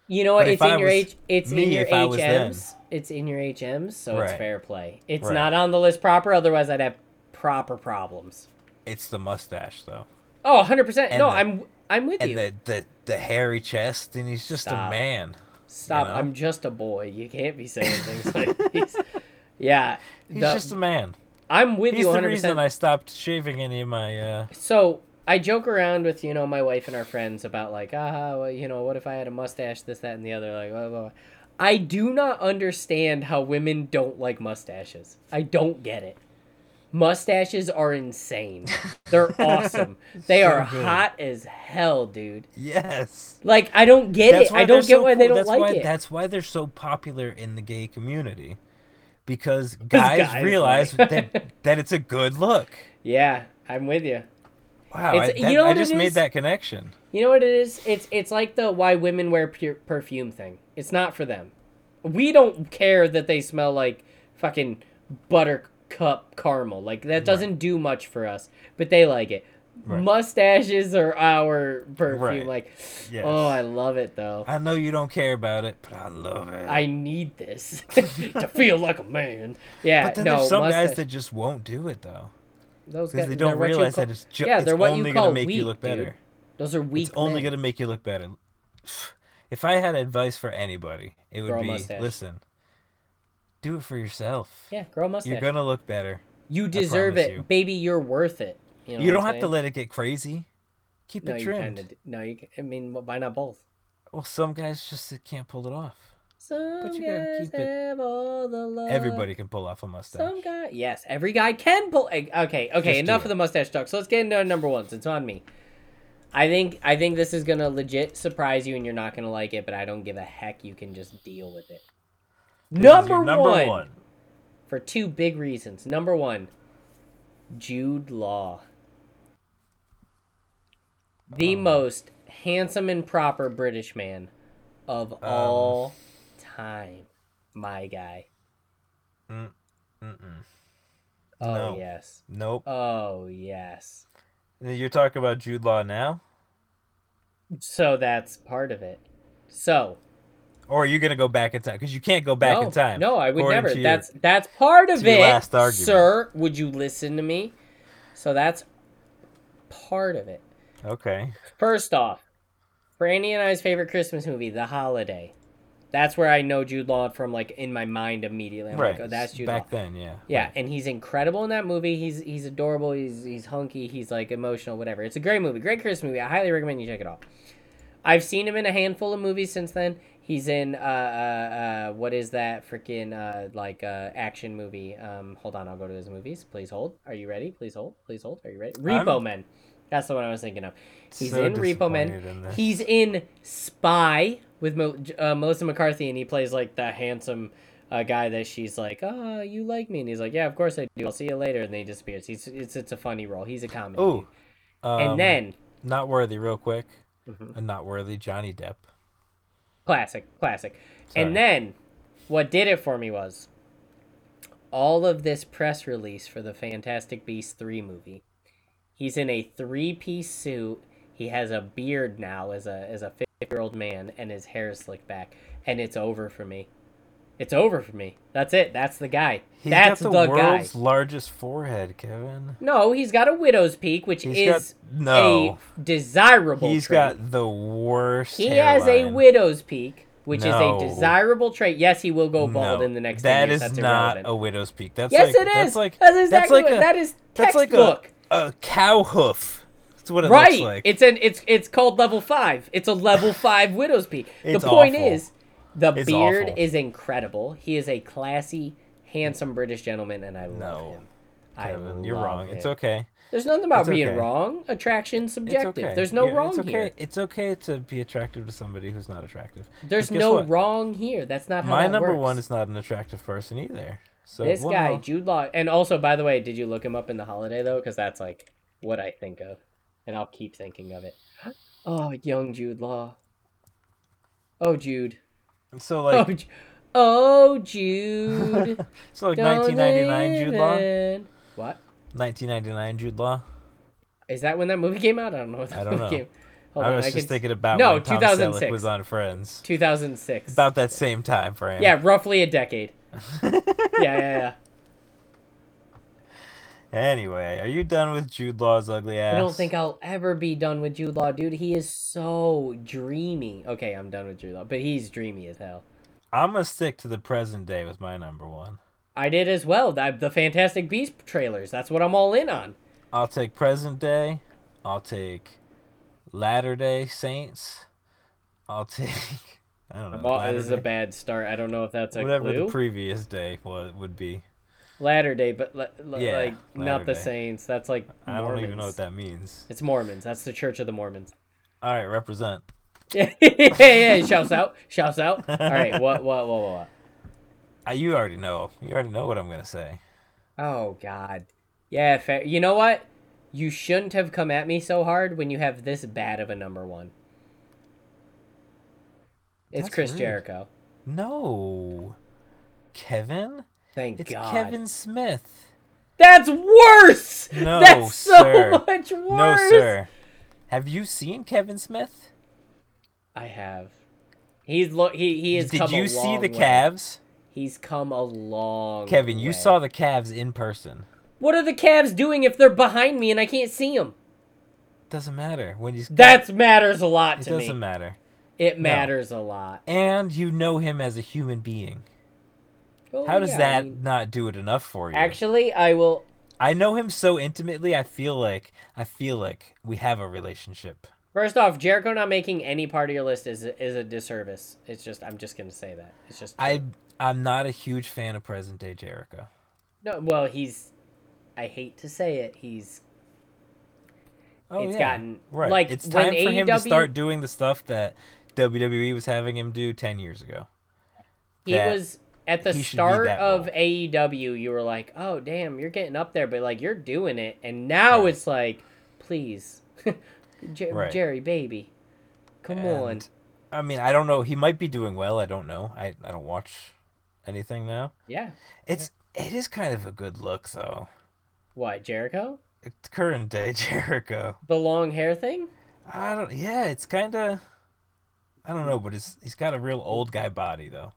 Speaker 1: You know what?
Speaker 2: But
Speaker 1: It's
Speaker 2: if I
Speaker 1: in your
Speaker 2: was
Speaker 1: H. It's in
Speaker 2: me,
Speaker 1: your
Speaker 2: if I was them.
Speaker 1: HMs. It's in your HMs, so it's
Speaker 2: Right.
Speaker 1: fair play. It's
Speaker 2: Right.
Speaker 1: not on the list proper. Otherwise, I'd have proper problems.
Speaker 2: It's the mustache though,
Speaker 1: Oh, 100 percent.
Speaker 2: And
Speaker 1: No,
Speaker 2: the-
Speaker 1: I'm I'm with you.
Speaker 2: and the the, the hairy chest, and he's just
Speaker 1: Stop.
Speaker 2: a man.
Speaker 1: Stop.
Speaker 2: you know?
Speaker 1: I'm just a boy. You can't be saying things like these. Yeah,
Speaker 2: He's
Speaker 1: the-
Speaker 2: just a man.
Speaker 1: I'm with
Speaker 2: He's
Speaker 1: you
Speaker 2: the
Speaker 1: 100.
Speaker 2: reason
Speaker 1: percent
Speaker 2: I stopped shaving any of my. Uh,
Speaker 1: So I joke around with you know my wife and our friends about like ah well, you know what if I had a mustache this that and the other like blah, blah, blah. I do not understand how women don't like mustaches. I don't get it. Mustaches are insane. They're awesome. They
Speaker 2: So
Speaker 1: are
Speaker 2: good.
Speaker 1: hot as hell, dude.
Speaker 2: yes.
Speaker 1: Like I don't get
Speaker 2: That's
Speaker 1: it.
Speaker 2: why
Speaker 1: I
Speaker 2: they're
Speaker 1: don't get
Speaker 2: so
Speaker 1: why
Speaker 2: cool.
Speaker 1: they don't
Speaker 2: that's
Speaker 1: like
Speaker 2: why,
Speaker 1: it.
Speaker 2: That's why they're so popular in the gay community, because guys,
Speaker 1: guys like-
Speaker 2: realize that that it's a good look.
Speaker 1: Yeah, I'm with you.
Speaker 2: Wow,
Speaker 1: It's-
Speaker 2: I,
Speaker 1: you
Speaker 2: that-
Speaker 1: know
Speaker 2: I
Speaker 1: what it
Speaker 2: just made
Speaker 1: is?
Speaker 2: that connection.
Speaker 1: You know what it is? It's it's like the why women wear pu- perfume thing. It's not for them. We don't care that they smell like fucking buttercup caramel. Like that doesn't do much for us, but they like it.
Speaker 2: Right.
Speaker 1: Mustaches are our perfume.
Speaker 2: Right.
Speaker 1: Like,
Speaker 2: Yes.
Speaker 1: oh, I love it though.
Speaker 2: I know you don't care about it, but I love it.
Speaker 1: I need this to feel like a man. Yeah,
Speaker 2: but then
Speaker 1: no,
Speaker 2: there's some guys
Speaker 1: mustache-
Speaker 2: that just won't do it though,
Speaker 1: those guys
Speaker 2: because they
Speaker 1: they're
Speaker 2: don't
Speaker 1: what you
Speaker 2: realize
Speaker 1: call-
Speaker 2: that it's just
Speaker 1: yeah,
Speaker 2: it's
Speaker 1: they're what you
Speaker 2: only
Speaker 1: call
Speaker 2: gonna make
Speaker 1: weak,
Speaker 2: you look
Speaker 1: dude.
Speaker 2: better.
Speaker 1: Those are weak.
Speaker 2: It's only
Speaker 1: men.
Speaker 2: gonna make you look better. If I had advice for anybody, it would
Speaker 1: Grow a
Speaker 2: be
Speaker 1: mustache.
Speaker 2: listen, do it for yourself.
Speaker 1: yeah, grow a mustache.
Speaker 2: You're gonna look better.
Speaker 1: You deserve
Speaker 2: promise
Speaker 1: it,
Speaker 2: you.
Speaker 1: baby. You're worth it. You, know what
Speaker 2: You
Speaker 1: I'm
Speaker 2: don't have to
Speaker 1: saying?
Speaker 2: let it get crazy. Keep
Speaker 1: No,
Speaker 2: it
Speaker 1: you
Speaker 2: trimmed.
Speaker 1: kind of. No, you. ca- I mean, wh- why not both?
Speaker 2: Well, some guys just can't pull it off.
Speaker 1: Some
Speaker 2: you gotta
Speaker 1: guys
Speaker 2: keep it-
Speaker 1: have all the love.
Speaker 2: Everybody can pull off a mustache.
Speaker 1: Uh, Some guy. Yes, every guy can pull. eh, Okay, okay.
Speaker 2: do
Speaker 1: enough of
Speaker 2: it.
Speaker 1: the mustache talk. So let's get into our number ones. It's on me. I think I think this is gonna legit surprise you, and you're not gonna like it. But I don't give a heck. You can just deal with it.
Speaker 2: This is your
Speaker 1: Number,
Speaker 2: number
Speaker 1: one,
Speaker 2: one.
Speaker 1: for two big reasons. Number one, Jude Law,
Speaker 2: Oh.
Speaker 1: the most handsome and proper British man of
Speaker 2: Oh.
Speaker 1: all time. My guy.
Speaker 2: Mm, Mm-mm.
Speaker 1: Oh
Speaker 2: No.
Speaker 1: yes.
Speaker 2: Nope.
Speaker 1: Oh yes.
Speaker 2: You're talking about Jude Law now,
Speaker 1: So that's part of it. So
Speaker 2: or are you gonna go back in time? Because you can't go back
Speaker 1: no,
Speaker 2: in time.
Speaker 1: No, I would
Speaker 2: according
Speaker 1: never.
Speaker 2: to your-
Speaker 1: that's that's part of
Speaker 2: to your
Speaker 1: it,
Speaker 2: last argument.
Speaker 1: sir. Would you listen to me? So that's part of it.
Speaker 2: okay.
Speaker 1: First off, Brandy and I's favorite Christmas movie, The Holiday. That's where I know Jude Law from, like in my mind immediately. I'm
Speaker 2: right.
Speaker 1: like, oh, that's Jude
Speaker 2: back
Speaker 1: Law.
Speaker 2: then. Yeah.
Speaker 1: Yeah,
Speaker 2: Right.
Speaker 1: and he's incredible in that movie. He's he's adorable. He's he's hunky. He's like emotional. Whatever. It's a great movie. Great Christmas movie. I highly recommend you check it out. I've seen him in a handful of movies since then. He's in uh, uh, uh what is that freaking uh like uh action movie? Um, hold on, I'll go to his movies. Please hold. Are you ready? Please hold. Please hold. Are you ready? Repo
Speaker 2: I'm-
Speaker 1: Men. That's the one I was thinking of. He's
Speaker 2: So
Speaker 1: in Repo Men.
Speaker 2: disappointed in this.
Speaker 1: He's in Spy with Mo- uh, Melissa McCarthy, and he plays like the handsome uh, guy that she's like, "Ah, you like me?" And he's like, "Yeah, of course I do. I'll see you later." And then he disappears. He's it's it's a funny role. He's a comedy.
Speaker 2: Ooh.
Speaker 1: dude.
Speaker 2: Um,
Speaker 1: and then
Speaker 2: not worthy, real quick.
Speaker 1: Mhm.
Speaker 2: A not worthy Johnny Depp.
Speaker 1: classic, classic.
Speaker 2: Sorry.
Speaker 1: And then what did it for me was all of this press release for the Fantastic Beasts 3 movie. He's in a three-piece suit. He has a beard now as a as a 50-year-old man and his hair is slicked back and it's over for me. It's over for me. That's it. That's the guy.
Speaker 2: He's
Speaker 1: That's
Speaker 2: got the,
Speaker 1: the, guy.
Speaker 2: world's largest forehead, Kevin.
Speaker 1: No, he's got a widow's peak which
Speaker 2: He's
Speaker 1: is
Speaker 2: got no.
Speaker 1: a desirable
Speaker 2: He's
Speaker 1: trait.
Speaker 2: got the worst.
Speaker 1: He has a
Speaker 2: hairline.
Speaker 1: widow's peak, which
Speaker 2: No.
Speaker 1: is a desirable trait. Yes, he will go bald
Speaker 2: No,
Speaker 1: in the next. 10
Speaker 2: That
Speaker 1: years.
Speaker 2: is
Speaker 1: That's
Speaker 2: not
Speaker 1: irrelevant.
Speaker 2: a widow's peak. That's
Speaker 1: Yes,
Speaker 2: like,
Speaker 1: it
Speaker 2: That's
Speaker 1: is.
Speaker 2: like
Speaker 1: That's exactly
Speaker 2: like
Speaker 1: what-
Speaker 2: a,
Speaker 1: that is
Speaker 2: that's like a,
Speaker 1: textbook.
Speaker 2: a cow hoof. That's what it
Speaker 1: right.
Speaker 2: looks like.
Speaker 1: It's an it's it's called level five. It's a level five widow's peak. The
Speaker 2: It's
Speaker 1: point
Speaker 2: awful.
Speaker 1: is, the
Speaker 2: It's
Speaker 1: beard
Speaker 2: awful.
Speaker 1: is incredible. He is a classy, handsome British gentleman, and I love
Speaker 2: No,
Speaker 1: him. I
Speaker 2: Kevin, you're
Speaker 1: love
Speaker 2: wrong. It's
Speaker 1: him.
Speaker 2: okay.
Speaker 1: There's nothing about
Speaker 2: It's
Speaker 1: being
Speaker 2: okay.
Speaker 1: wrong. Attraction's
Speaker 2: It's
Speaker 1: subjective.
Speaker 2: okay.
Speaker 1: There's no
Speaker 2: Yeah,
Speaker 1: wrong
Speaker 2: it's okay.
Speaker 1: here.
Speaker 2: It's okay to be attractive to somebody who's not attractive. 'Cause
Speaker 1: There's
Speaker 2: guess
Speaker 1: no
Speaker 2: what?
Speaker 1: wrong here. That's not how
Speaker 2: My
Speaker 1: that
Speaker 2: number
Speaker 1: works.
Speaker 2: one is not an attractive person either. So
Speaker 1: this
Speaker 2: well,
Speaker 1: guy Jude Law. And also, by the way, did you look him up in the holiday though? Because that's like what I think of, and I'll keep thinking of it. Oh, young Jude Law. Oh, Jude.
Speaker 2: So like
Speaker 1: oh, Ju- oh, Jude.
Speaker 2: so like
Speaker 1: don't
Speaker 2: 1999 Jude
Speaker 1: live
Speaker 2: Law.
Speaker 1: in- What?
Speaker 2: 1999 Jude Law.
Speaker 1: Is that when that movie came out? I don't know. When that
Speaker 2: I don't
Speaker 1: movie
Speaker 2: know.
Speaker 1: Came. Hold
Speaker 2: I
Speaker 1: on,
Speaker 2: was
Speaker 1: I
Speaker 2: just
Speaker 1: could-
Speaker 2: thinking about
Speaker 1: No,
Speaker 2: when Tom Selleck
Speaker 1: 2006.
Speaker 2: was on Friends.
Speaker 1: 2006.
Speaker 2: About that same time frame.
Speaker 1: yeah, roughly a decade. Yeah, yeah, yeah.
Speaker 2: anyway, are you done with Jude Law's ugly ass?
Speaker 1: I don't think I'll ever be done with Jude Law, dude. He is so dreamy. Okay, I'm done with Jude Law, but he's dreamy as hell.
Speaker 2: I'm gonna stick to the present day with my number one.
Speaker 1: I did as well. The, the Fantastic Beast trailers. That's what I'm all in on.
Speaker 2: I'll take present day. I'll take Latter Day Saints. I'll take I don't know.
Speaker 1: Well, this is a
Speaker 2: Latter-day-
Speaker 1: bad start. I don't know if that's a
Speaker 2: whatever
Speaker 1: clue.
Speaker 2: the previous day wa- would be.
Speaker 1: Latter Day, but la- la-
Speaker 2: Yeah,
Speaker 1: like not the
Speaker 2: Latter-day.
Speaker 1: Saints. That's like
Speaker 2: I
Speaker 1: Mormons.
Speaker 2: don't even know what that means.
Speaker 1: It's Mormons. That's the Church of the Mormons.
Speaker 2: All right, represent.
Speaker 1: yeah, yeah, yeah. Shouts out. Shouts out. All right. What? What? What? What? what?
Speaker 2: Uh, you already know. You already know what I'm gonna say.
Speaker 1: Oh God. Yeah, fair. You know what? You shouldn't have come at me so hard when you have this bad of a number one. It's
Speaker 2: That's
Speaker 1: Chris
Speaker 2: rude.
Speaker 1: Jericho.
Speaker 2: No, Kevin.
Speaker 1: Thank
Speaker 2: It's
Speaker 1: God.
Speaker 2: Kevin Smith.
Speaker 1: That's worse.
Speaker 2: No,
Speaker 1: That's so
Speaker 2: sir.
Speaker 1: much worse.
Speaker 2: No, sir. Have you seen Kevin Smith?
Speaker 1: I have. He's lo- he he has
Speaker 2: Did
Speaker 1: come
Speaker 2: you
Speaker 1: a
Speaker 2: see
Speaker 1: long
Speaker 2: the
Speaker 1: way.
Speaker 2: Cavs?
Speaker 1: He's come a long.
Speaker 2: Kevin, you
Speaker 1: way.
Speaker 2: saw the Cavs in person.
Speaker 1: What are the Cavs doing if they're behind me and I can't see them?
Speaker 2: Doesn't matter when he's
Speaker 1: That matters a lot
Speaker 2: it
Speaker 1: to me.
Speaker 2: doesn't matter.
Speaker 1: it matters a lot.
Speaker 2: And you know him as a human being.
Speaker 1: Oh,
Speaker 2: How does
Speaker 1: yeah, I
Speaker 2: that
Speaker 1: mean-
Speaker 2: not do it enough for you?
Speaker 1: Actually, I will.
Speaker 2: I know him so intimately. I feel like I feel like we have a relationship.
Speaker 1: First off, Jericho not making any part of your list is is a disservice. It's just I'm just gonna say that. It's just
Speaker 2: I I'm not a huge fan of present day Jericho.
Speaker 1: no. Well, he's. I hate to say it. He's.
Speaker 2: Oh,
Speaker 1: It's
Speaker 2: yeah.
Speaker 1: gotten-
Speaker 2: right.
Speaker 1: like,
Speaker 2: it's
Speaker 1: when E
Speaker 2: time for him
Speaker 1: AEW
Speaker 2: to start doing the stuff that WWE was having him do ten years ago.
Speaker 1: He
Speaker 2: That-
Speaker 1: was at the
Speaker 2: he should be
Speaker 1: start
Speaker 2: that
Speaker 1: of
Speaker 2: role.
Speaker 1: AEW. You were like, oh damn, you're getting up there, but like you're doing it, and now
Speaker 2: Right.
Speaker 1: it's like, please, Jer-
Speaker 2: Right.
Speaker 1: Jerry baby, come on.
Speaker 2: And, I mean, I don't know. He might be doing well. I don't know. I, I don't watch anything now.
Speaker 1: Yeah.
Speaker 2: It's it is kind of a good look though.
Speaker 1: What Jericho?
Speaker 2: It's current day Jericho.
Speaker 1: The long hair thing?
Speaker 2: I don't. Yeah, it's kind of. I don't know, but it's he's got a real old guy body though.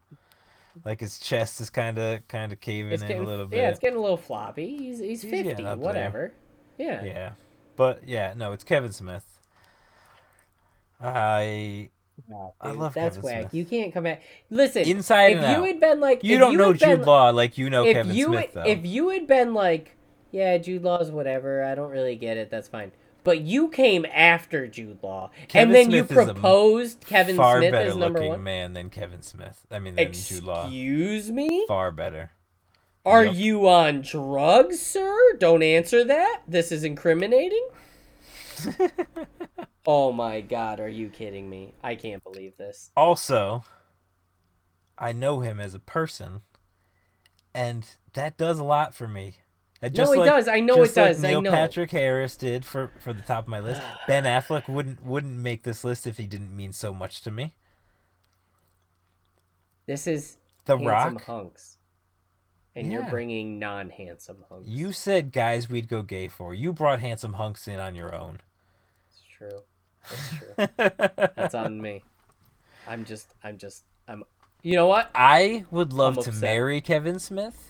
Speaker 2: Like his chest is kind of kind of caving
Speaker 1: It's
Speaker 2: in
Speaker 1: getting
Speaker 2: a little bit.
Speaker 1: yeah, it's getting a little floppy. He's he's,
Speaker 2: He's getting
Speaker 1: fifty,
Speaker 2: up there.
Speaker 1: whatever. Yeah.
Speaker 2: yeah, but yeah, no, it's Kevin Smith. I
Speaker 1: No,
Speaker 2: I
Speaker 1: dude,
Speaker 2: love
Speaker 1: that's
Speaker 2: Kevin
Speaker 1: whack.
Speaker 2: Smith.
Speaker 1: You can't come at. Listen,
Speaker 2: Inside
Speaker 1: if
Speaker 2: and
Speaker 1: you
Speaker 2: out.
Speaker 1: had been like,
Speaker 2: you
Speaker 1: if
Speaker 2: don't
Speaker 1: you
Speaker 2: know
Speaker 1: had been,
Speaker 2: Jude Law like you know
Speaker 1: If
Speaker 2: Kevin
Speaker 1: you
Speaker 2: Smith though.
Speaker 1: had, if you had been like, yeah, Jude Law's whatever. I don't really get it. That's fine. But you came after Jude Law, and
Speaker 2: Kevin
Speaker 1: then you
Speaker 2: Smith is a
Speaker 1: proposed Kevin
Speaker 2: far
Speaker 1: Smith
Speaker 2: better
Speaker 1: as number
Speaker 2: looking
Speaker 1: one.
Speaker 2: man than Kevin Smith. I mean than Jude Law.
Speaker 1: Excuse me?
Speaker 2: Far better.
Speaker 1: Are
Speaker 2: Yep.
Speaker 1: you on drugs, sir? Don't answer that. This is incriminating. oh my god, are you kidding me? I can't believe this.
Speaker 2: Also, I know him as a person, and that does a lot for me. And
Speaker 1: No, it does. I know it
Speaker 2: just like
Speaker 1: does. I
Speaker 2: Neil
Speaker 1: know.
Speaker 2: Patrick Harris did for for the top of my list. ben Affleck wouldn't wouldn't make this list if he didn't mean so much to me.
Speaker 1: This is
Speaker 2: The
Speaker 1: handsome
Speaker 2: Rock.
Speaker 1: hunks, and you're
Speaker 2: Yeah.
Speaker 1: bringing non-handsome hunks.
Speaker 2: You said guys we'd go gay for. You brought handsome hunks in on your own.
Speaker 1: It's true. It's true. That's on me. I'm just. I'm just. I'm. You know what?
Speaker 2: I would love
Speaker 1: I'm
Speaker 2: to
Speaker 1: upset.
Speaker 2: marry Kevin Smith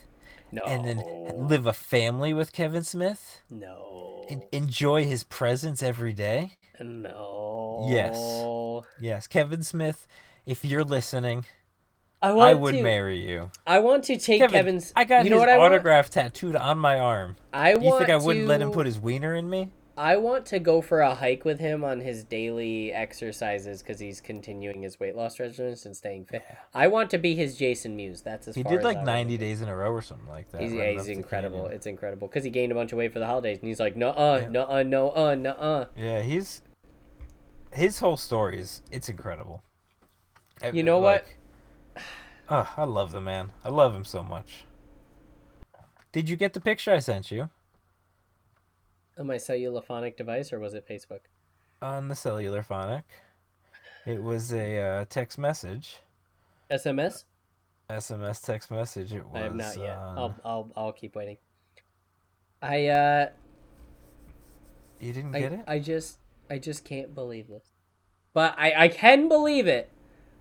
Speaker 1: No.
Speaker 2: and then
Speaker 1: Oh.
Speaker 2: live a family with Kevin Smith
Speaker 1: No.
Speaker 2: and enjoy his presence every day.
Speaker 1: No.
Speaker 2: Yes, Kevin Smith, if you're listening,
Speaker 1: I want
Speaker 2: I would
Speaker 1: to.
Speaker 2: marry you.
Speaker 1: I want to take
Speaker 2: Kevin,
Speaker 1: Kevin's.
Speaker 2: I got
Speaker 1: you know
Speaker 2: his
Speaker 1: what I want?
Speaker 2: autograph tattooed on my arm.
Speaker 1: I
Speaker 2: You
Speaker 1: want
Speaker 2: think I wouldn't let him
Speaker 1: to-
Speaker 2: put his wiener in me?
Speaker 1: I want to go for a hike with him on his daily exercises because he's continuing his weight loss regimen and staying fit. I want to be his Jason Mewes. That's as
Speaker 2: He
Speaker 1: far
Speaker 2: did
Speaker 1: as I
Speaker 2: like
Speaker 1: want.
Speaker 2: 90 days in a row or something like that.
Speaker 1: He's,
Speaker 2: running
Speaker 1: yeah,
Speaker 2: up
Speaker 1: he's
Speaker 2: the
Speaker 1: incredible.
Speaker 2: canyon.
Speaker 1: It's incredible because he gained a bunch of weight for the holidays, and he's like, no, uh, no, uh, no, uh, no, uh.
Speaker 2: Yeah, he's his whole story is it's incredible. I-
Speaker 1: You know what?
Speaker 2: like, oh, I love the man. I love him so much. Did you get the picture I sent you
Speaker 1: On my cellulophonic device, or was it Facebook?
Speaker 2: on the cellular phonic? It was a uh, text message,
Speaker 1: SMS?
Speaker 2: SMS text message. It was. um, uh,
Speaker 1: I have not yet. Oh, I'll,
Speaker 2: on-
Speaker 1: I'll, I'll keep waiting. I, uh,
Speaker 2: you didn't get
Speaker 1: I,
Speaker 2: it.
Speaker 1: I just, I just can't believe this. But I, I can believe it,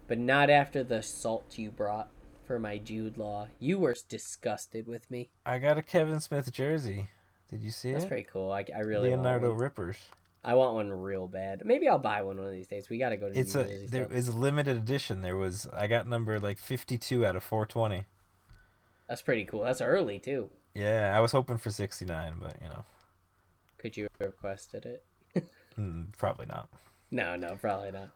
Speaker 1: but not after the salt you brought for my Jude Law. You were disgusted with me.
Speaker 2: I got a Kevin Smith jersey. Did you see
Speaker 1: That's
Speaker 2: it?
Speaker 1: pretty cool. I, I really
Speaker 2: Leonardo
Speaker 1: want one.
Speaker 2: Rippers.
Speaker 1: I want one real bad. Maybe I'll buy one one of these days. We gotta go to
Speaker 2: It's
Speaker 1: New
Speaker 2: a
Speaker 1: Jersey
Speaker 2: there
Speaker 1: store.
Speaker 2: is a limited edition. There was I got number like 52 out of 420.
Speaker 1: That's pretty cool. That's early too.
Speaker 2: Yeah, I was hoping for 69, but you know,
Speaker 1: Could you have requested it?
Speaker 2: mm, probably not.
Speaker 1: No, no, probably not.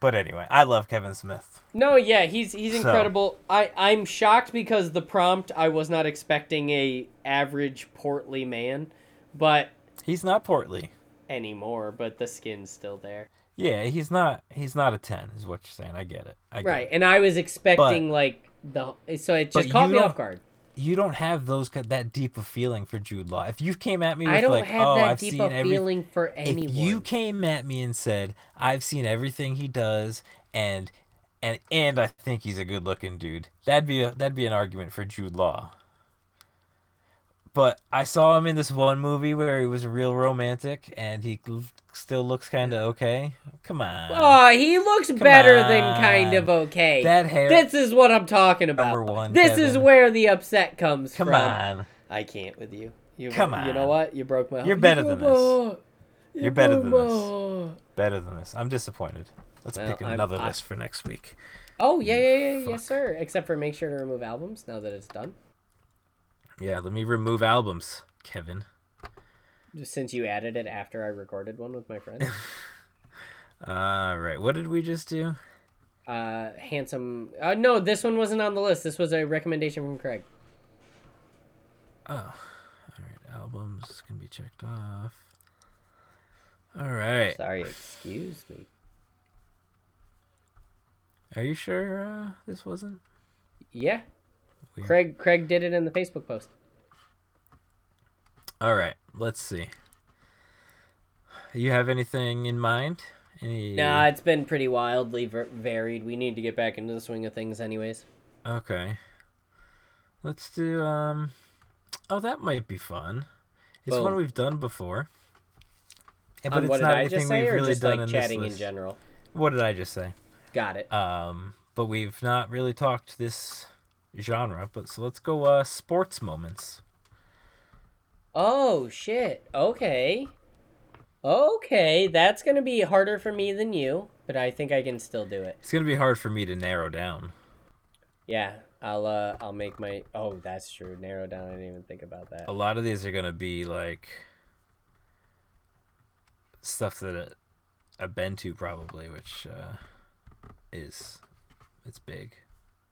Speaker 2: But anyway, I love Kevin Smith.
Speaker 1: No, yeah, he's he's
Speaker 2: So-
Speaker 1: incredible. I I'm shocked because the prompt I was not expecting a average portly man, but
Speaker 2: He's not portly.
Speaker 1: anymore. But the skin's still there,
Speaker 2: Yeah, he's not. He's not a 10, is what you're saying. I get it. I get
Speaker 1: right?
Speaker 2: it.
Speaker 1: And I was expecting like the so it just
Speaker 2: But
Speaker 1: caught
Speaker 2: you
Speaker 1: me
Speaker 2: don't-
Speaker 1: off guard.
Speaker 2: You don't have those ki- that deep of feeling for Jude Law. If you came at me with
Speaker 1: I don't
Speaker 2: like,
Speaker 1: have
Speaker 2: oh,
Speaker 1: that
Speaker 2: I've
Speaker 1: deep
Speaker 2: seen
Speaker 1: of
Speaker 2: every,
Speaker 1: feeling for anyone.
Speaker 2: if you came at me and said, I've seen everything he does, and and and I think he's a good looking dude, that'd be a, that'd be an argument for Jude Law. But I saw him in this one movie where he was real romantic, and he l- still looks kind of okay. Come on,
Speaker 1: Oh, he looks better than
Speaker 2: on.
Speaker 1: kind of okay.
Speaker 2: that hair.
Speaker 1: This is what I'm talking about.
Speaker 2: Number one,
Speaker 1: this is
Speaker 2: Kevin.
Speaker 1: where the upset comes
Speaker 2: Come
Speaker 1: from.
Speaker 2: on,
Speaker 1: I can't with you. you
Speaker 2: Come
Speaker 1: You know
Speaker 2: on.
Speaker 1: what? You broke my heart.
Speaker 2: You're better
Speaker 1: You
Speaker 2: than
Speaker 1: broke my
Speaker 2: this.
Speaker 1: heart. You
Speaker 2: You're better
Speaker 1: broke
Speaker 2: than
Speaker 1: my
Speaker 2: this.
Speaker 1: heart.
Speaker 2: better than this. I'm disappointed. Let's
Speaker 1: Well,
Speaker 2: pick
Speaker 1: I'm-
Speaker 2: another
Speaker 1: I-
Speaker 2: list for next week.
Speaker 1: Oh, yeah, yeah, yeah,
Speaker 2: Fuck.
Speaker 1: yes, sir. Except for make sure to remove albums now that it's done.
Speaker 2: Yeah, let me remove albums, Kevin.
Speaker 1: Just Since you added it after I recorded one with my friend.
Speaker 2: All right, what did we just do?
Speaker 1: uh, handsome. Uh, no, this one wasn't on the list. This was a recommendation from Craig.
Speaker 2: Oh, all right. Albums can be checked off. All right.
Speaker 1: Sorry, excuse me.
Speaker 2: Are you sure uh, this wasn't?
Speaker 1: Yeah.
Speaker 2: Weird.
Speaker 1: Craig Craig did it in the Facebook post.
Speaker 2: All right. Let's see. You have anything in mind? Any?
Speaker 1: Nah, it's been pretty wildly ver- varied. We need to get back into the swing of things, anyways.
Speaker 2: Okay. Let's do. Um. Oh, that might be fun. It's one
Speaker 1: Boom.
Speaker 2: we've done before. Yeah,
Speaker 1: On what did I just say, or just like
Speaker 2: in this
Speaker 1: chatting in
Speaker 2: list.
Speaker 1: general?
Speaker 2: What did I just say?
Speaker 1: Got it.
Speaker 2: Um, but we've not really talked this genre. But so let's go. Uh, sports moments.
Speaker 1: Oh shit. Okay. Okay, that's gonna be harder for me than you, but I think I can still do it.
Speaker 2: It's gonna be hard for me to narrow down.
Speaker 1: Yeah, I'll uh, I'll make my. Oh, that's true. Narrow down. I didn't even think about that.
Speaker 2: A lot of these are gonna be like stuff that uh, I've been to probably, which uh, is it's big,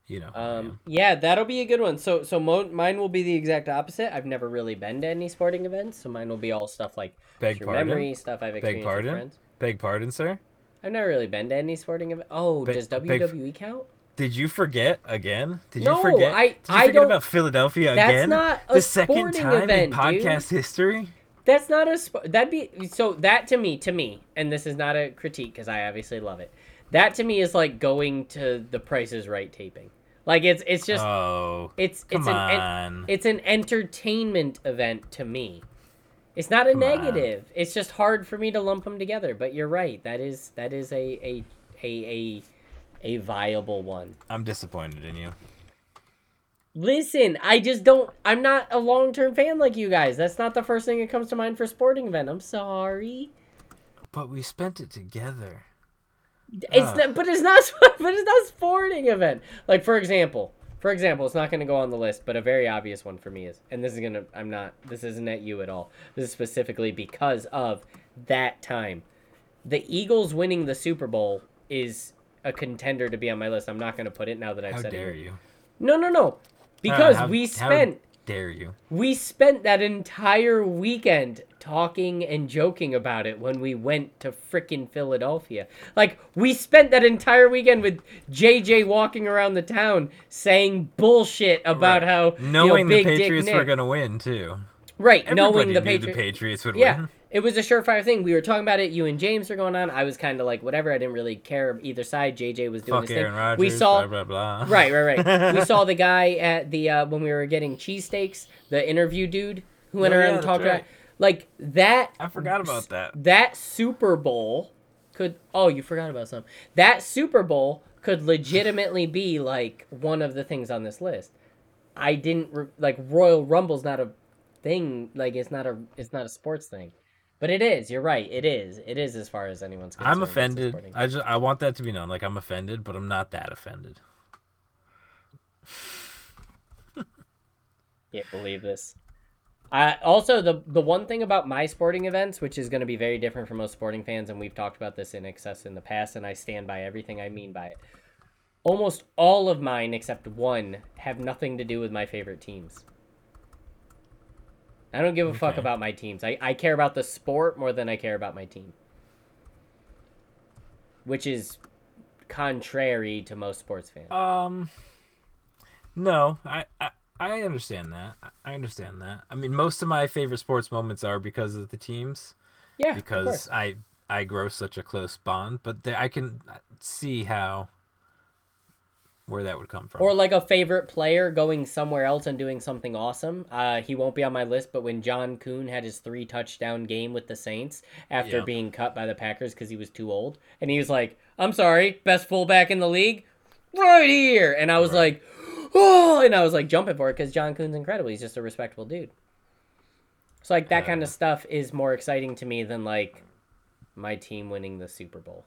Speaker 2: you know. who I
Speaker 1: Um,
Speaker 2: am.
Speaker 1: yeah, that'll be a good one. So, so mo- mine will be the exact opposite. I've never really been to any sporting events, so mine will be all stuff like
Speaker 2: beg
Speaker 1: through
Speaker 2: pardon,
Speaker 1: memory, stuff I've experienced with
Speaker 2: pardon?
Speaker 1: friends.
Speaker 2: beg pardon, sir.
Speaker 1: I've never really been to any sporting event. Oh,
Speaker 2: Big-
Speaker 1: does
Speaker 2: big-
Speaker 1: WWE count?
Speaker 2: Did you forget again? Did
Speaker 1: No,
Speaker 2: you forget?
Speaker 1: I-
Speaker 2: Did you
Speaker 1: I
Speaker 2: forget
Speaker 1: don't-
Speaker 2: about Philadelphia
Speaker 1: That's
Speaker 2: again?
Speaker 1: not a
Speaker 2: the second
Speaker 1: sporting
Speaker 2: time in
Speaker 1: event, dude.
Speaker 2: podcast history.
Speaker 1: That's not a sp- that'd be so that to me to me, and this is not a critique because I obviously love it. That to me is like going to the Price is Right taping. Like it's it's just
Speaker 2: oh,
Speaker 1: it's
Speaker 2: come
Speaker 1: it's an en-
Speaker 2: on.
Speaker 1: it's an entertainment event to me. It's not a
Speaker 2: Come on.
Speaker 1: negative. It's just hard for me to lump them together. But you're right. That is that is a a a a, a viable one.
Speaker 2: I'm disappointed in you.
Speaker 1: Listen, I just don't. I'm not a long term fan like you guys. That's not the first thing that comes to mind for sporting event. I'm sorry.
Speaker 2: But we spent it together.
Speaker 1: It's
Speaker 2: Ah.
Speaker 1: not, but it's not, but it's not sporting event. Like for example, For example, it's not going to go on the list, but a very obvious one for me is, and this is going to, I'm not, this isn't at you at all. This is specifically because of that time. The Eagles winning the Super Bowl is a contender to be on my list. I'm not going to put it now that I've
Speaker 2: How
Speaker 1: said
Speaker 2: dare
Speaker 1: it.
Speaker 2: you?
Speaker 1: No, no, no.
Speaker 2: Ah,
Speaker 1: Because
Speaker 2: how-
Speaker 1: we
Speaker 2: how
Speaker 1: spent
Speaker 2: dare you?
Speaker 1: we spent that entire weekend talking and joking about it when we went to frickin' Philadelphia. Like, we spent that entire weekend with JJ walking around the town saying bullshit about
Speaker 2: Right.
Speaker 1: how you know,
Speaker 2: knowing
Speaker 1: big
Speaker 2: the
Speaker 1: Dick
Speaker 2: Patriots were
Speaker 1: Nick-
Speaker 2: gonna win too.
Speaker 1: right,
Speaker 2: Everybody
Speaker 1: knowing the,
Speaker 2: knew
Speaker 1: Patri-
Speaker 2: the Patriots would
Speaker 1: yeah,
Speaker 2: win.
Speaker 1: it was a surefire thing. We were talking about it. You and James were going on. I was kind of like, whatever. I didn't really care either side. JJ was doing
Speaker 2: Fuck
Speaker 1: his
Speaker 2: Aaron
Speaker 1: thing.
Speaker 2: Rodgers.
Speaker 1: we saw
Speaker 2: blah blah blah.
Speaker 1: Right, right, right. we saw the guy at the uh, when we were getting cheesesteaks, the interview dude who went
Speaker 2: Oh, yeah,
Speaker 1: around and
Speaker 2: that's
Speaker 1: talked about
Speaker 2: right.
Speaker 1: like that.
Speaker 2: I forgot about that.
Speaker 1: That Super Bowl could. Oh, you forgot about something. That Super Bowl could legitimately be like one of the things on this list. I didn't re- like Royal Rumble's not a thing. Like it's not a it's not a sports thing, but it is. You're right. It is. It is as far as anyone's. concerned.
Speaker 2: I'm
Speaker 1: it's a
Speaker 2: offended.
Speaker 1: sporting
Speaker 2: I just I want that to be known. Like I'm offended, but I'm not that offended.
Speaker 1: Can't believe this. Uh, also, the the one thing about my sporting events, which is going to be very different from most sporting fans, and we've talked about this in excess in the past, and I stand by everything I mean by it. Almost all of mine, except one, have nothing to do with my favorite teams. I don't give a fuck
Speaker 2: Okay.
Speaker 1: about my teams. I, I care about the sport more than I care about my team. Which is contrary to most sports fans.
Speaker 2: Um, no, I I, I understand that. I- I understand that. I mean, most of my favorite sports moments are because of the teams,
Speaker 1: yeah. of course.
Speaker 2: because I I grow such a close bond. But the, I can see how where that would come from.
Speaker 1: Or like a favorite player going somewhere else and doing something awesome. Uh, he won't be on my list, but when John Kuhn had his three touchdown game with the Saints after
Speaker 2: Yeah.
Speaker 1: being cut by the Packers because he was too old, and he was like, "I'm sorry, best fullback in the league, right here," and I was
Speaker 2: Right.
Speaker 1: like, "Oh!" and I was like jumping for it because John Kuhn's incredible. He's just a respectable dude. So like that kind of stuff is more exciting to me than like my team winning the Super Bowl.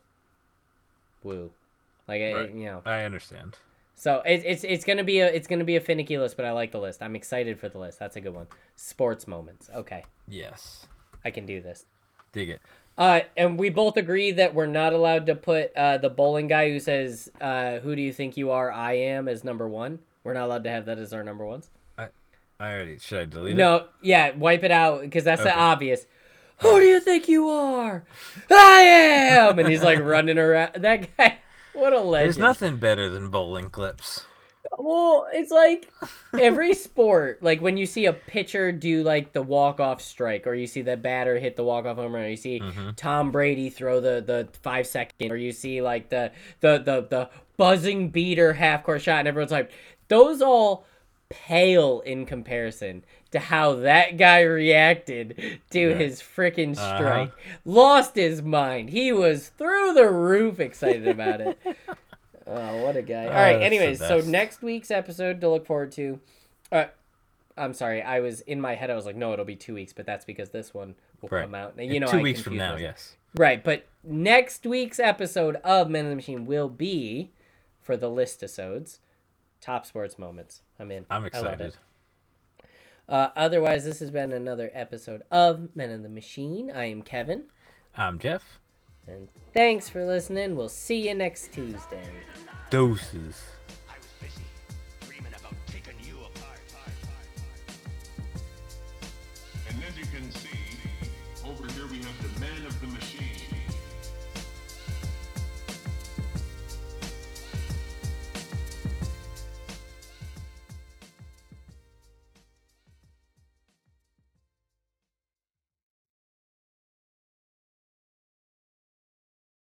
Speaker 1: Woo, like I-
Speaker 2: Right.
Speaker 1: you know.
Speaker 2: I understand.
Speaker 1: So it, it's it's gonna be a it's gonna be a finicky list, but I like the list. I'm excited for the list. That's a good one. Sports moments. Okay,
Speaker 2: Yes,
Speaker 1: I can do this.
Speaker 2: dig it.
Speaker 1: Uh, and we both agree that we're not allowed to put uh, the bowling guy who says, uh, "Who do you think you are? I am," as number one. We're not allowed to have that as our number ones.
Speaker 2: I already should I delete it?
Speaker 1: No, yeah, wipe it out because that's the
Speaker 2: Okay.
Speaker 1: obvious. Who do you think you are? I am, and he's like running around. That guy, what a legend!
Speaker 2: There's nothing better than bowling clips.
Speaker 1: Well, it's like every sport, like when you see a pitcher do like the walk off strike, or you see the batter hit the walk off home run, or you see
Speaker 2: Mhm.
Speaker 1: Tom Brady throw the the five second, or you see like the the the the buzzing beater half court shot, and everyone's like, those all pale in comparison to how that guy reacted to
Speaker 2: Right.
Speaker 1: his freaking
Speaker 2: Uh-huh.
Speaker 1: strike. Lost his mind. He was through the roof excited about it. Oh, what a guy. All
Speaker 2: Oh,
Speaker 1: right,
Speaker 2: that's the
Speaker 1: anyways, so
Speaker 2: best.
Speaker 1: next week's episode to look forward to. Uh, I'm sorry, I was in my head, I was like, no, it'll be two weeks, but that's because this one will
Speaker 2: Right.
Speaker 1: come out. You know,
Speaker 2: two
Speaker 1: I
Speaker 2: weeks from
Speaker 1: confuse
Speaker 2: now.
Speaker 1: myself.
Speaker 2: Yes.
Speaker 1: Right, but next week's episode of Men in the Machine will be for the list episodes, top sports moments. I'm in.
Speaker 2: I'm
Speaker 1: I love it.
Speaker 2: excited.
Speaker 1: Uh, otherwise, this has been another episode of Men in the Machine. I am Kevin,
Speaker 2: I'm Jeff.
Speaker 1: and thanks for listening. We'll see you next Tuesday.
Speaker 2: Doses.